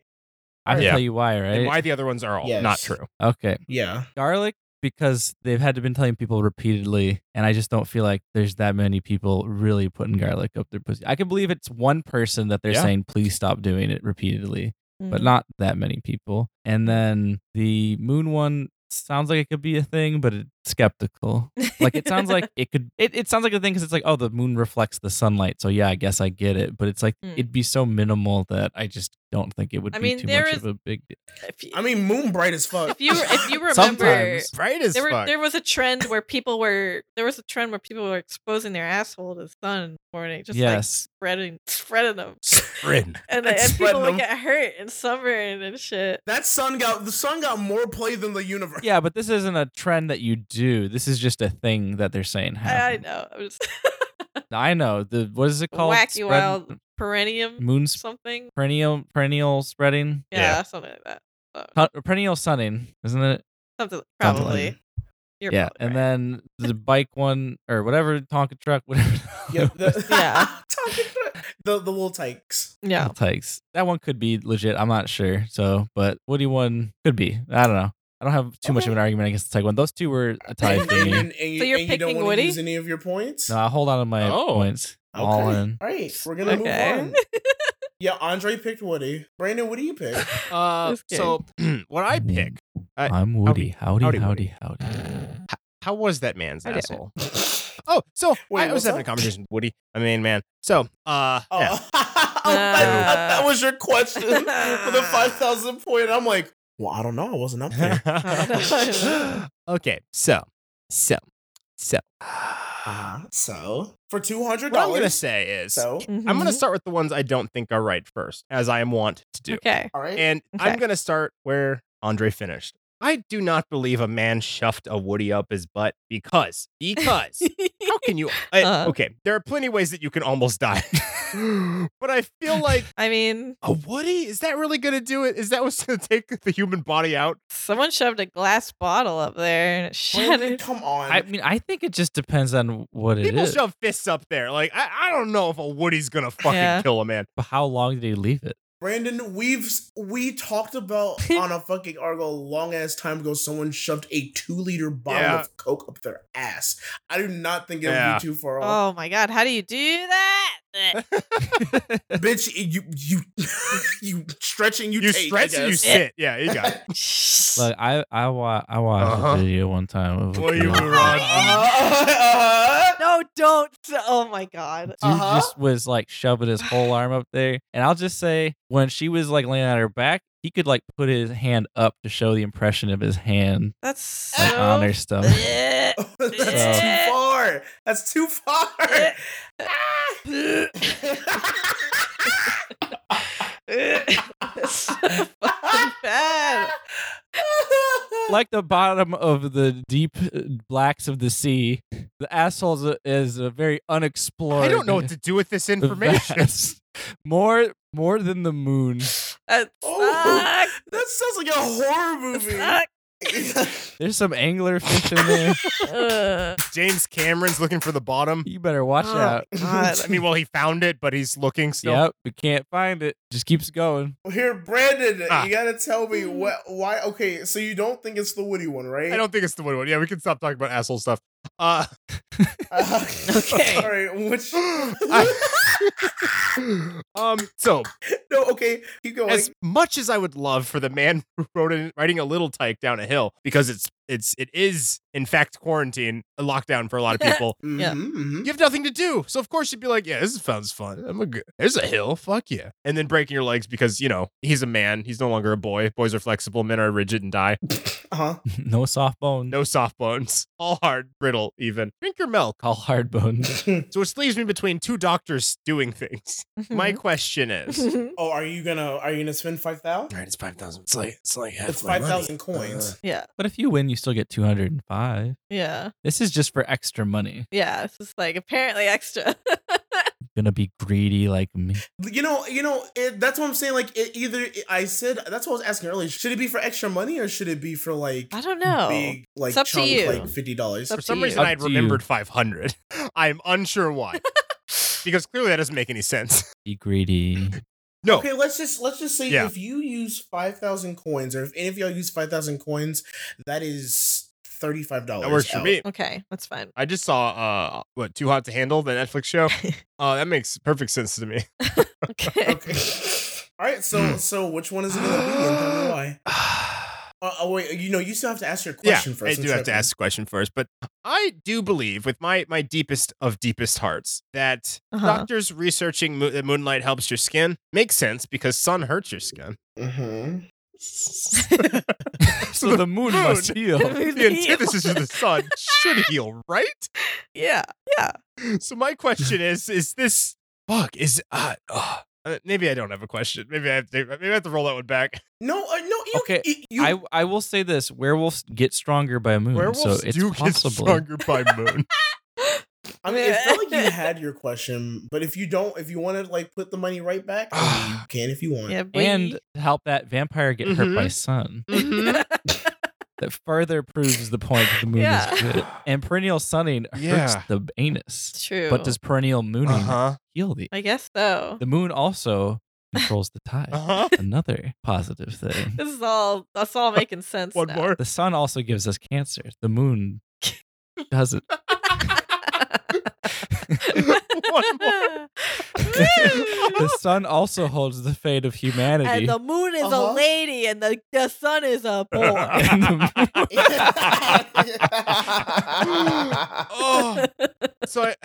S2: I can
S1: Yeah.
S2: tell you why, right?
S1: And why the other ones are all not
S5: Yes.
S1: true.
S2: Okay,
S5: Yeah.
S2: garlic because they've had to been telling people repeatedly, and I just don't feel like there's that many people really putting garlic up their pussy. I can believe it's one person that they're
S1: Yeah.
S2: saying please stop doing it repeatedly. but
S3: Mm.
S2: not that many people. And then the moon one sounds like it could be a thing, but it's skeptical. Like it sounds like it could. It, it sounds like a thing because it's like, oh, the moon reflects the sunlight, so yeah, I guess I get it. But it's like
S3: Mm.
S2: it'd be so minimal that I just don't think it would
S3: I
S2: be
S3: mean,
S2: too
S3: there
S2: much
S3: is-
S2: of a big. deal.
S3: [laughs] If you,
S5: I mean, moon bright as fuck.
S3: if you
S5: [laughs]
S3: if you remember,
S2: Sometimes.
S1: Right as
S3: there were
S1: fuck.
S3: there was a trend where people were there was a trend where people were exposing their asshole to the sun in the morning, just like
S2: yes,
S3: spreading [laughs] spreading them, [laughs]
S1: Spreading.
S3: and,
S5: Like
S3: and people
S5: spreading
S3: would get hurt and sunburned and shit.
S5: [laughs] that sun got the sun got more play than the universe.
S2: yeah, but this isn't a trend that you do. This is just a thing that they're saying
S3: I, I
S2: happens.
S3: know. I'm [laughs] just
S2: I know. The what is it called?
S3: wacky
S2: Spread-
S3: wild perennium
S2: moon sp-
S3: something.
S2: perennial perennial spreading
S3: Yeah,
S1: Yeah.
S3: something like that. So,
S2: Hu- perennial sunning, isn't it?
S3: something
S2: like
S3: probably.
S2: that.
S3: You're
S2: yeah,
S3: probably
S2: and
S3: right.
S2: then the bike one or whatever Tonka truck, [laughs] whatever
S5: Yeah.
S1: [laughs]
S5: The,
S3: [laughs] Yeah.
S5: Talking about- [laughs] the the little tykes.
S3: yeah.
S2: takes. That one could be legit. I'm not sure. So, but Woody one could be. I don't know. I don't have too much of an argument against the Tyke one. Those two were a tie
S5: And,
S2: for
S5: and,
S1: [laughs]
S2: me.
S5: and, and,
S3: So you're
S5: you don't
S3: picking
S5: want
S3: Woody?
S5: to use any of your points.
S2: No, I hold on to my
S1: Oh.
S2: points.
S5: Okay.
S2: All in.
S5: All right, we're gonna
S3: Okay. [laughs]
S5: move on. Yeah, Andre picked Woody. Brandon, what do you pick?
S1: Uh,
S3: This kid.
S1: so, [clears throat] what I
S5: Mm-hmm.
S1: pick, I-
S2: I'm Woody. Howdy, howdy,
S1: Howdy,
S2: howdy.
S1: [sighs] how was that man's
S3: Howdy. [laughs]
S1: asshole? Oh, so
S5: Wait,
S1: I was
S5: what's
S1: having a
S5: up?
S1: conversation with Woody, my main man. So, uh,
S5: Oh, [laughs]
S1: yeah.
S5: I thought that was your question for the
S3: [laughs] Uh.
S5: five thousand point. I'm like, well, I don't know. I wasn't up
S1: [laughs]
S5: there. [laughs]
S1: okay, so, so, so,
S5: Ah, so for two hundred
S1: what I'm gonna
S5: dollars.
S1: say is,
S5: So
S1: I'm
S3: Mm-hmm.
S1: gonna start with the ones I don't think are right first, as I am wont to do.
S3: Okay.
S5: all right.
S1: And I'm
S3: Okay.
S1: gonna start where Andre finished. I do not believe a man shoved a Woody up his butt because because how can you? I,
S3: Uh-huh.
S1: okay, there are plenty of ways that you can almost die, but I feel like
S3: [laughs] I mean,
S1: a Woody is that really gonna do it? Is that what's gonna [laughs] take the human body out?
S3: someone shoved a glass bottle up there and it
S5: Brandon,
S3: shattered.
S5: come on.
S2: I mean, I think it just depends on what it
S1: People
S2: is.
S1: shove fists up there. Like I, I don't know if a Woody's gonna fucking
S3: Yeah.
S1: kill a man.
S2: But how long did he leave it?
S5: Brandon, we've we talked about on a fucking article a long ass time ago. Someone shoved a two liter bottle
S1: Yeah.
S5: of Coke up their ass. I do not think it
S1: Yeah.
S5: would be too far off.
S3: [laughs] Oh my god, how do you
S5: [laughs]
S3: do that?
S5: Bitch, you you [laughs] you stretching you,
S1: You
S5: take,
S1: stretch
S5: I
S1: and you
S5: guess.
S1: sit. Yeah, you
S6: [laughs]
S1: got it.
S2: Like I, I, wa- I watched
S1: Uh-huh.
S2: a video one time of a
S1: Boy, you
S2: girl.
S1: were on.
S3: no, don't. Oh my god.
S2: dude
S5: Uh-huh.
S2: just was like shoving his whole arm up there. And I'll just say, when she was like laying on her back, he could like put his hand up to show the impression of his hand
S3: That's
S2: like,
S3: so.
S1: Oh,
S3: [laughs]
S2: on
S1: [laughs]
S2: her stomach.
S3: Eh,
S5: [laughs] That's
S3: So-
S5: too far. That's too far.
S3: eh,
S5: [laughs]
S3: [laughs] eh. [laughs] That's so fucking bad.
S2: Like the bottom of the deep uh, blacks of the sea, the asshole is a, is a very unexplored.
S1: I don't know
S2: [laughs]
S1: what to do with this information.
S2: vast- more, more than the moon.
S3: That
S5: [laughs] Oh,
S3: sucked.
S5: that sounds like a horror movie.
S3: [laughs] That
S2: There's some angler fish in there.
S1: [laughs]
S3: sucked. Ugh.
S1: James Cameron's looking for the bottom.
S2: You better watch
S3: Oh,
S2: out.
S1: [laughs]
S3: God.
S1: I mean, well, he found it, but he's looking still.
S2: Yep, we can't find it. Just keeps going. [laughs]
S5: Here, Brandon,
S1: Ah.
S5: you gotta tell me what, why. Okay, so you don't think it's the Woody one, right?
S1: [laughs] I don't think it's the one. Yeah, we can stop talking about asshole stuff. Uh, [laughs]
S5: Uh,
S3: Okay.
S5: All right.
S1: [gasps]
S5: Which?
S1: I- um. So,
S5: [laughs] no. Okay. Keep going.
S1: [laughs] as much as I would love for the man who wrote in, writing a little tyke down a hill because it's it's it is in fact quarantine, a lockdown for a lot of people.
S5: Yeah. mm-hmm.
S1: You have nothing to do, so of course you'd be like, "Yeah, this sounds fun. I'm a good. There's a hill. Fuck yeah!" And then breaking your legs because you know he's a man. He's no longer a boy. Boys are flexible. Men are rigid and die.
S5: Uh-huh.
S2: no soft bones.
S1: No soft bones. All hard, brittle, even. Drink your milk.
S2: All hard bones.
S5: Uh-huh.
S1: [laughs] so which leaves me between two doctors doing things. [laughs] My question
S3: [laughs]
S1: is, all
S5: oh, are you gonna are you gonna spend five thousand?
S1: right, it's five thousand. It's like it's like half
S5: It's
S1: my
S5: five
S1: money.
S5: thousand coins.
S3: Yeah.
S2: But if you win, you still get 205.
S3: Yeah.
S2: This is just for extra money.
S3: Yeah. It's just like apparently extra. [laughs]
S2: Gonna be greedy like me.
S1: Uh-huh.
S5: You know, you know, it, that's what I'm saying. Like, it, either I said that's what I was asking earlier. Should it be for extra money or should it be for like
S3: I don't know.
S5: big like
S3: It's up to
S5: chunk,
S3: you.
S5: like fifty dollars?
S3: Up
S1: For some
S3: to
S1: reason,
S3: you.
S1: I had
S2: Up to you.
S1: remembered 500. [laughs] I'm unsure why. because clearly that doesn't make any [laughs] sense.
S2: Be greedy.
S1: No.
S5: Okay, let's just let's just say
S1: Oh. Yeah.
S5: if you use five thousand coins, or if any of y'all use five thousand coins, that is thirty five dollars.
S1: That works for
S3: [laughs]
S1: me.
S3: Okay. That's fine.
S1: I just saw uh what Too Hot to Handle, the Netflix
S2: [laughs]
S1: show. Uh that makes perfect sense to me.
S3: Okay.
S5: Okay. All right.
S1: Hmm.
S5: So so which one is it gonna be? And tell me
S1: [sighs]
S5: why. Uh, oh wait, you know you still have to ask your question
S1: yeah,
S5: first.
S1: I
S5: I'm
S1: do have to
S5: tripping.
S1: ask the question first, but I do believe with my my deepest of deepest hearts that
S3: [laughs] Uh-huh.
S1: doctors researching mo- that moonlight helps your skin makes sense because sun hurts your skin.
S5: Mhm.
S2: So the moon must
S1: [laughs]
S2: heal.
S3: Moon
S1: the
S2: [laughs]
S1: antithesis of the sun should heal, right?
S3: Yeah.
S1: So my
S2: [laughs]
S1: question is: Is this fuck? Is uh, uh, uh, maybe I don't have a question. Maybe I have to, maybe I have to roll that one back.
S5: No, uh, no. You,
S2: Okay,
S5: You, you-
S2: I, I will say this werewolves get stronger by a moon.
S1: Werewolves
S2: Hmm, so it's
S1: do
S2: possible.
S1: get stronger by
S2: [laughs]
S1: moon.
S5: I mean, it felt like
S1: [laughs]
S5: you had your question, but if you don't, if you want to like put the money right back, I
S1: [sighs]
S5: mean, you can if you want.
S3: Yeah. [laughs]
S2: And help that vampire get hurt by
S1: Mhm.
S2: sun.
S1: Mhm.
S2: That further proves the point that the moon is
S3: Yeah.
S2: good. And perennial sunning
S1: Yeah.
S2: hurts the anus.
S3: True.
S2: But does perennial mooning
S1: Uh-huh.
S2: heal the
S3: I guess so.
S2: The moon also controls the tide.
S1: Uh-huh.
S2: Another positive thing.
S3: This is all. That's all making sense.
S1: One
S3: [laughs] now.
S1: more. [laughs]
S2: The sun also gives us cancer. The
S3: [laughs]
S2: moon doesn't. [laughs]
S1: One more.
S2: the sun also holds the fate of humanity.
S3: and the moon is
S5: Uh-huh.
S3: a lady, and the, the sun is
S1: [laughs]
S3: a boy.
S2: And the moon-
S1: Oh, so I,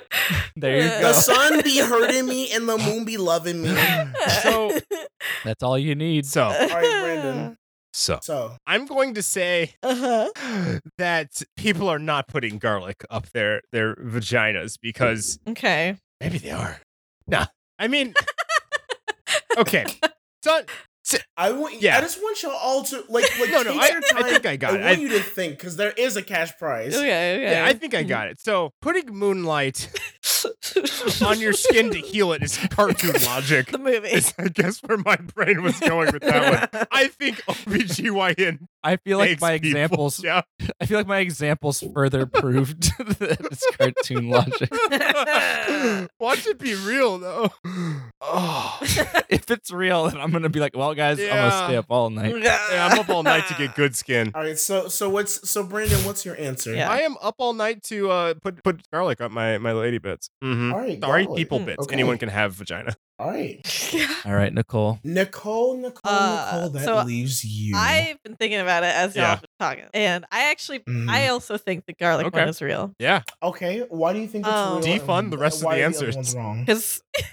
S2: [laughs] there you
S5: The
S2: go.
S5: sun be hurting me and the
S1: [laughs]
S5: moon be loving me. All
S3: [laughs]
S1: so
S2: That's all you need.
S1: so
S5: right, Brandon.
S1: so
S5: So
S1: I'm going to say
S3: Uh-huh.
S1: that people are not putting garlic up their their vaginas because
S3: Okay.
S1: maybe they are. Nah, I mean, okay, sun.
S5: I want.
S1: Yeah.
S5: I just want y'all all to like. like
S1: [laughs] No, no,
S5: take
S1: I-
S5: your
S1: I
S5: time.
S1: think I
S5: I
S1: got it.
S5: want
S1: I- Oh,
S5: you to think because there is a cash prize.
S3: Okay. Okay.
S1: Yeah, I think I got it. So putting moonlight
S3: [laughs]
S1: on your skin to heal it is
S5: [laughs]
S1: cartoon logic. [laughs]
S3: the movie.
S1: Is, I guess where my brain was going with that one. I think OBGYN
S2: I feel like
S1: makes
S2: my
S1: people-
S2: examples.
S1: Yeah.
S5: [laughs]
S1: [laughs]
S2: I feel like my examples further proved [laughs] that it's cartoon
S3: [laughs]
S2: logic.
S1: Watch it be real though. Oh.
S2: If it's real, then I'm gonna be like, "Well, guys, I'm gonna
S1: Yeah.
S2: stay up all night."
S1: [laughs] Yeah, I'm up all night to get good skin.
S5: All right. So so what's so Brandon? What's your answer?
S3: Yeah.
S1: I am up all night to uh put put garlic on my my lady bits. Mm-hmm.
S5: All right.
S1: Sorry,
S5: got it.
S1: people
S3: Mm,
S1: bits.
S5: Oh, okay.
S1: Anyone can have vagina.
S5: All right.
S2: All right, Nicole.
S5: Nicole, Nicole,
S3: Uh,
S5: Nicole. That
S3: so
S5: leaves you.
S3: [laughs] I've been thinking about it as y'all
S1: Yeah.
S3: have been talking, and I actually,
S5: Mhm.
S3: I also think the garlic
S1: Okay.
S3: one is real
S1: Yeah,
S5: Okay. Why do you think it's
S3: Oh.
S5: real and
S1: Um, Defund the rest of
S5: why
S1: the
S5: are other
S1: answers.
S5: ones wrong.
S3: because.
S1: [laughs]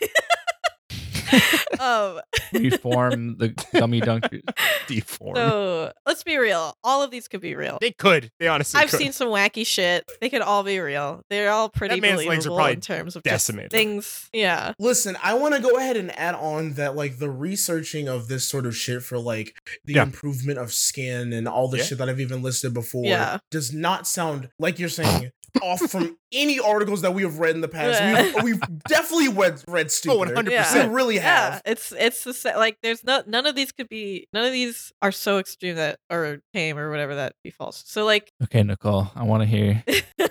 S3: um,
S2: We form the gummy
S3: [laughs]
S2: dunkers.
S1: deformed.
S3: so let's be real. All of these could be real.
S1: they could. They honestly
S3: I've
S1: could.
S3: seen some wacky shit. They could all be real. They're all pretty
S1: That man's legs are
S3: believable
S1: probably
S3: in terms of
S1: decimated.
S3: Just things. Yeah.
S5: Listen, I want to go ahead and add on that, like, the researching of this sort of shit for, like, the
S1: Yeah.
S5: improvement of skin and all the
S1: Yeah.
S5: shit that I've even listed before
S3: Yeah.
S5: does not sound like you're saying off from any articles that we have read in the past. [laughs] We've,
S3: Yeah.
S5: we've definitely read, read
S1: Oh,
S5: stupid.
S1: 100
S5: We
S1: percent.
S5: really
S3: Yeah,
S5: have.
S3: it's it's the sa- like there's no none of these could be none of these are so extreme that or tame or whatever that be false. So like
S2: Okay, Nicole, I want to
S3: [laughs]
S2: hear.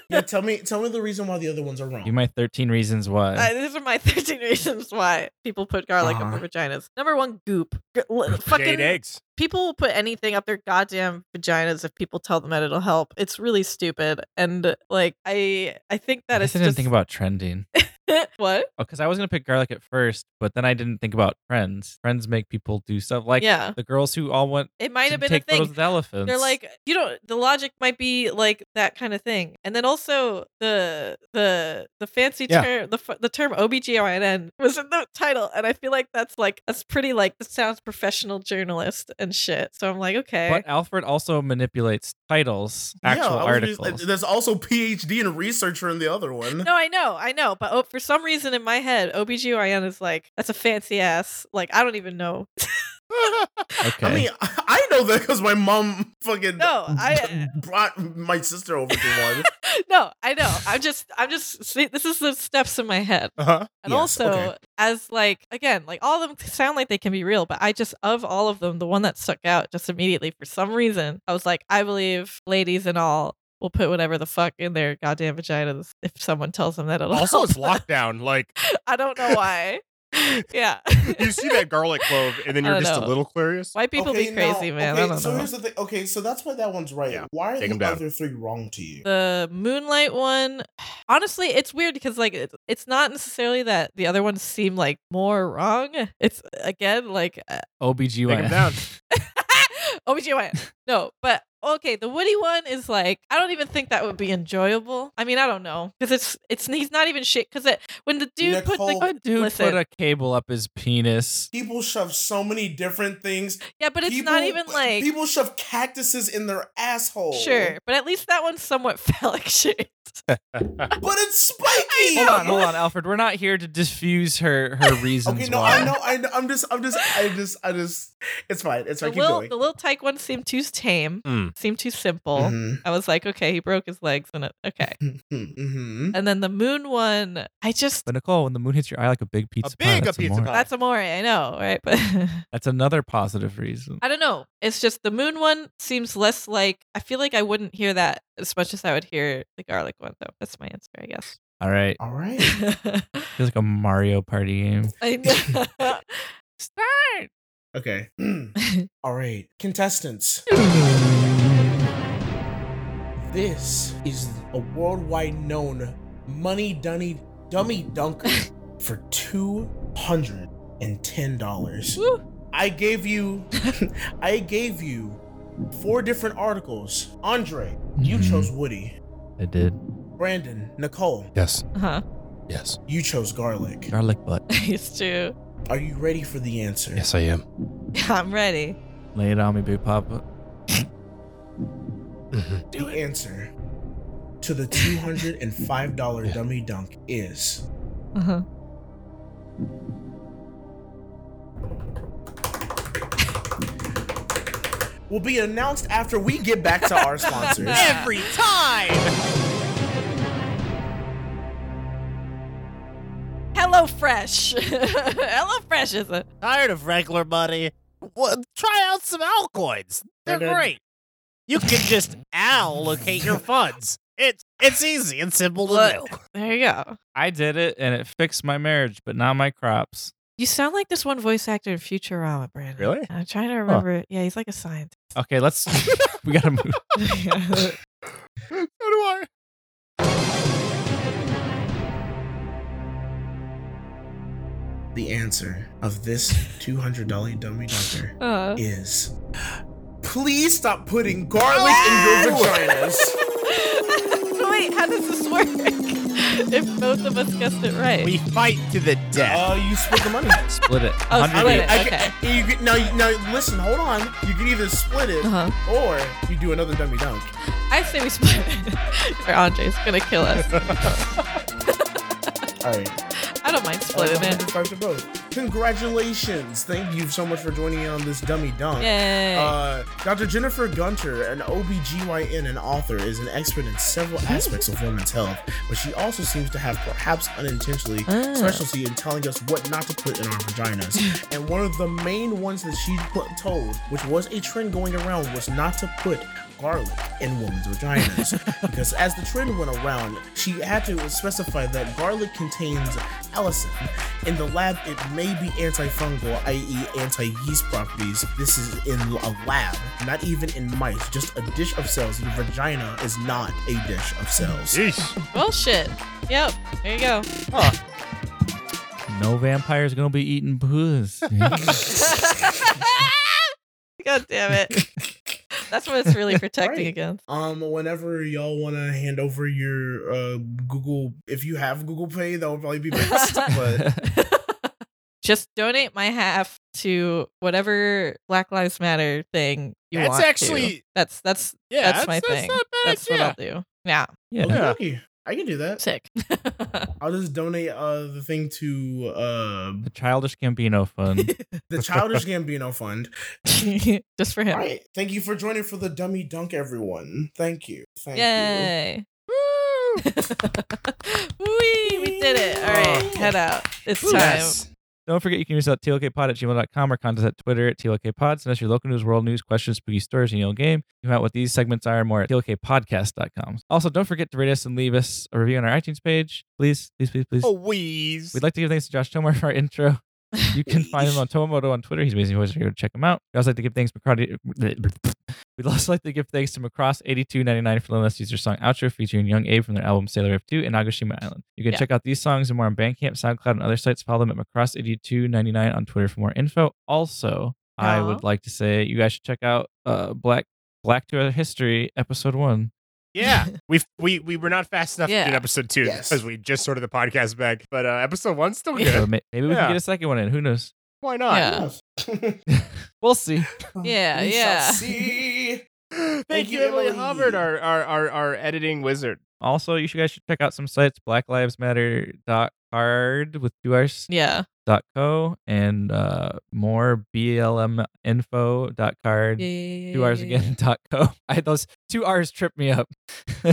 S5: Yeah, tell me, tell me the reason why the other ones are wrong.
S2: Give my 13 reasons why.
S3: I, these are my [laughs] 13 reasons why people put garlic up
S2: Uh-huh.
S3: their vaginas. Number one, goop. G-
S2: [laughs]
S3: l-
S1: Jade
S3: fucking
S1: eggs.
S3: people will put anything up their goddamn vaginas if people tell them that it'll help. It's really stupid and like I I think that
S2: I
S3: it's
S2: didn't
S3: just
S2: think about trending.
S3: [laughs] what?
S2: Oh, because I was gonna pick garlic at first, but then I didn't think about friends. Friends make people do stuff like
S3: Yeah.
S2: the girls who all went
S3: It might
S2: to
S3: have been
S2: take
S3: a thing.
S2: photos with elephants.
S3: They're like, you don't. The logic might be like that kind of thing, and then also the the the fancy
S2: Yeah.
S3: term the f- the term OBGYN was in the title, and I feel like that's like that's pretty like that sounds professional journalist and shit. So I'm like, okay,
S2: [laughs] But Alfred also manipulates titles, actual
S5: I was just- uh, [laughs]
S2: articles.
S5: there's also PhD and researcher in the other one.
S3: No, I know, I know, but oh, for some reason in my head, OBGYN is like that's a fancy ass. Like I don't even know.
S2: okay.
S5: I mean, [laughs] I I know that because my mom fucking
S3: [laughs] No, I-
S5: brought my sister over to one.
S3: no, I know. I'm just, I'm just. See, this is the steps in my head,
S5: Uh-huh.
S3: and
S5: Yes,
S3: also
S5: okay.
S3: as like again, like all of them sound like they can be real, but I just of all of them, the one that stuck out just immediately for some reason, I was like, I believe ladies and all will put whatever the fuck in their goddamn vaginas if someone tells them that it'll
S1: Also,
S3: help.
S1: it's lockdown. Like
S3: [laughs] I don't
S5: [laughs]
S3: know why. yeah,
S1: you see that garlic clove, and then
S3: I
S1: you're
S3: don't
S1: just a
S3: know.
S1: little curious.
S3: [laughs] White people
S5: Okay,
S3: be crazy,
S5: now-
S3: man.
S5: Okay,
S3: I don't
S5: so
S3: know.
S5: here's the thing. Okay, so that's why that one's right. Why are
S1: Take 'em
S5: the
S1: down.
S5: other three wrong to
S1: [laughs]
S5: you?
S3: the moonlight one [sighs] honestly it's weird because like it- it's not necessarily that the other ones seem like more wrong it's again like uh, [laughs]
S2: OBGYN.
S1: Take 'em
S2: [laughs]
S1: down.
S3: OBGYN. no but okay the woody one is like i don't even think that would be enjoyable i mean i don't know because it's it's he's not even shit because it when the dude
S5: Nicole-
S3: put the
S5: That
S2: Dude
S3: listen,
S2: put a cable up his penis.
S5: People shove so many different things.
S3: yeah but it's
S5: people,
S3: not even like
S5: people shove cactuses in their asshole.
S3: sure but at least that one's somewhat [laughs] phallic shit
S5: but it's spiky.
S2: Hold on, hold on, Alfred. We're not here to diffuse her her
S5: [laughs]
S2: reasons
S5: Okay, no,
S2: why.
S5: I know, I know, I'm just, I'm just, I just, I just. It's fine. It's
S3: the
S5: fine. Keep
S3: little
S5: going.
S3: the little tyke one seemed too tame
S1: Mm.
S3: seemed too simple
S5: Mhm.
S3: I was like, okay, he broke his legs and it, okay.
S5: Mm-hmm.
S3: And then the moon one, I just
S2: But Nicole, when the moon hits your eye like a big pizza pie,
S1: big
S2: that's
S1: pizza
S2: more-
S1: pie.
S3: that's amore, I know, right? But [laughs]
S2: That's another positive reason.
S3: I don't know. It's just the moon one seems less like I feel like I wouldn't hear that as much as I would hear the garlic one though. That's my answer, I guess.
S2: All right,
S5: All right.
S2: feels like a Mario Party game.
S3: I know.
S9: Start.
S5: Okay. [laughs] All right. Contestants. This is a worldwide known money dunny dummy
S3: [laughs]
S5: dunker for two hundred and ten dollars.
S3: [laughs] Woo.
S5: I gave you [laughs] I gave you four different articles. Andre, you
S2: Mhm.
S5: chose Woody.
S2: I did.
S5: Brandon, Nicole,
S1: Yes.
S3: Uh-huh. [laughs]
S1: Yes.
S5: you chose garlic.
S2: Garlic butt.
S3: it's true. [laughs]
S5: Are you ready for the answer?
S1: I am.
S3: I'm ready.
S2: Lay it on me, Big Papa.
S5: The answer to the $205 dummy dunk is
S3: Uh-huh.
S5: will be announced after we get back to our
S3: [laughs]
S5: sponsors.
S6: Every time.
S3: Hello Fresh. [laughs] Hello Fresh is it?
S6: Tired of regular money? Well, try out some Alcoins. They're
S5: They're-
S6: great. You can just allocate your funds. It's it's easy and simple to do.
S3: There you go.
S2: I did it, and it fixed my marriage, but not my crops.
S3: You sound like this one voice actor in Futurama, Brandon.
S1: Really?
S3: I'm trying to remember. Yeah, he's like a scientist. [laughs]
S2: Okay, let's. [laughs] we gotta move.
S1: So do I.
S5: The answer of this $200 dummy dunker
S3: Uh.
S5: is please stop putting garlic in your vaginas.
S3: so [laughs] wait, how does this work? [laughs] if both of us guessed it right.
S6: We fight to the death.
S5: Uh, you split the money.
S2: Split it.
S3: Oh,
S2: 100
S3: split it.
S5: I,
S3: Okay.
S5: I, you, can- now, now, listen, hold on. You can either split
S3: [laughs]
S5: it
S3: Uh-huh.
S5: or you do another dummy dunk.
S3: I say we split it. [laughs] or Andre's gonna kill us.
S5: All right.
S3: I don't mind splitting it.
S5: Five to both. Congratulations! Thank you so much for joining in on this dummy dunk.
S3: Yay.
S5: Uh, Dr. Jennifer Gunter, an OBGYN and author, is an expert in several aspects of women's health, but she also seems to have perhaps unintentionally
S3: Ah.
S5: specialty in telling us what not to put in our vaginas. and one of the main ones that she put, told, which was a trend going around, was not to put garlic in women's vaginas. because as the trend went around, she had to specify that garlic contains allicin. In the lab, it may be antifungal, i.e., anti yeast properties. This is in a lab, not even in mice, just a dish of cells. Your vagina is not a dish of cells.
S1: Yeesh.
S3: Bullshit. Yep. There you go. [laughs]
S2: No vampire's gonna be eating
S3: [laughs]
S2: puss.
S3: God damn it. That's what it's really protecting
S5: Right.
S3: against.
S5: Um, whenever y'all want to hand over your uh Google, if you have Google Pay, that would probably be best. but
S3: [laughs] Just donate my half to whatever Black Lives Matter thing you
S10: That's
S3: want. to.
S10: actually-
S3: that's that's
S10: Yeah, that's-
S3: that's, my
S10: that's
S3: thing.
S10: not a bad
S3: That's what I'll do. Yeah,
S2: [laughs] Yeah.
S5: Okey-dokey. I can do that.
S3: sick. [laughs]
S5: I'll just donate uh the thing to uh
S2: the childish Gambino
S3: [laughs]
S2: fund.
S5: the Childish Gambino Fund.
S3: Just for him.
S5: All right. Thank you for joining for the dummy dunk, everyone. Thank you. Thank you.
S3: Yay. Woo! [laughs] Wee, we did it. All right, head out. It's time.
S2: Don't forget you can reach out to tlkpod at gmail.com or contact us at Twitter at tlkpod. Send us your local news, world news, questions, spooky stories, and your game. You can find out what these segments are and more at tlkpodcast.com. Also, don't forget to rate us and leave us a review on our iTunes page. Please, please, please, please.
S6: Oh, wheeze.
S2: We'd like to give thanks to Josh Tomar [laughs] for our intro. You can find him on Tomomoto on Twitter. He's amazing voice. Go check him out. We'd also like to give thanks McCarty. [laughs] We'd also like to give thanks to Macross eighty two ninety nine for letting us use their song outro featuring Young Abe from their album Sailor F two and Nagashima Island. You can
S3: Yeah.
S2: check out these songs and more on Bandcamp, SoundCloud, and other sites. Follow them at Macross eighty two ninety nine on Twitter for more info. Also, I
S3: Aw.
S2: would like to say you guys should check out uh Black Black to Our History episode one.
S1: Yeah, we we we were not fast enough
S3: Yeah.
S1: to do episode two
S5: Yes.
S1: because we just sorted the podcast back. But uh, episode one's still
S2: So
S1: good.
S2: may- maybe we
S1: Yeah.
S2: can get a second one in. Who knows?
S1: Why not?
S3: Yeah.
S2: We'll see.
S3: Yeah,
S5: We shall
S3: yeah.
S5: see.
S1: [gasps] Thank,
S5: Thank
S1: you,
S5: you,
S1: Emily,
S5: Emily.
S1: Hubbard, our, our our our editing wizard.
S2: Also, you should guys should check out some sites Black Lives Matter dot card with two R's
S3: Yeah.
S2: dot co and uh, more BLM info dot card
S3: Yeah, yeah, yeah,
S2: two R's
S3: yeah, yeah,
S2: again [laughs] dot co. I those two R's tripped me up.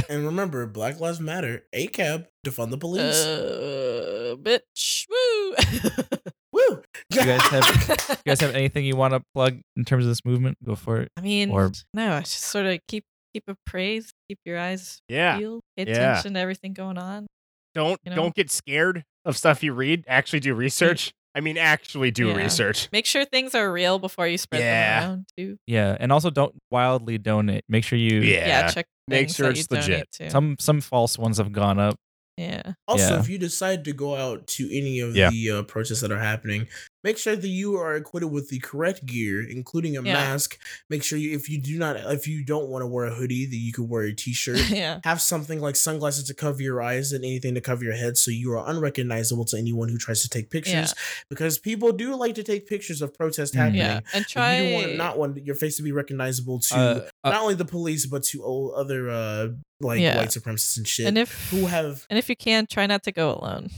S5: And remember, Black Lives Matter. ACAB. Defund the
S3: yeah. [laughs]
S5: police.
S3: Uh, bitch. Woo. [laughs]
S5: Woo.
S2: You guys have [laughs] you guys have anything you want to plug in terms of this movement? Go for it.
S3: I mean,
S2: or-
S3: no, it's just sort of keep keep appraised, keep your eyes
S1: Yeah.
S3: peeled, pay
S1: Yeah.
S3: attention to everything going on.
S1: Don't
S3: You know?
S1: don't get scared of stuff you read. Actually, do research. I mean, actually do
S3: Yeah.
S1: research.
S3: Make sure things are real before you spread
S1: Yeah.
S3: them around too.
S2: Yeah, and also don't wildly donate. Make sure you
S3: Yeah, check.
S1: Make
S3: things
S1: sure
S3: that
S1: it's
S3: you donate
S1: legit.
S3: to.
S2: some some false ones have gone up.
S3: yeah.
S5: Also,
S2: Yeah.
S5: if you decide to go out to any of
S1: Yeah.
S5: the uh, protests that are happening, make sure that you are equipped with the correct gear, including a
S3: Yeah.
S5: mask. Make sure you, if you do not, if you don't want to wear a hoodie, that you can wear a t-shirt.
S3: [laughs] yeah.
S5: Have something like sunglasses to cover your eyes and anything to cover your head, so you are unrecognizable to anyone who tries to take pictures. Because people do like to take pictures of protest
S2: Mm.
S5: happening.
S3: Yeah. And
S5: But
S3: try
S5: You do want not want your face to be recognizable to
S2: Uh, uh,
S5: not only the police but to all other uh like
S3: Yeah.
S5: white supremacists and shit
S3: and if
S5: who have
S3: and if you can, try not to go alone.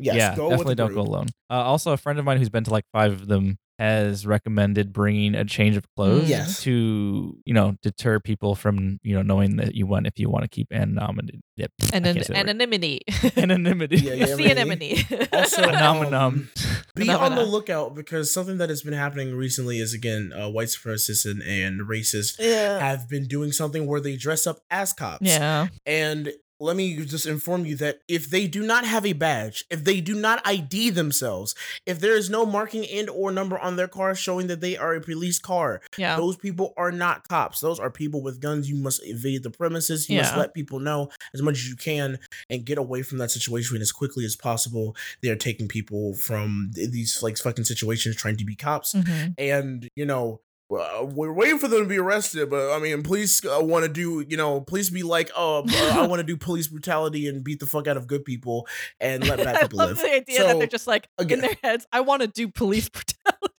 S5: Yes,
S2: yeah,
S5: go with
S2: definitely
S5: the
S2: don't go
S5: group.
S2: alone. Uh, also, a friend of mine who's been to like five of them has recommended bringing a change of clothes
S5: Yes.
S2: to you know deter people from you know knowing that you want if you want to keep anonymity. Yep, I
S3: and
S2: can't
S3: an,
S2: say that word.
S3: anonymity.
S2: [laughs] anonymity.
S5: Yeah, yeah.
S3: [laughs] it's the
S5: anonymity.
S3: anonymity.
S5: Also,
S2: [laughs]
S3: [laughs]
S2: Anomanom.
S5: um, be
S3: Phenomena.
S5: on the lookout because something that has been happening recently is again uh, white supremacists and, and racists have been doing something where they dress up as cops.
S3: yeah.
S5: And let me just inform you that if they do not have a badge, if they do not ID themselves, if there is no marking and or number on their car showing that they are a police car,
S3: Yeah.
S5: those people are not cops. Those are people with guns. You must evade the premises. You must
S3: Yeah.
S5: let people know as much as you can and get away from that situation as quickly as possible. They are taking people from th- these like fucking situations trying to be cops,
S3: Mhm.
S5: and you know. uh, We're waiting for them to be arrested, but I mean, police uh, want to do, you know, please be like, oh, uh,
S3: [laughs]
S5: I want to do police brutality and beat the fuck out of good people and [laughs] let bad
S3: I
S5: people
S3: love
S5: live.
S3: the idea that they're just like
S5: again-
S3: in their heads. I want to do police [laughs] brutality.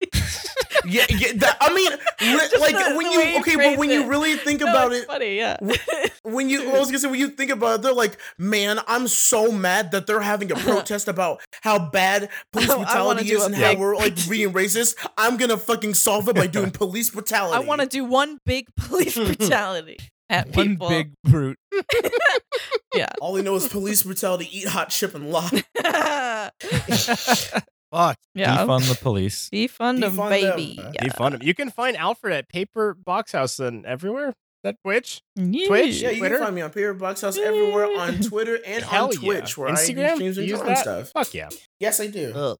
S5: [laughs] yeah, yeah, that, I
S3: [laughs]
S5: mean, li-
S3: Just
S5: like
S3: the-
S5: when
S3: the way
S5: you
S3: he
S5: okay, but
S3: phrased
S5: when you
S3: it.
S5: really think
S3: [laughs] No,
S5: about
S3: it's
S5: it,
S3: Funny, yeah.
S5: when you I was gonna say when you think about it, they're like, man, I'm so mad that they're having
S1: [laughs]
S5: a protest about how bad police
S3: I wanna
S5: brutality
S3: do
S5: is
S3: a
S5: and how
S3: big-
S5: we're like being racist. I'm gonna fucking solve
S1: [laughs]
S5: it by doing police brutality.
S3: I want to do one big [laughs] police brutality at
S2: One
S3: people. [laughs]
S2: big brute.
S5: All they know is police brutality, eat hot, chip, and lock.
S1: [laughs]
S3: yeah. [laughs]
S6: Fuck.
S2: Defund the police.
S3: Defund 'em,
S5: Defund 'em.
S3: baby.
S1: Be fun. You can find Alfred at Paper Box House and everywhere. Is That Twitch,
S3: Yeah.
S1: Twitch,
S5: Yeah, you
S1: Twitter,
S5: can find me on Peter Box House everywhere
S1: [laughs]
S5: on Twitter and
S1: Hell
S5: on
S1: yeah.
S5: Twitch, where I do
S1: Instagram.
S5: streams and
S1: Use
S5: drawing
S1: that? Uh,
S5: stuff.
S1: Fuck yeah.
S5: Yes, I do.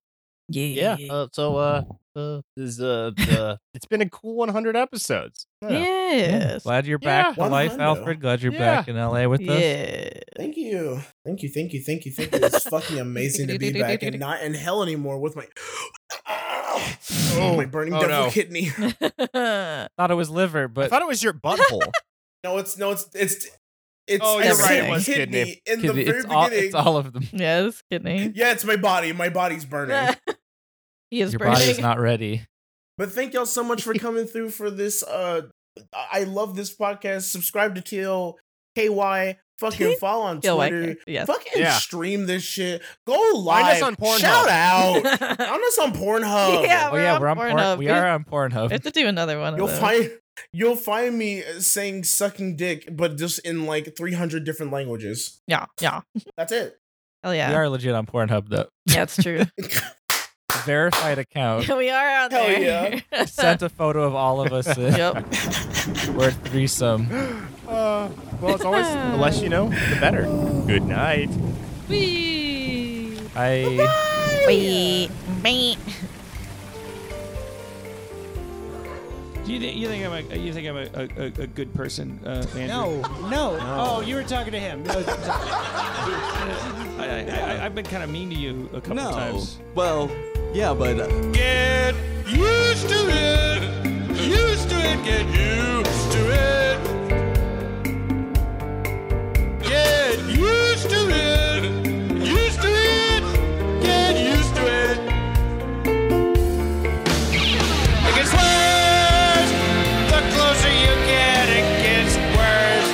S3: Yeah.
S6: Yeah. Uh, so uh, uh, is uh, uh
S1: [laughs] It's been a cool 100 episodes.
S3: Yes.
S2: Glad you're
S1: Yeah.
S2: back to life,
S5: 100.
S2: Alfred. Glad you're back in LA with us.
S3: Yeah.
S5: Thank you. Thank you. Thank you. Thank you. Thank you. It's
S1: [laughs]
S5: fucking amazing to be back and not in hell anymore with my [sighs] my burning
S1: oh
S5: devil
S1: no.
S5: kidney.
S2: Thought it was liver, but
S1: I thought it was your
S3: [laughs]
S1: butthole.
S5: No, it's no, it's it's it's
S1: Oh, you're
S5: everything.
S1: right, it was kidney.
S5: in the
S2: Kidney,
S5: very
S2: it's, all,
S5: beginning. [laughs]
S2: it's all of
S3: [laughs]
S2: them.
S3: yeah, this kidney.
S5: yeah, it's my body. My body's
S1: [laughs]
S5: burning.
S3: [laughs] he is
S2: Your
S3: burning.
S2: body's not ready.
S5: But thank y'all so much for
S1: [laughs]
S5: coming through for this. Uh, I I love this podcast. Subscribe to TL KY. Fucking follow on
S3: [laughs] Feel like
S5: Twitter.
S3: it, yes. [laughs]
S5: Fucking
S1: Yeah.
S5: stream this shit. Go
S1: Find
S5: live.
S1: us on Pornhub.
S5: Shout
S1: [laughs]
S3: [laughs]
S5: out. I'm just on Pornhub.
S3: Yeah,
S2: Oh yeah, we're on
S3: Pornhub.
S2: Pornhub. We
S3: We-
S2: are on
S3: We have
S2: Pornhub.
S3: to do another one. Of
S5: You'll
S3: those.
S5: find you'll find me uh, saying sucking dick, but just in like 300 different languages.
S3: Yeah, yeah.
S5: That's it.
S3: Hell
S2: We
S3: yeah.
S2: are legit on Pornhub though.
S3: Yeah, it's true. [laughs]
S2: Verified account.
S3: we are out
S5: Hell
S3: there.
S2: Sent a photo of all of us.
S3: [laughs]
S2: in- [laughs]
S3: yep.
S2: We're a threesome.
S1: Uh, well, it's always the less you know, the better. Good night.
S3: Whee.
S2: I.
S3: Whee. Whee.
S11: Do you, thi- you think I'm a you think I'm a, a, a- a good person, uh, Andrew?
S9: No, no. Oh, you were talking to him. No,
S11: [laughs] I, I, I, I've been kind of mean to you a couple times.
S12: Well, yeah, but. uh,
S9: Get used to it. Used to it. Get used to it. Get used to it. Used to it. Get used to it. It gets worse. The closer you get, it gets worse.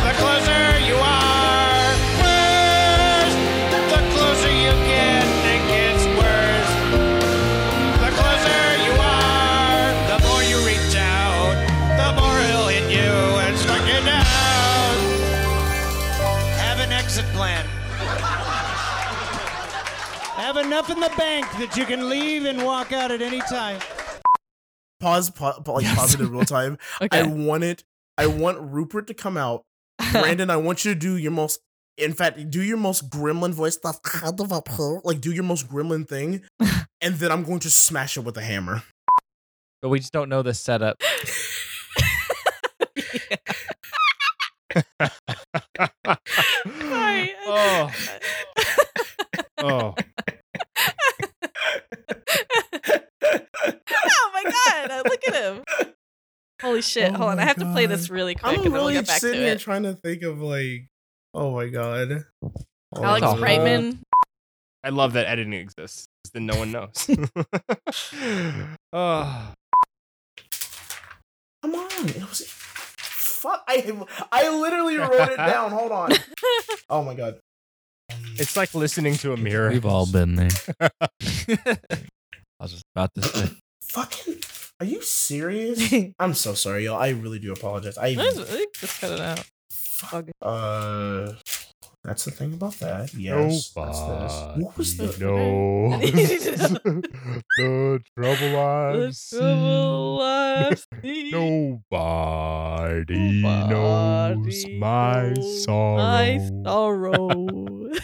S9: The closer you are, worse. The closer you get, it gets worse. The closer you are, the more you reach out, the more he'll hit you and strike you down. Have an exit plan. Have enough in the bank that you can leave and walk out at any time.
S5: Pause, pa- pa- like pause it in real
S3: [laughs]
S5: time.
S3: Okay.
S5: I want it. I want Rupert to come
S3: [laughs]
S5: out. Brandon, I want you to do your most. In fact, do your most gremlin voice. That's kind of up here. Like, do your most gremlin
S3: [laughs]
S5: thing, and then I'm going to smash it with a hammer.
S2: But we just don't know the setup.
S3: Sorry.
S1: Oh.
S3: [laughs]
S1: Oh.
S3: oh my god! Look at him. Holy shit!
S5: Oh
S3: Hold on, I
S5: my
S3: have to play
S5: God.
S3: this really quick,
S5: I'm
S3: and then we'll
S5: really
S3: get back to
S5: sitting here
S3: it.
S5: trying to think of like, oh my god, Oh,
S3: Alex
S5: God.
S3: Brightman.
S5: [laughs]
S1: I love that editing exists. 'cause Then no one [laughs] knows. oh,
S5: Come on, it was. Fuck! I I literally wrote it down. Hold
S3: [laughs]
S5: on. Oh my god.
S1: it's like listening to a mirror.
S2: [laughs] We've all been [laughs] there. I was just about to say.
S5: Fucking. Are you serious? I'm so sorry, y'all. I really do apologize. I
S3: Let's- let's Just cut it out.
S5: Uh, that's the thing about that. Yes,
S1: Oh,
S5: that's this. What was the?
S1: [laughs] No. the trouble I've
S3: The trouble I've seen.
S1: Nobody,
S3: knows
S1: my sorrow.
S3: My sorrow. [laughs]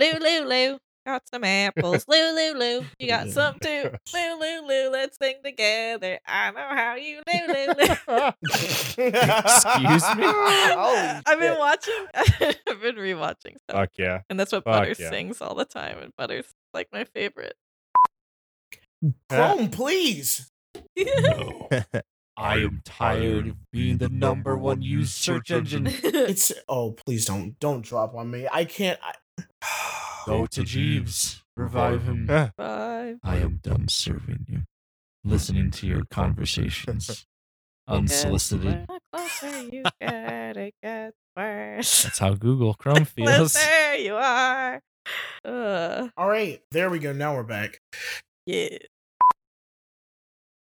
S3: Lou, Lou, Lou, got some apples. Lou, Lou, Lou, you got some
S5: [laughs]
S3: too. Lou, Lou, Lou, let's sing together. I know how you, Lou, Lou, Lou.
S5: Excuse [laughs]
S1: [laughs] me?
S5: Holy
S3: [laughs] I've been
S5: shit.
S3: watching. [laughs] I've been rewatching stuff,
S1: Fuck yeah.
S3: and that's what
S1: fuck
S3: Butters
S1: yeah.
S3: sings all the time. And Butters is, like my favorite. [laughs]
S5: Chrome, please.
S2: [laughs] I am tired of being the number one used search engine.
S5: It's oh, please don't don't drop on me. I can't. I,
S2: [laughs] Go to Jeeves. Revive him.
S3: Bye.
S2: I am dumb serving you. Listening to your [laughs] conversations. Unsolicited.
S3: The closer you get, it gets [laughs]
S2: [laughs]
S3: worse.
S2: That's how Google Chrome feels.
S3: There you are. Uh,
S5: [sighs] all right, there we go. Now we're back.
S3: yeah. [laughs]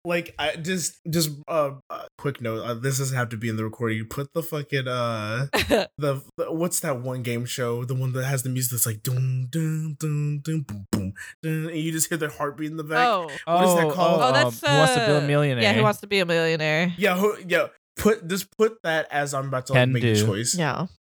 S5: Like I just just uh, uh quick note. Uh, this doesn't have to be in the recording. You put the fucking uh the, the what's that one game show? The one that has the music that's like doom doom doom doom boom boom, dun, and you just hear their heartbeat in the back.
S3: oh.
S5: What is that called?
S3: Oh, that's
S2: um, who wants to be a
S3: uh,
S2: millionaire?
S3: Yeah, who wants to be a millionaire?
S5: Yeah, who, yeah. Put just put that as I'm about to like,
S2: Can
S5: make
S2: do.
S5: a choice.
S3: Yeah.